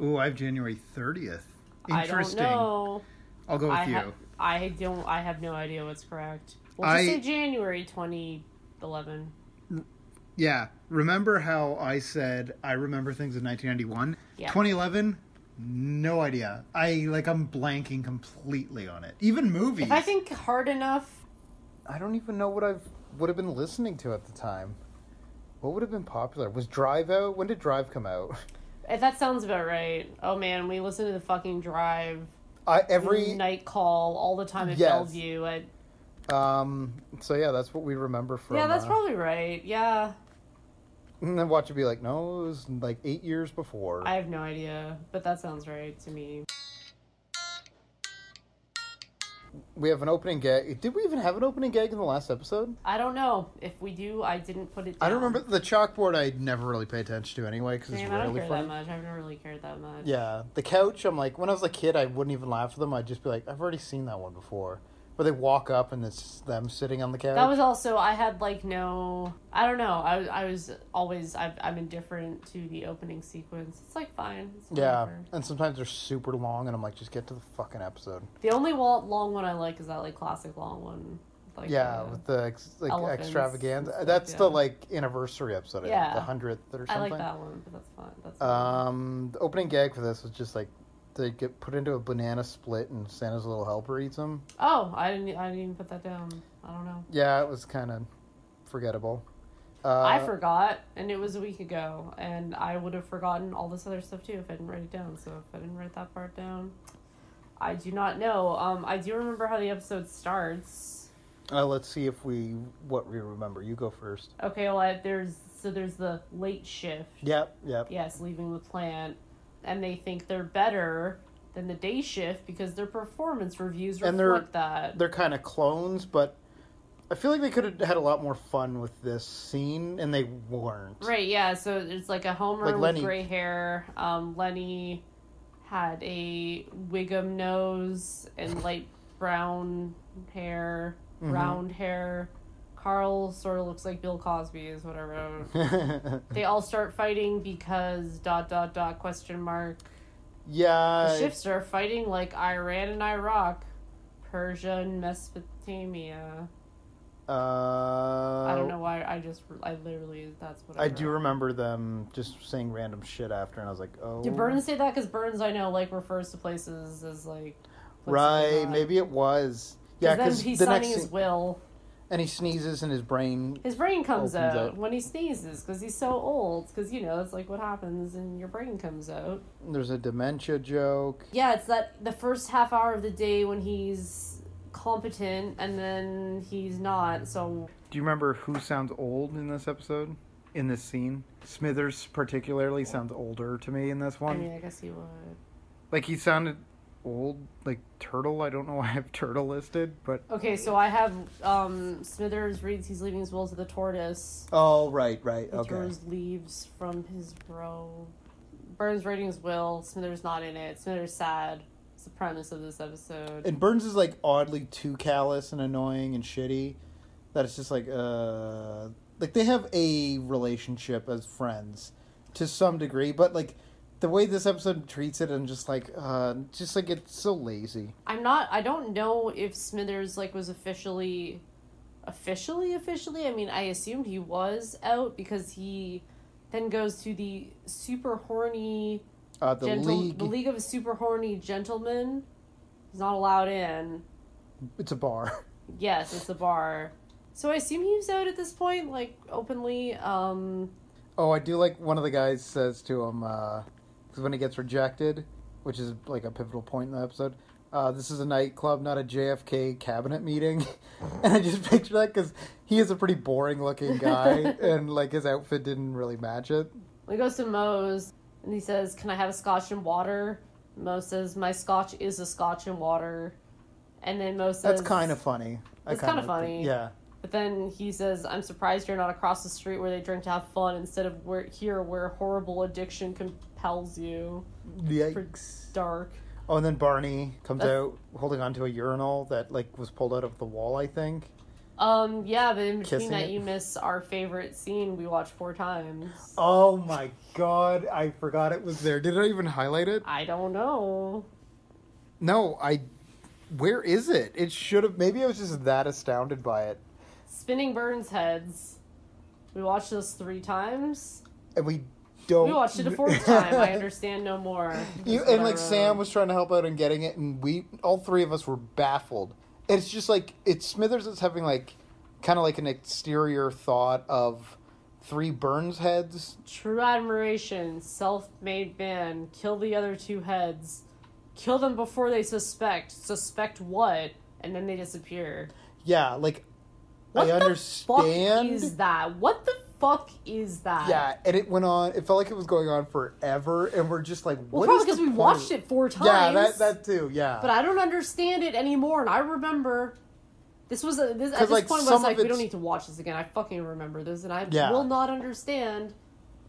Speaker 2: Ooh, I have January thirtieth. Interesting.
Speaker 3: I don't know.
Speaker 2: will go with
Speaker 3: I,
Speaker 2: you.
Speaker 3: ha- I don't. I have no idea what's correct. We'll
Speaker 2: I-
Speaker 3: just say January 2011.
Speaker 2: yeah. Remember how I said I remember things in 1991?
Speaker 3: Yeah.
Speaker 2: 2011? No idea. I like I'm blanking completely on it. Even movies.
Speaker 3: If I think hard enough,
Speaker 2: I don't even know what I've would have been listening to at the time. What would have been popular? Was Drive out? When did Drive come out?
Speaker 3: eh, that sounds about right. Oh man, we listen to the fucking drive
Speaker 2: I every
Speaker 3: night call all the time at
Speaker 2: Yes.
Speaker 3: Bellevue. At,
Speaker 2: um so yeah, that's what we remember from
Speaker 3: yeah, that's
Speaker 2: uh,
Speaker 3: probably right. Yeah,
Speaker 2: and then watch it be like, no, it was like eight years before.
Speaker 3: I have no idea, but that sounds right to me.
Speaker 2: we have an opening gag. Did we even have an opening gag in the last episode?
Speaker 3: I don't know if we do. I didn't put it. Down.
Speaker 2: I don't remember the chalkboard. I never really pay attention to anyway because it's
Speaker 3: Damn, I don't
Speaker 2: really
Speaker 3: care that
Speaker 2: fun.
Speaker 3: much. I've never really cared that much.
Speaker 2: Yeah, the couch. I'm like, when I was a kid, I wouldn't even laugh at them. I'd just be like, I've already seen that one before. Where they walk up and it's them sitting on the couch.
Speaker 3: That was also I had like no I don't know I I was always I've, I'm indifferent to the opening sequence. It's like fine. It's
Speaker 2: yeah,
Speaker 3: whatever.
Speaker 2: and sometimes they're super long, and I'm like, just get to the fucking episode.
Speaker 3: The only wa- long one I like is that like classic long one. Like,
Speaker 2: yeah,
Speaker 3: uh,
Speaker 2: with the ex- like
Speaker 3: elephants
Speaker 2: extravaganza.
Speaker 3: and stuff,
Speaker 2: That's the
Speaker 3: yeah.
Speaker 2: like anniversary episode. I think,
Speaker 3: Yeah.
Speaker 2: the hundredth or something.
Speaker 3: I like that one, but that's fine. That's fine.
Speaker 2: Um, the opening gag for this was just like they get put into a banana split, and Santa's little helper eats them.
Speaker 3: oh I didn't I didn't even put that down. I don't know.
Speaker 2: Yeah, it was kind of forgettable. Uh,
Speaker 3: I forgot, and it was a week ago, and I would have forgotten all this other stuff too if I didn't write it down. So if I didn't write that part down, I do not know. Um, I do remember how the episode starts.
Speaker 2: Uh, let's see if we what we remember. You go first.
Speaker 3: Okay, well, I, there's so there's the late shift.
Speaker 2: Yep, yep.
Speaker 3: Yes, leaving the plant, and they think they're better than the day shift because their performance reviews
Speaker 2: And they're-
Speaker 3: reflect that.
Speaker 2: They're kind of clones, but I feel like they could have had a lot more fun with this scene, and they weren't.
Speaker 3: Right. Yeah. So it's like a Homer
Speaker 2: Like Lenny.
Speaker 3: with gray hair. Um, Lenny had a Wiggum nose and light brown hair,
Speaker 2: Mhm.
Speaker 3: round hair. Carl sort of looks like Bill Cosby is what I wrote. They all start fighting because dot dot dot question mark.
Speaker 2: yeah.
Speaker 3: The shifts are fighting like Iran and Iraq, Persia and Mesopotamia.
Speaker 2: Uh,
Speaker 3: I
Speaker 2: I
Speaker 3: don't know why. I just I literally that's what I,
Speaker 2: Oh. I do
Speaker 3: wrote.
Speaker 2: remember them just saying random shit after, and I was like, oh.
Speaker 3: Did Burns say that? Because Burns, I know, like refers to places as like. places like
Speaker 2: Right,
Speaker 3: that.
Speaker 2: maybe it was. Yeah,
Speaker 3: 'Cause then
Speaker 2: because
Speaker 3: he's
Speaker 2: the
Speaker 3: signing
Speaker 2: next
Speaker 3: his
Speaker 2: scene- Oh,
Speaker 3: will.
Speaker 2: and he sneezes and his brain.
Speaker 3: His brain comes
Speaker 2: Opens
Speaker 3: out,
Speaker 2: up.
Speaker 3: when he sneezes because he's so old. Because you know that's like what happens, and your brain comes out.
Speaker 2: There's a dementia joke.
Speaker 3: Yeah, it's that the first half hour of the day when he's competent, and then he's not. So
Speaker 2: Do you remember who sounds old in this episode? In this scene, Smithers particularly sounds older to me in this
Speaker 3: I
Speaker 2: one.
Speaker 3: mean, I guess he would.
Speaker 2: Like he sounded old, like turtle. I don't know why I have turtle listed, but
Speaker 3: Okay, so I have um, Smithers reads he's leaving his will to the tortoise.
Speaker 2: oh right, right,
Speaker 3: He throws leaves from his robe. Burns writing his will. Smithers not in it. Smithers sad. It's the premise of this episode.
Speaker 2: And Burns is like oddly too callous and annoying and shitty that it's just like uh like they have a relationship as friends to some degree, but like the way this episode treats it and just like uh just like it's so lazy.
Speaker 3: I'm not. I don't know if Smithers like was officially, officially, officially. I mean, I assumed he was out because he then goes to the super horny
Speaker 2: Uh the
Speaker 3: gentle,
Speaker 2: league
Speaker 3: the league of super horny gentlemen. He's not allowed in.
Speaker 2: it's a bar.
Speaker 3: Yes, it's a bar. So I assume he was out at this point, like openly. Um,
Speaker 2: Oh, I do like one of the guys says to him uh 'cause when he gets rejected, which is like a pivotal point in the episode. Uh, this is a nightclub, not a JFK cabinet meeting, and I just picture that because he is a pretty boring-looking guy, and like his outfit didn't really match it.
Speaker 3: He goes to Moe's and he says, Can I have a scotch and water? Moe says, My scotch is a scotch and water. And then Moe says,
Speaker 2: That's kind of funny. I
Speaker 3: It's kinda
Speaker 2: kinda-
Speaker 3: funny.
Speaker 2: Yeah,
Speaker 3: But then he says, I'm surprised you're not across the street where they drink to have fun instead of where, here where horrible addiction compels you.
Speaker 2: yikes.
Speaker 3: Dark.
Speaker 2: Oh, and then Barney comes
Speaker 3: That's-
Speaker 2: out holding onto a urinal that like was pulled out of the wall, I think.
Speaker 3: Um, yeah, but in between
Speaker 2: Kissing
Speaker 3: that,
Speaker 2: it.
Speaker 3: you miss our favorite scene we watched four times.
Speaker 2: Oh my god, I forgot it was there. Did I even highlight it?
Speaker 3: I don't know.
Speaker 2: No, I. Where is it? It should have. Maybe I was just that astounded by it.
Speaker 3: Spinning Burns Heads. We watched this three times.
Speaker 2: And we don't.
Speaker 3: We watched it a fourth time. I understand no more.
Speaker 2: You,
Speaker 3: That's what
Speaker 2: and
Speaker 3: I
Speaker 2: like
Speaker 3: wrote.
Speaker 2: Sam was trying to help out in getting it, and we all three of us were baffled. It's just like it's Smithers is having like kind of like an exterior thought of three Burns heads.
Speaker 3: True admiration, self-made man. Kill the other two heads. Kill them before they suspect. Suspect what? And then they disappear.
Speaker 2: Yeah, like
Speaker 3: What
Speaker 2: I
Speaker 3: Fuck
Speaker 2: understand.
Speaker 3: is that? What the fuck is that?
Speaker 2: yeah, and it went on. It felt like it was going on forever, and we're just like,
Speaker 3: Well,
Speaker 2: what
Speaker 3: probably
Speaker 2: is
Speaker 3: because
Speaker 2: the
Speaker 3: we
Speaker 2: point?
Speaker 3: watched it four times.
Speaker 2: Yeah, that that too. Yeah,
Speaker 3: But I don't understand it anymore, and I remember this was a, this, at
Speaker 2: 'Cause,
Speaker 3: this
Speaker 2: like,
Speaker 3: point I
Speaker 2: some
Speaker 3: was
Speaker 2: of
Speaker 3: like, we don't
Speaker 2: it's-
Speaker 3: need to watch this again. I fucking remember this, and I
Speaker 2: Yeah.
Speaker 3: will not understand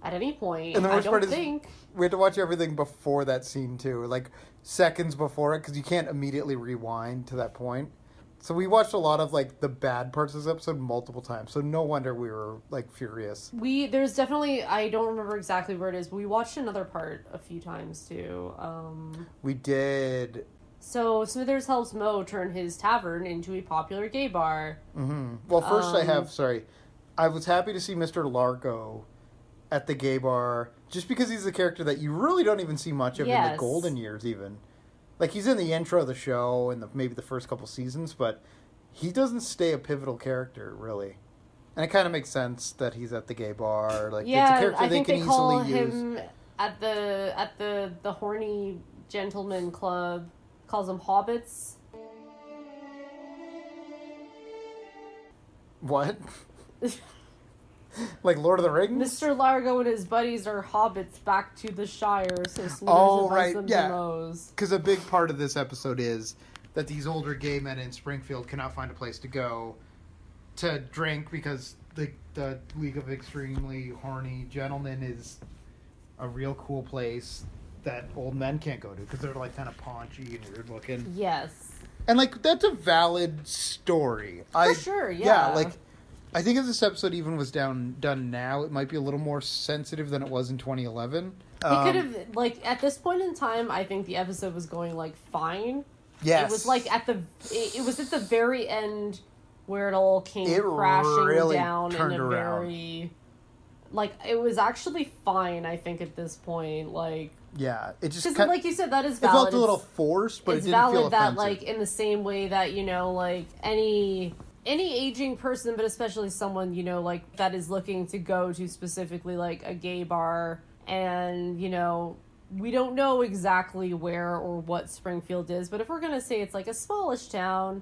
Speaker 3: at any point.
Speaker 2: And the
Speaker 3: I
Speaker 2: worst
Speaker 3: don't
Speaker 2: part is
Speaker 3: think
Speaker 2: we had to watch everything before that scene too, like seconds before it, because you can't immediately rewind to that point. So we watched a lot of like the bad parts of this episode multiple times. So no wonder we were like furious.
Speaker 3: we there's definitely I don't remember exactly where it is. But we watched another part a few times too. Um,
Speaker 2: We did.
Speaker 3: so Smithers helps Mo turn his tavern into a popular gay bar.
Speaker 2: hmm Well, first I
Speaker 3: Um,
Speaker 2: have sorry, I was happy to see Mister Largo at the gay bar, just because he's a character that you really don't even see much of in the
Speaker 3: Yes.
Speaker 2: golden years, even. Like he's in the intro of the show and the, maybe the first couple seasons, but he doesn't stay a pivotal character really. And it kind of makes sense that he's at the gay bar. Like it's a
Speaker 3: yeah,
Speaker 2: character
Speaker 3: I think
Speaker 2: they
Speaker 3: they,
Speaker 2: can
Speaker 3: call
Speaker 2: easily use.
Speaker 3: him at the at the the horny gentleman club calls them hobbits.
Speaker 2: What? like Lord of the Rings?
Speaker 3: Mr. Largo and his buddies are hobbits back to the Shire, so Smithers
Speaker 2: Oh,
Speaker 3: invites
Speaker 2: right,
Speaker 3: them
Speaker 2: yeah.
Speaker 3: to Moe's.
Speaker 2: Because a big part of this episode is that these older gay men in Springfield cannot find a place to go to drink because the the League of Extremely Horny Gentlemen is a real cool place that old men can't go to because they're like kind of paunchy and weird looking.
Speaker 3: Yes.
Speaker 2: And like that's a valid story. For
Speaker 3: sure, yeah.
Speaker 2: like I think if this episode even was down done now, it might be a little more sensitive than it was in Um, 2011.
Speaker 3: He
Speaker 15: Um,
Speaker 3: could have, like, at this point in time, I think the episode was going, like, fine.
Speaker 2: Yes.
Speaker 3: It was, like, at the, it, it was at the very end where it all came
Speaker 15: It
Speaker 3: crashing
Speaker 15: really
Speaker 3: down in
Speaker 15: turned
Speaker 3: a
Speaker 15: around.
Speaker 3: very like it was actually fine. I think at this point, like
Speaker 15: Yeah, it just
Speaker 3: because
Speaker 15: kind
Speaker 3: like you said, that is
Speaker 15: it
Speaker 3: valid.
Speaker 15: felt a little
Speaker 3: It's-
Speaker 15: forced, but
Speaker 3: it's
Speaker 15: it didn't
Speaker 3: valid
Speaker 15: feel
Speaker 3: that
Speaker 15: offensive.
Speaker 3: like in the same way that you know like any any aging person but especially someone you know like that is looking to go to specifically like a gay bar and you know we don't know exactly where or what springfield is but if we're gonna say it's like a smallish town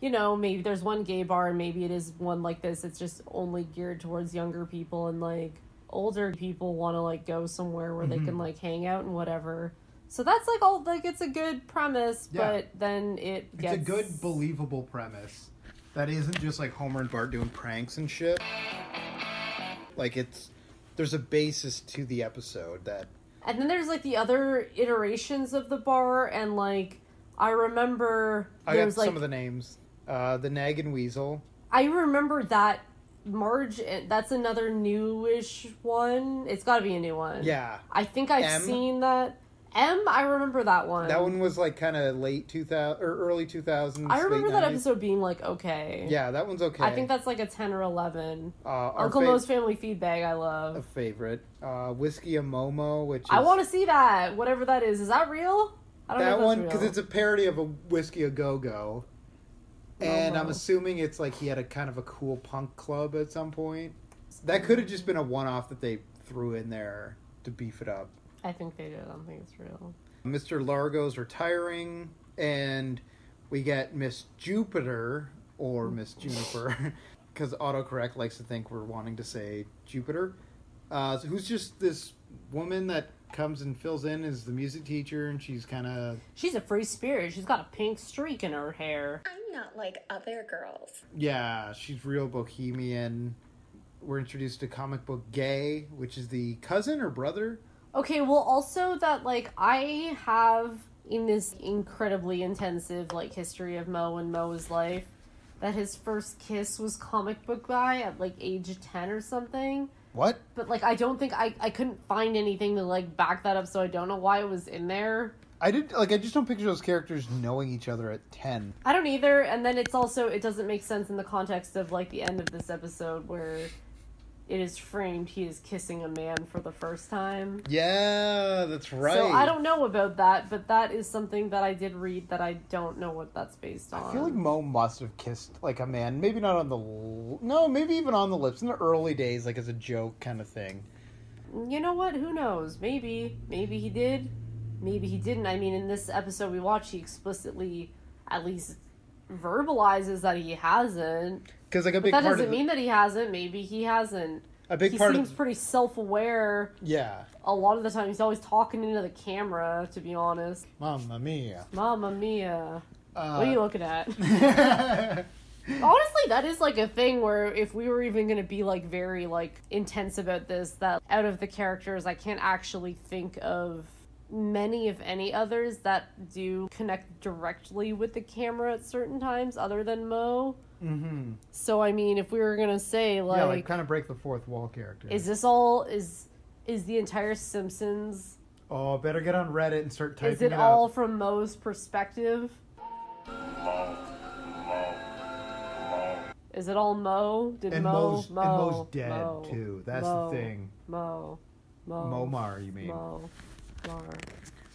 Speaker 3: you know maybe there's one gay bar and maybe it is one like this it's just only geared towards younger people and like older people want to like go somewhere where they
Speaker 16: Mhm.
Speaker 2: Mm-hmm.
Speaker 3: can like hang out and whatever so that's like all like it's a good premise,
Speaker 2: Yeah.
Speaker 3: but then it
Speaker 2: It's
Speaker 3: gets
Speaker 2: a good, believable premise that isn't just like Homer and Bart doing pranks and shit. Like it's there's a basis to the episode that
Speaker 3: And then there's like the other iterations of the bar, and like I remember
Speaker 2: I
Speaker 3: there
Speaker 2: got
Speaker 3: was like
Speaker 2: some of the names. Uh, the Nag and Weasel.
Speaker 3: I remember that Marge. That's another newish one. It's got to be a new one.
Speaker 2: Yeah.
Speaker 3: I think I've
Speaker 2: M.
Speaker 3: seen that. M. I remember that one.
Speaker 2: That one was like kind of late 2000 or early 2000s.
Speaker 3: I remember
Speaker 2: late
Speaker 3: that
Speaker 2: 90s.
Speaker 3: episode being like okay.
Speaker 2: Yeah, that one's okay.
Speaker 3: I think that's like a ten or eleven.
Speaker 2: uh, our
Speaker 3: Uncle
Speaker 2: fav-
Speaker 3: Mo's family feedback. I love.
Speaker 2: a favorite. Uh, Whiskey a Momo, which is,
Speaker 3: I want to see that. Whatever that is, is that real? I
Speaker 2: that
Speaker 3: don't know if Oh, that's
Speaker 2: one
Speaker 3: real.
Speaker 2: because it's a parody of a Whiskey a Go Go,
Speaker 3: Oh,
Speaker 2: and I'm
Speaker 3: Momo.
Speaker 2: assuming it's like he had a kind of a cool punk club at some point. That could have just been a one-off that they threw in there to beef it up.
Speaker 3: I think they did. I don't think it's real.
Speaker 2: Mr. Largo's retiring, and we get Miss Jupiter or Miss Juniper, because autocorrect likes to think we're wanting to say Jupiter. Uh, so who's just this woman that comes and fills in as the music teacher, and she's kind of
Speaker 3: She's a free spirit. She's got a pink streak in her hair.
Speaker 17: I'm not like other girls.
Speaker 2: yeah, she's real bohemian. We're introduced to comic book Gay, which is the cousin or brother.
Speaker 3: Okay, well, also that, like, I have in this incredibly intensive, like, history of Mo and Mo's life that his first kiss was comic book guy at, like, age 10 or something.
Speaker 2: What?
Speaker 3: But, like, I don't think I, I couldn't find anything to, like, back that up, so I don't know why it was in there.
Speaker 2: I did like I just don't picture those characters knowing each other at ten.
Speaker 3: I don't either. And then it's also it doesn't make sense in the context of like the end of this episode where it is framed he is kissing a man for the first time.
Speaker 2: Yeah, that's right.
Speaker 3: So I don't know about that, but that is something that I did read that I don't know what that's based on.
Speaker 2: I feel like Mo must have kissed like a man, maybe not on the l- no, maybe even on the lips in the early days, like as a joke kind of thing.
Speaker 3: you know what? Who knows? Maybe, maybe he did, maybe he didn't. I mean, in this episode we watched, he explicitly, at least, verbalizes that he hasn't.
Speaker 2: Because like a
Speaker 3: But
Speaker 2: big
Speaker 3: that
Speaker 2: part
Speaker 3: doesn't
Speaker 2: of the,
Speaker 3: mean that he hasn't. Maybe he hasn't.
Speaker 2: A big
Speaker 3: he
Speaker 2: part of-
Speaker 3: seems pretty self-aware.
Speaker 2: yeah,
Speaker 3: A lot of the time, he's always talking into the camera. To be honest,
Speaker 2: Mamma Mia.
Speaker 3: Mamma Mia,
Speaker 2: Uh,
Speaker 3: what are you looking at? Honestly, that is like a thing where if we were even going to be like very like intense about this, that out of the characters, I can't actually think of many if any others that do connect directly with the camera at certain times, other than Mo.
Speaker 2: Mm-hmm.
Speaker 3: So I mean, if we were gonna say
Speaker 2: yeah, like kind of break the fourth wall character.
Speaker 3: Is this all? Is is the entire Simpsons?
Speaker 2: oh, better get on Reddit and start typing
Speaker 3: Is it
Speaker 2: up.
Speaker 3: all from Moe's perspective? Is it all Mo? Did
Speaker 2: And
Speaker 3: Mo?
Speaker 2: Moe's- and
Speaker 3: Mo,
Speaker 2: Moe's dead,
Speaker 3: Mo,
Speaker 2: too. That's the
Speaker 3: Mo,
Speaker 2: thing.
Speaker 3: Mo, Mo,
Speaker 2: Momar, you mean.
Speaker 3: Mo, Mar.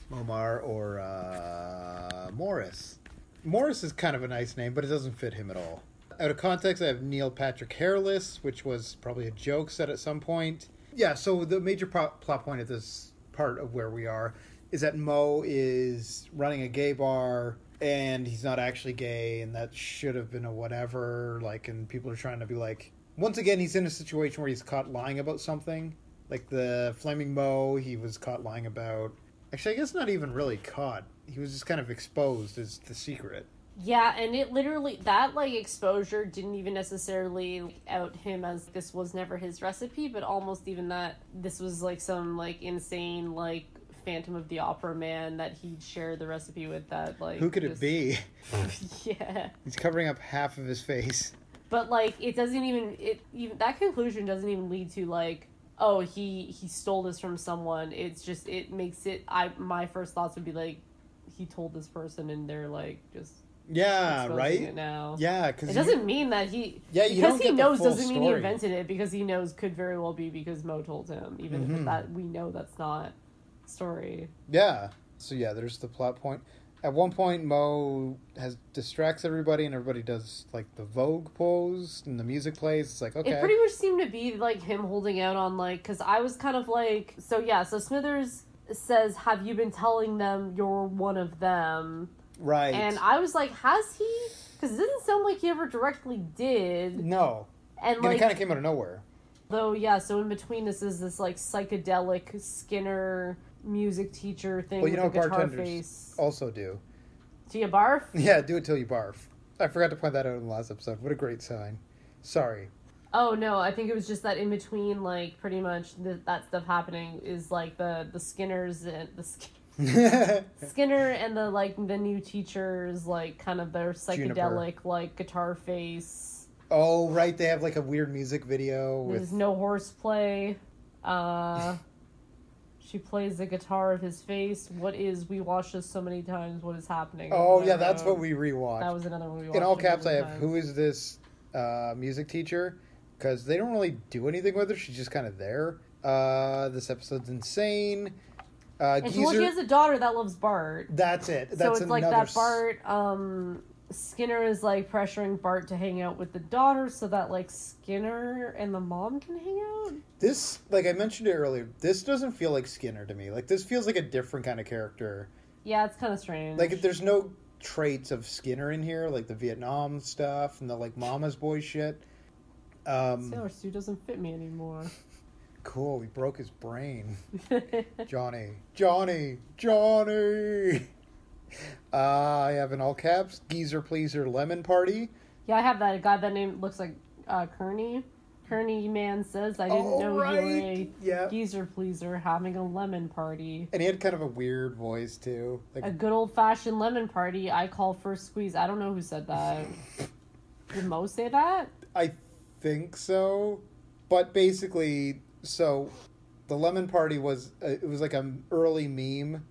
Speaker 2: Momar or uh, Morris. Morris is kind of a nice name, but it doesn't fit him at all. Out of context, I have Neil Patrick Hairless, which was probably a joke said at some point. Yeah, so the major pro- plot point of this part of where we are is that Mo is running a gay bar and he's not actually gay, and that should have been a whatever. Like, and people are trying to be like, once again, he's in a situation where he's caught lying about something. Like the Fleming Mo, he was caught lying about. Actually, I guess not even really caught. He was just kind of exposed as the secret.
Speaker 3: Yeah, and it literally that like exposure didn't even necessarily out him as this was never his recipe, but almost even that this was like some like insane like Phantom of the Opera man that he'd share the recipe with that like
Speaker 2: Who could it
Speaker 3: just-
Speaker 2: be?
Speaker 3: Yeah.
Speaker 2: He's covering up half of his face.
Speaker 3: But like it doesn't even it even that conclusion doesn't even lead to like oh he he stole this from someone. It's just it makes it I my first thoughts would be like he told this person and they're like just
Speaker 18: Yeah,
Speaker 3: exposing
Speaker 18: Ah, right.
Speaker 3: it now.
Speaker 18: Yeah, because
Speaker 3: it doesn't mean that he.
Speaker 18: Yeah, you
Speaker 3: because
Speaker 18: don't
Speaker 3: he
Speaker 18: get the
Speaker 3: knows
Speaker 18: full
Speaker 3: doesn't mean he
Speaker 18: story.
Speaker 3: invented it. Because he knows could very well be because Mo told him. Even if
Speaker 18: Mhm.
Speaker 3: that we know that's not story.
Speaker 2: Yeah. So yeah, there's the plot point. At one point, Mo has distracts everybody, and everybody does like the Vogue pose, and the music plays. It's like okay,
Speaker 3: It pretty much seemed to be like him holding out on like because I was kind of like so yeah so Smithers says have you been telling them you're one of them
Speaker 18: right.
Speaker 3: and I was like has he because it didn't sound like he ever directly did
Speaker 2: no,
Speaker 3: and
Speaker 2: and
Speaker 3: like
Speaker 2: it kind of came out of nowhere.
Speaker 3: though yeah so in between this is this like psychedelic Skinner music teacher thing
Speaker 2: Well, you know,
Speaker 3: with a guitar
Speaker 2: bartenders
Speaker 3: face
Speaker 2: also do.
Speaker 3: do you barf
Speaker 2: Yeah, do it till you barf. I forgot to point that out in the last episode. What a great sign. Sorry.
Speaker 3: Oh no, I think it was just that in between, like pretty much th- that stuff happening is like the the Skinners and the Skin- Skinner and the like the new teachers, like kind of their
Speaker 2: Juniper.
Speaker 3: psychedelic like guitar face.
Speaker 2: Oh right, they have like a weird music video
Speaker 3: There's
Speaker 2: with
Speaker 3: no horseplay. Uh, she plays the guitar of his face. What is we watched this so many times? What is happening?
Speaker 2: Oh
Speaker 3: I
Speaker 2: yeah,
Speaker 3: don't
Speaker 2: that's
Speaker 3: know.
Speaker 2: what we rewatched.
Speaker 3: That was another one we watched.
Speaker 2: In all
Speaker 3: a
Speaker 2: caps, I
Speaker 3: million
Speaker 2: have
Speaker 3: times.
Speaker 2: who is this uh, music teacher? Because they don't really do anything with her. She's just kind of there. Uh, this episode's insane. Uh,
Speaker 3: And she, well,
Speaker 2: Geezer-
Speaker 3: she has a daughter that loves Bart.
Speaker 2: that's it. That's
Speaker 3: so it's like
Speaker 2: another
Speaker 3: that Bart um Skinner is like pressuring Bart to hang out with the daughter so that like Skinner and the mom can hang out.
Speaker 2: This, like I mentioned it earlier, this doesn't feel like Skinner to me. Like this feels like a different kind of character.
Speaker 3: Yeah, it's kind of strange.
Speaker 2: Like there's no traits of Skinner in here, like the Vietnam stuff and the like Mama's boy shit. Um,
Speaker 3: Sailor
Speaker 2: Mm.
Speaker 3: suit doesn't fit me anymore.
Speaker 2: cool. We broke his brain, Johnny. Johnny. Johnny. Uh, I have in all caps geezer pleaser lemon party.
Speaker 3: Yeah, I have that guy that name looks like uh, Kearney. Kearney man says I didn't
Speaker 2: Oh,
Speaker 3: know you were a
Speaker 2: right. Yeah.
Speaker 3: geezer pleaser having a lemon party.
Speaker 2: And he had kind of a weird voice too. Like
Speaker 3: A good old fashioned lemon party. I call first squeeze. I don't know who said that. Did Mo say that?
Speaker 2: I think so, but basically, so the lemon party was uh, it was like an early meme,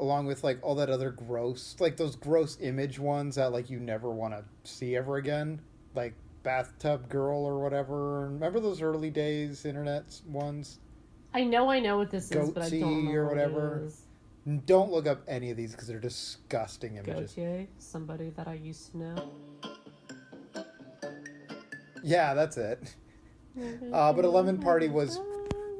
Speaker 2: along with like all that other gross, like those gross image ones that like you never want to see ever again, like bathtub girl or whatever. Remember those early days internet ones?
Speaker 3: I know I know what this is, but I
Speaker 2: Goatsy
Speaker 3: don't know
Speaker 2: or
Speaker 3: what it
Speaker 2: whatever.
Speaker 3: is.
Speaker 2: Don't look up any of these because they're disgusting images.
Speaker 3: Gautier, somebody that I used to know.
Speaker 2: Yeah, that's it. Uh, but a lemon party was,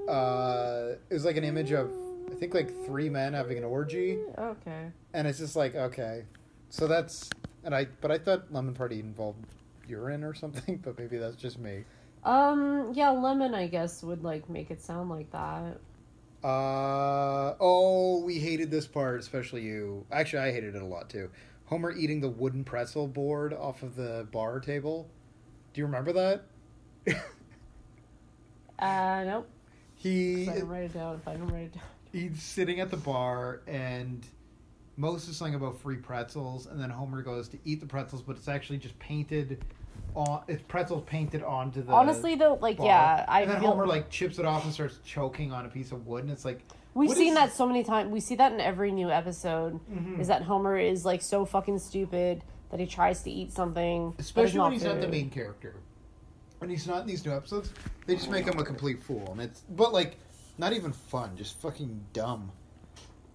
Speaker 2: uh, it was like an image of, I think like three men having an orgy,
Speaker 3: Okay.
Speaker 2: and it's just like okay, so that's and I but I thought lemon party involved urine or something, but maybe that's just me.
Speaker 3: Um. Yeah, lemon. I guess would like make it sound like that.
Speaker 2: Uh oh, we hated this part, especially you. Actually, I hated it a lot too. Homer eating the wooden pretzel board off of the bar table. Do you remember that?
Speaker 3: Uh. Nope.
Speaker 2: He
Speaker 3: 'Cause I didn't write it down. If I didn't write it down.
Speaker 2: he's sitting at the bar and Moses is something about free pretzels and then Homer goes to eat the pretzels but it's actually just painted on it's pretzels painted onto the
Speaker 3: Honestly, though, like, yeah, I
Speaker 2: and then
Speaker 3: feel-
Speaker 2: Homer like chips it off and starts choking on a piece of wood and it's like
Speaker 3: We've
Speaker 2: what
Speaker 3: seen
Speaker 2: is- Mm-hmm.
Speaker 3: that so many times. We see that in every new episode. Is that Homer is like so fucking stupid that he tries to eat something, that is
Speaker 2: especially
Speaker 3: not
Speaker 2: when he's not the
Speaker 3: food.
Speaker 2: main character when he's not in these new episodes they just make him a complete fool and it's but like not even fun just fucking dumb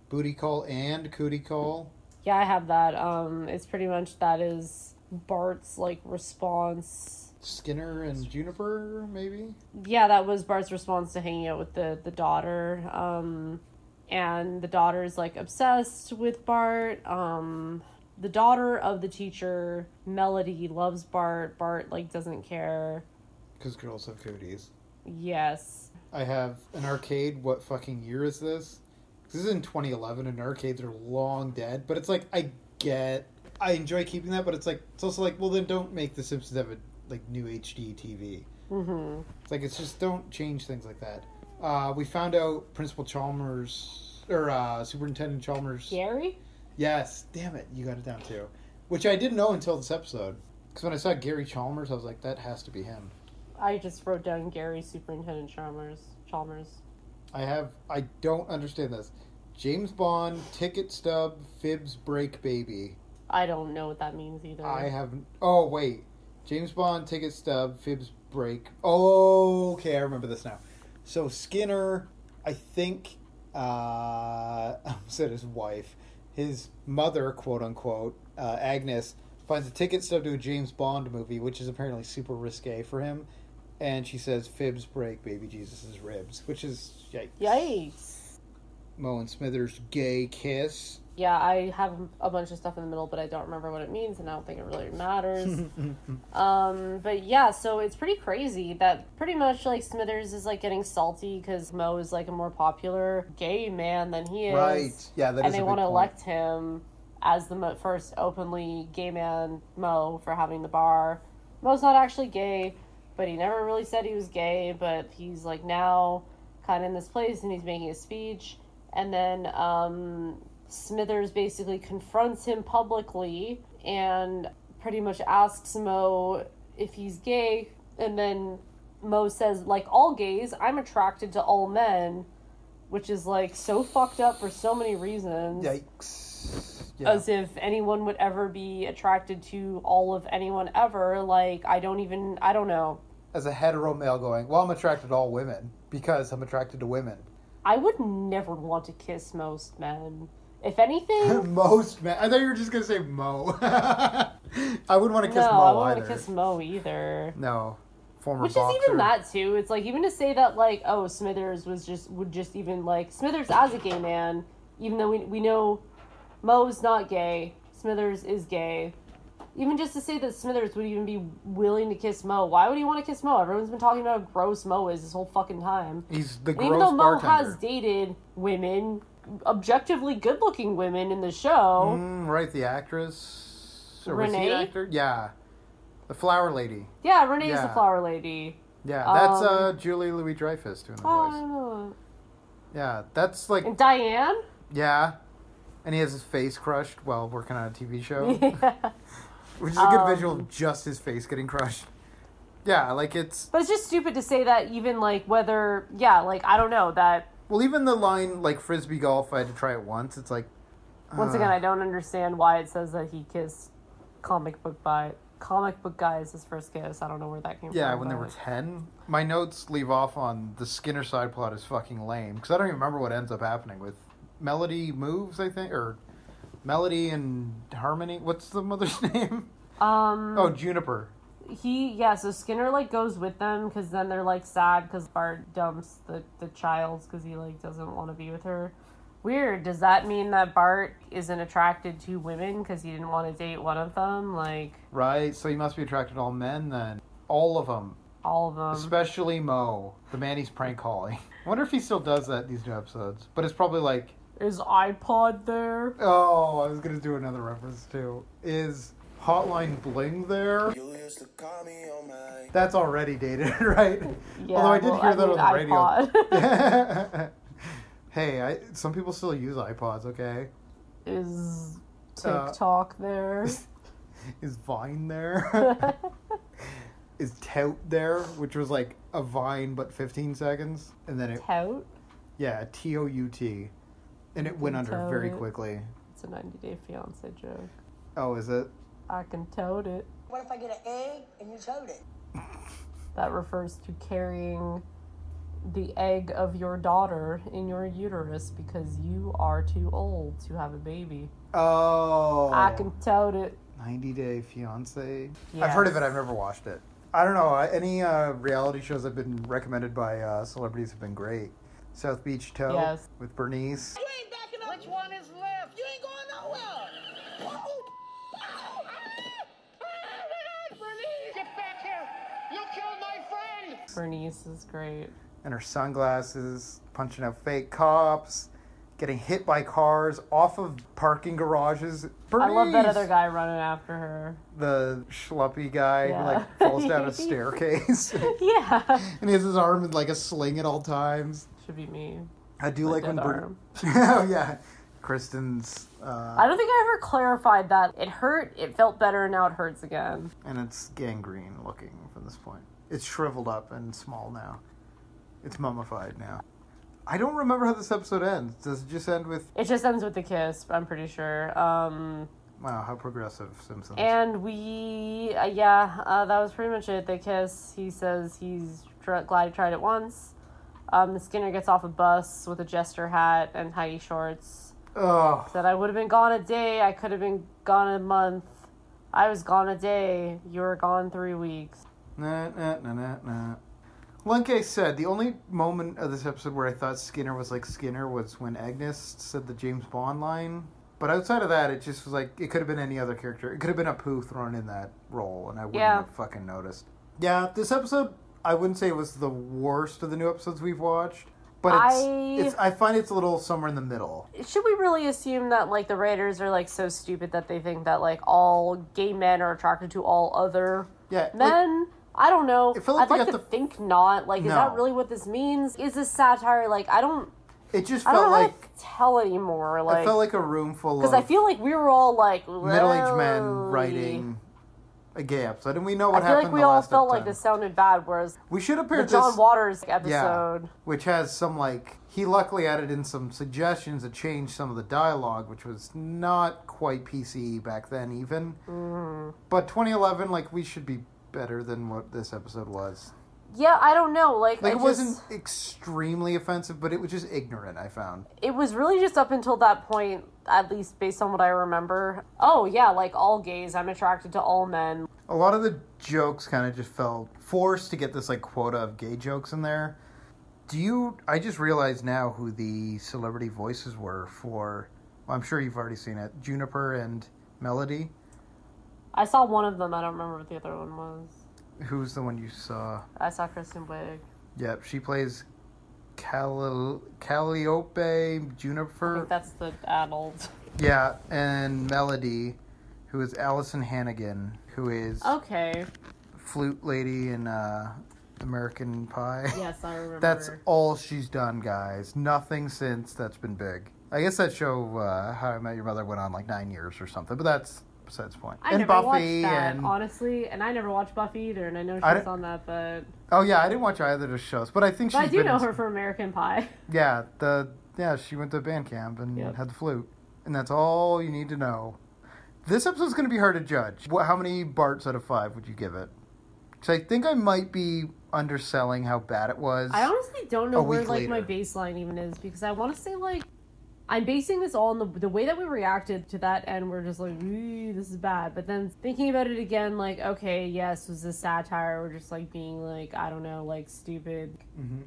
Speaker 2: booty call and cootie call
Speaker 3: Yeah, I have that. Um, it's pretty much that is Bart's like response.
Speaker 2: Skinner and Juniper maybe
Speaker 3: Yeah, that was Bart's response to hanging out with the the daughter. Um, and the daughter is like obsessed with Bart. Um, the daughter of the teacher, Melody, loves Bart. Bart like doesn't care.
Speaker 2: because girls have cooties
Speaker 3: Yes.
Speaker 2: I have an arcade. What fucking year is this? 'Cause This is in 2011, and arcades are long dead. But it's like I get, I enjoy keeping that, but it's like it's also like, well, then don't make The Simpsons have a like new HD TV.
Speaker 3: Mm-hmm.
Speaker 2: It's like it's just don't change things like that. Uh, we found out Principal Chalmers or uh, Superintendent Chalmers.
Speaker 3: Gary.
Speaker 2: Yes, damn it, you got it down too. Which I didn't know until this episode. Because when I saw Gary Chalmers, I was like, that has to be him.
Speaker 3: I just wrote down Gary Superintendent Chalmers. Chalmers.
Speaker 2: I have. I don't understand this. James Bond ticket stub fibs break baby.
Speaker 3: I don't know what that means either.
Speaker 2: I have. Oh wait, James Bond ticket stub fibs break. Oh, okay, I remember this now. So Skinner, I think, uh, said his wife, his mother, quote unquote, uh, Agnes finds a ticket stub to a James Bond movie, which is apparently super risque for him, and she says fibs break baby Jesus's ribs, which is yikes.
Speaker 3: Yikes.
Speaker 2: Mo and Smithers gay kiss.
Speaker 3: Yeah, I have a bunch of stuff in the middle, but I don't remember what it means, and I don't think it really matters. um, but yeah, so it's pretty crazy that pretty much like Smithers is like getting salty because Mo is like a more popular gay man than he is.
Speaker 2: Right. Yeah, that
Speaker 3: and
Speaker 2: is
Speaker 3: they
Speaker 2: a big
Speaker 3: want to
Speaker 2: point.
Speaker 3: elect him as the mo- first openly gay man Mo for having the bar. Mo's not actually gay, but he never really said he was gay, but he's like now kind of in this place and he's making a speech. And then um, Smithers basically confronts him publicly and pretty much asks Mo if he's gay. And then Mo says, like all gays, I'm attracted to all men, which is like so fucked up for so many reasons
Speaker 2: Yikes.
Speaker 3: as if anyone would ever be attracted to all of anyone ever. Like, I don't even, I don't know.
Speaker 2: as a hetero male going, well, I'm attracted to all women because I'm attracted to women.
Speaker 3: I would never want to kiss most men. If anything,
Speaker 2: Most men. I thought you were just gonna say Mo. I wouldn't want to
Speaker 3: no,
Speaker 2: kiss
Speaker 3: I
Speaker 2: Mo
Speaker 3: wouldn't
Speaker 2: either.
Speaker 3: want to kiss Mo either.
Speaker 2: No, former
Speaker 3: Which
Speaker 2: boxer.
Speaker 3: is even that too. It's like even to say that like oh Smithers was just would just even like Smithers as a gay man, even though we we know Mo's not gay, Smithers is gay. Even just to say that Smithers would even be willing to kiss Mo, why would he want to kiss Mo? Everyone's been talking about how gross Mo is this whole fucking time.
Speaker 2: He's the
Speaker 3: And
Speaker 2: gross
Speaker 3: even though Mo
Speaker 2: bartender.
Speaker 3: has dated women, objectively good-looking women in the show,
Speaker 2: Mm, right, the actress. Or was he
Speaker 3: Renee?
Speaker 2: an actor? Yeah, the flower lady.
Speaker 3: yeah, Renee's the
Speaker 2: Yeah.
Speaker 3: flower lady.
Speaker 2: Yeah, that's
Speaker 3: Um,
Speaker 2: uh, Julie Louis Dreyfus doing the voice.
Speaker 3: Oh.
Speaker 2: Yeah, that's like
Speaker 3: And Diane.
Speaker 2: yeah, and he has his face crushed while working on a TV show.
Speaker 3: Yeah.
Speaker 2: Which is a good
Speaker 3: Um,
Speaker 2: visual of just his face getting crushed. Yeah, like it's
Speaker 3: But it's just stupid to say that even like whether yeah, like I don't know that
Speaker 2: well, even the line like frisbee golf. I had to try it once. It's like
Speaker 3: once
Speaker 2: uh,
Speaker 3: again I don't understand why it says that he kissed comic book by comic book guy is his first kiss. I don't know where that came
Speaker 2: yeah,
Speaker 3: from.
Speaker 2: when they
Speaker 3: but-
Speaker 2: were ten, my notes leave off on the Skinner side plot is fucking lame because I don't even remember what ends up happening with Melody moves. I think or Melody and Harmony. What's the mother's name?
Speaker 3: Um
Speaker 2: Oh, Juniper.
Speaker 3: he yeah, so Skinner like goes with them cuz then they're like sad cuz Bart dumps the the child cuz he like doesn't want to be with her. Weird. Does that mean that Bart isn't attracted to women cuz he didn't want to date one of them like
Speaker 2: Right. So you must be attracted to all men then. All of them.
Speaker 3: all of them?
Speaker 2: Especially Mo, the man he's prank calling. I wonder if he still does that in these new episodes. But it's probably like,
Speaker 3: Is iPod there?
Speaker 2: oh, I was gonna do another reference too. Is Hotline Bling there? That's already dated, right?
Speaker 3: Yeah,
Speaker 2: Although I did
Speaker 3: well,
Speaker 2: hear
Speaker 3: I
Speaker 2: that
Speaker 3: mean,
Speaker 2: on the radio.
Speaker 3: iPod.
Speaker 2: hey, I, some people still use iPods. Okay,
Speaker 3: Is
Speaker 2: Uh,
Speaker 3: TikTok there?
Speaker 2: is Vine there? is Tout there? Which was like a Vine, but 15 seconds, and then it
Speaker 3: Tout?
Speaker 2: Yeah, T O U T. And it went under
Speaker 3: Toad
Speaker 2: very
Speaker 3: it.
Speaker 2: quickly.
Speaker 3: It's a 90 Day Fiance joke.
Speaker 2: Oh, is it?
Speaker 3: I can tote it.
Speaker 18: What if I get an egg and you tote it?
Speaker 3: That refers to carrying the egg of your daughter in your uterus because you are too old to have a baby.
Speaker 2: Oh.
Speaker 3: I can tote it.
Speaker 2: 90 Day Fiance. I've heard of it,
Speaker 3: Yes.
Speaker 2: I've never watched it. I don't know. I- Any uh, reality shows that have been recommended by uh, celebrities have been great. South Beach Toe
Speaker 3: Yes.
Speaker 2: with Bernice.
Speaker 18: ain't backing up. Which one is left? You ain't going nowhere. Get back here. You killed my friend.
Speaker 3: Bernice is great.
Speaker 2: And her sunglasses, punching out fake cops, getting hit by cars off of parking garages.
Speaker 3: I love that
Speaker 2: Bernice!
Speaker 3: other guy running after her.
Speaker 2: the schluppy guy
Speaker 3: Yeah.
Speaker 2: who like falls down a staircase.
Speaker 3: yeah.
Speaker 2: And he has his arm in like a sling at all times.
Speaker 3: Should be me.
Speaker 2: I do
Speaker 3: My
Speaker 2: like when
Speaker 3: dead
Speaker 2: Bert.
Speaker 3: arm.
Speaker 2: oh yeah, Kristen's. Uh,
Speaker 3: I don't think I ever clarified that. It hurt, it felt better, and now it hurts again.
Speaker 2: And it's gangrene looking from this point. It's shriveled up and small now. It's mummified now. I don't remember how this episode ends. Does it just end with
Speaker 3: It just ends with the kiss, I'm pretty sure. Um,
Speaker 2: Wow, how progressive Simpsons.
Speaker 3: Eh.
Speaker 19: And we, uh, yeah, uh, that was pretty much it. They kiss. He says he's tr- glad he tried it once. Um, Skinner gets off a bus with a jester hat and tidy shorts.
Speaker 2: Ugh.
Speaker 19: Said, I would have been gone a day. I could have been gone a month. I was gone a day. You were gone three weeks.
Speaker 2: Nah, nah, nah, nah, nah. Lenke said the only moment of this episode where I thought Skinner was like Skinner was when Agnes said the James Bond line. But outside of that, it just was like it could have been any other character. It could have been a poo thrown in that role, and I wouldn't
Speaker 19: Yeah.
Speaker 2: have fucking noticed. Yeah, this episode I wouldn't say it was the worst of the new episodes we've watched, but it's
Speaker 19: I-
Speaker 2: it's I find it's a little somewhere in the middle.
Speaker 19: Should we really assume that like the writers are like so stupid that they think that like all gay men are attracted to all other
Speaker 2: Yeah,
Speaker 19: men? I don't know.
Speaker 2: felt like
Speaker 19: I'd
Speaker 2: they
Speaker 19: like to
Speaker 2: got
Speaker 19: think not. Like, is that
Speaker 2: No.
Speaker 19: really what this means? Is this satire? Like, I don't.
Speaker 2: It just
Speaker 19: I don't
Speaker 2: felt
Speaker 19: know
Speaker 2: like
Speaker 19: how to tell anymore. Like,
Speaker 2: it felt like a room full
Speaker 19: because
Speaker 2: of
Speaker 19: I feel like we were all like
Speaker 2: middle-aged men
Speaker 19: "Really?"
Speaker 2: writing a gay episode, and we know
Speaker 19: I
Speaker 2: what
Speaker 19: feel
Speaker 2: happened.
Speaker 19: like we
Speaker 2: the
Speaker 19: all
Speaker 2: last
Speaker 19: felt
Speaker 2: time.
Speaker 19: like this sounded bad. Whereas
Speaker 2: We should have
Speaker 19: the
Speaker 2: paired
Speaker 19: John
Speaker 2: this,
Speaker 19: Waters
Speaker 2: yeah,
Speaker 19: episode,
Speaker 2: which has some like he luckily added in some suggestions that changed some of the dialogue, which was not quite PC back then even.
Speaker 19: Mhm.
Speaker 2: But 2011, like we should be better than what this episode was.
Speaker 19: yeah, I don't know. Like,
Speaker 2: Like
Speaker 19: I
Speaker 2: it
Speaker 19: just-
Speaker 2: wasn't extremely offensive, but it was just ignorant. I found.
Speaker 19: it was really just up until that point, at least based on what I remember. Oh yeah, like all gays, I'm attracted to all men.
Speaker 2: A lot of the jokes kind of just felt forced to get this like quota of gay jokes in there. Do you? I just realized now who the celebrity voices were for. Well, I'm sure you've already seen it. Juniper and Melody.
Speaker 19: I saw one of them. I don't remember what the other one was.
Speaker 2: Who's the one you saw?
Speaker 19: I saw Kristen Wiig.
Speaker 2: Yep, she plays Call- Calliope
Speaker 19: I
Speaker 2: Juniper.
Speaker 19: think that's the adult.
Speaker 2: Yeah, and Melody, who is Allison Hannigan, who is
Speaker 3: Oh.
Speaker 19: Okay.
Speaker 2: flute lady in uh, American Pie.
Speaker 19: Yes, I remember.
Speaker 2: That's all she's done, guys. Nothing since that's been big. I guess that show, uh, How I Met Your Mother, went on like nine years or something, but that's besides the point.
Speaker 3: I
Speaker 2: and
Speaker 3: never
Speaker 2: Buffy
Speaker 3: watched that,
Speaker 2: and
Speaker 3: honestly, and I never watched Buffy either, and I know
Speaker 2: I
Speaker 3: she's
Speaker 2: don't-
Speaker 3: on that, but,
Speaker 2: oh yeah, I didn't watch either of the shows, but I think
Speaker 3: but
Speaker 2: she's
Speaker 3: I do
Speaker 2: been
Speaker 3: know
Speaker 2: in-
Speaker 3: her for American Pie.
Speaker 2: Yeah, the yeah she went to band camp and had the flute, and that's all you need to know. This episode's going to be hard to judge. What, how many Barts out of five would you give it? Because I think I might be underselling how bad it was.
Speaker 3: I honestly don't know
Speaker 2: a
Speaker 3: where
Speaker 2: week
Speaker 3: like my
Speaker 2: later.
Speaker 3: baseline even is because I want to say like I'm basing this all on the the way that we reacted to that and we're just like "Ooh, this is bad but then thinking about it again like okay yes was this satire we're just like being like I don't know like stupid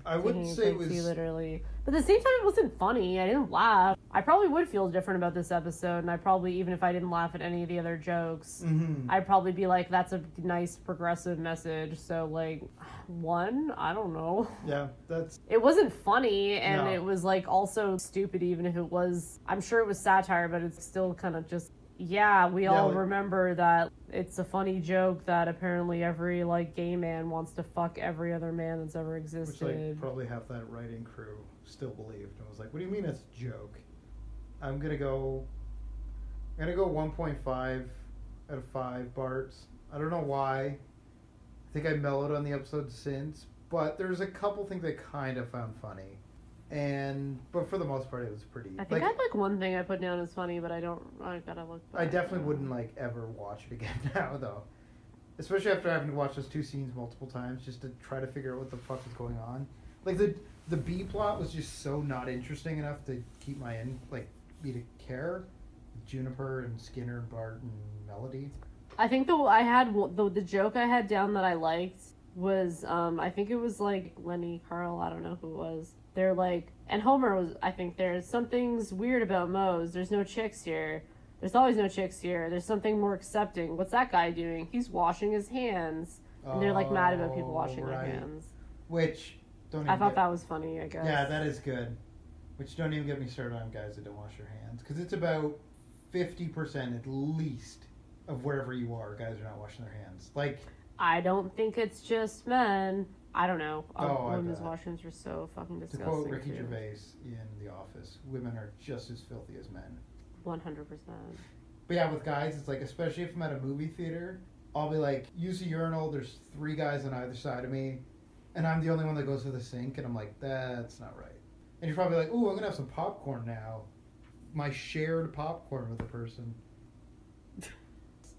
Speaker 2: I wouldn't
Speaker 3: taking
Speaker 2: say it
Speaker 3: things
Speaker 2: was-
Speaker 3: too literally but at the same time it wasn't funny I didn't laugh I probably would feel different about this episode and I probably even if I didn't laugh at any of the other jokes
Speaker 2: Mhm.
Speaker 3: I'd probably be like that's a nice progressive message so like one I don't know
Speaker 2: Yeah, that's
Speaker 3: it wasn't funny and
Speaker 2: No.
Speaker 3: it was like also stupid even if it was i'm sure it was satire but it's still kind of just yeah we
Speaker 19: Yeah,
Speaker 3: all
Speaker 19: like-
Speaker 3: remember that it's a funny joke that apparently every like gay man wants to fuck every other man that's ever existed
Speaker 2: probably half that writing crew still believed and was like, "What do you mean it's a joke?" I'm gonna go. I'm gonna go 1.5 out of five Barts. I don't know why. I think I mellowed on the episode since, but there's a couple things I kind of found funny, and but for the most part, it was pretty.
Speaker 3: i think
Speaker 2: like,
Speaker 3: i had like one thing i put down as funny but i don't i gotta look
Speaker 2: I
Speaker 3: back.
Speaker 2: definitely wouldn't like ever watch it again now though. Especially after having to watch those two scenes multiple times just to try to figure out what the fuck was going on. Like the the B plot was just so not interesting enough to keep my in like me to care. Juniper and Skinner and Bart and Melody.
Speaker 3: I think the I had the the joke I had down that I liked was um I think it was like Lenny Carl I don't know who it was. They're like and Homer was I think there's something's weird about Moe's. There's no chicks here. There's always no chicks here. There's something more accepting. What's that guy doing? He's washing his hands. And they're like mad about people washing
Speaker 2: Oh, right.
Speaker 3: their hands.
Speaker 2: Which don't even
Speaker 3: I thought
Speaker 2: get-
Speaker 3: that was funny, I guess.
Speaker 2: Yeah, that is good. Which don't even get me started on guys that don't wash their hands because it's about fifty percent at least of wherever you are, guys are not washing their hands. Like
Speaker 3: I don't think it's just men. I don't know. Um,
Speaker 2: Oh, I
Speaker 3: women's
Speaker 2: bet.
Speaker 3: washrooms are so fucking
Speaker 2: to
Speaker 3: disgusting.
Speaker 2: quote Ricky
Speaker 3: too.
Speaker 2: Gervais in The Office, women are just as filthy as men.
Speaker 3: 100%.
Speaker 2: But yeah, with guys, it's like especially if I'm at a movie theater, I'll be like, use a urinal. There's three guys on either side of me, and I'm the only one that goes to the sink, and I'm like, that's not right. And you're probably like, ooh, I'm gonna have some popcorn now, my shared popcorn with the person.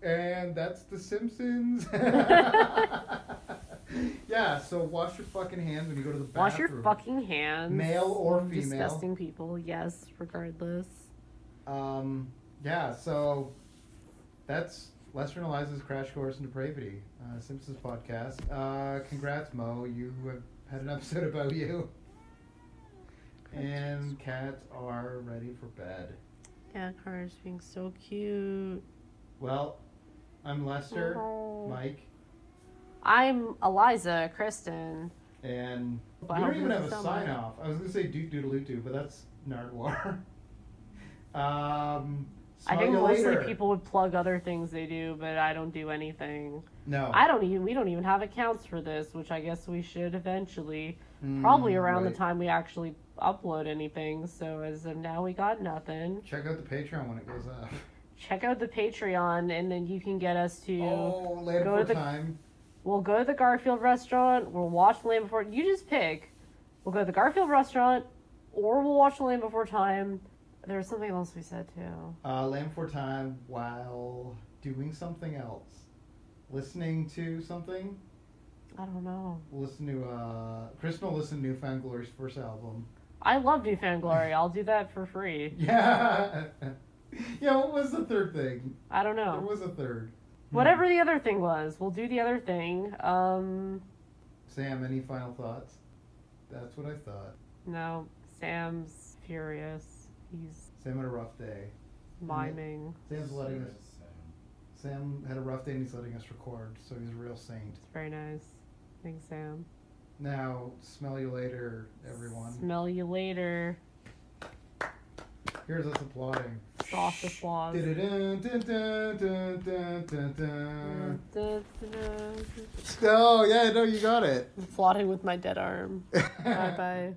Speaker 2: And that's The Simpsons. yeah, so wash your fucking hands when you go to the bathroom.
Speaker 3: Wash your fucking hands.
Speaker 2: Male or
Speaker 3: You
Speaker 2: female.
Speaker 3: Disgusting people, yes, regardless.
Speaker 2: Um, yeah, so that's Lester and Eliza's Crash Course in Depravity, uh, Simpsons podcast. Uh, congrats, Mo. You have had an episode about you. And cats are ready for bed.
Speaker 16: Yeah, Cars being so cute.
Speaker 2: Well, I'm Lester,
Speaker 16: Oh.
Speaker 2: Mike,
Speaker 16: I'm Eliza Kristen.
Speaker 2: and
Speaker 16: Wow,
Speaker 2: we don't even
Speaker 16: this
Speaker 2: have a
Speaker 16: is so
Speaker 2: sign
Speaker 16: much.
Speaker 2: off. I was going to say doot doodaloo doo, but that's Nardwar. um,
Speaker 3: I
Speaker 2: smell
Speaker 3: think
Speaker 2: you
Speaker 3: mostly
Speaker 2: later.
Speaker 3: people would plug other things they do, but I don't do anything.
Speaker 2: No.
Speaker 3: I don't even. We don't even have accounts for this, which I guess we should eventually.
Speaker 2: Mm,
Speaker 3: probably around
Speaker 2: right.
Speaker 3: the time we actually upload anything. So as of now, we got nothing.
Speaker 2: Check out the Patreon when it goes up.
Speaker 3: Check out the Patreon, and then you can get us to
Speaker 2: Oh, later
Speaker 3: go to
Speaker 2: for
Speaker 3: the.
Speaker 2: time.
Speaker 3: We'll go to the Garfield restaurant. We'll watch Land Before. You just pick. We'll go to the Garfield restaurant, or we'll watch Land Before Time. There was something else we said too.
Speaker 2: uh, Lamb for Time while doing something else. Listening to something.
Speaker 3: I don't know.
Speaker 2: Listen to, uh, Kristen will listen to Newfound Glory's first album.
Speaker 3: I love New Glory. I'll do that for free.
Speaker 2: Yeah. yeah, what was the third thing?
Speaker 3: I don't
Speaker 2: There
Speaker 3: know.
Speaker 2: was a third.
Speaker 3: Whatever the other thing was, we'll do the other thing. Um,
Speaker 2: Sam, any final thoughts? That's what I thought.
Speaker 3: no, Sam's furious. He's
Speaker 2: Sam had a rough day.
Speaker 3: miming.
Speaker 2: Sam's letting us. Sam had a rough day and he's letting us record, so he's a real saint.
Speaker 3: It's very nice. Thanks, Sam.
Speaker 2: Now, smell you later, everyone.
Speaker 3: Smell you later.
Speaker 2: Here's us applauding.
Speaker 3: Soft applause.
Speaker 2: Dun, dun, dun, dun, dun, dun, dun.
Speaker 3: Applauding
Speaker 2: Oh yeah, no, you got it.
Speaker 3: with my dead arm. bye bye.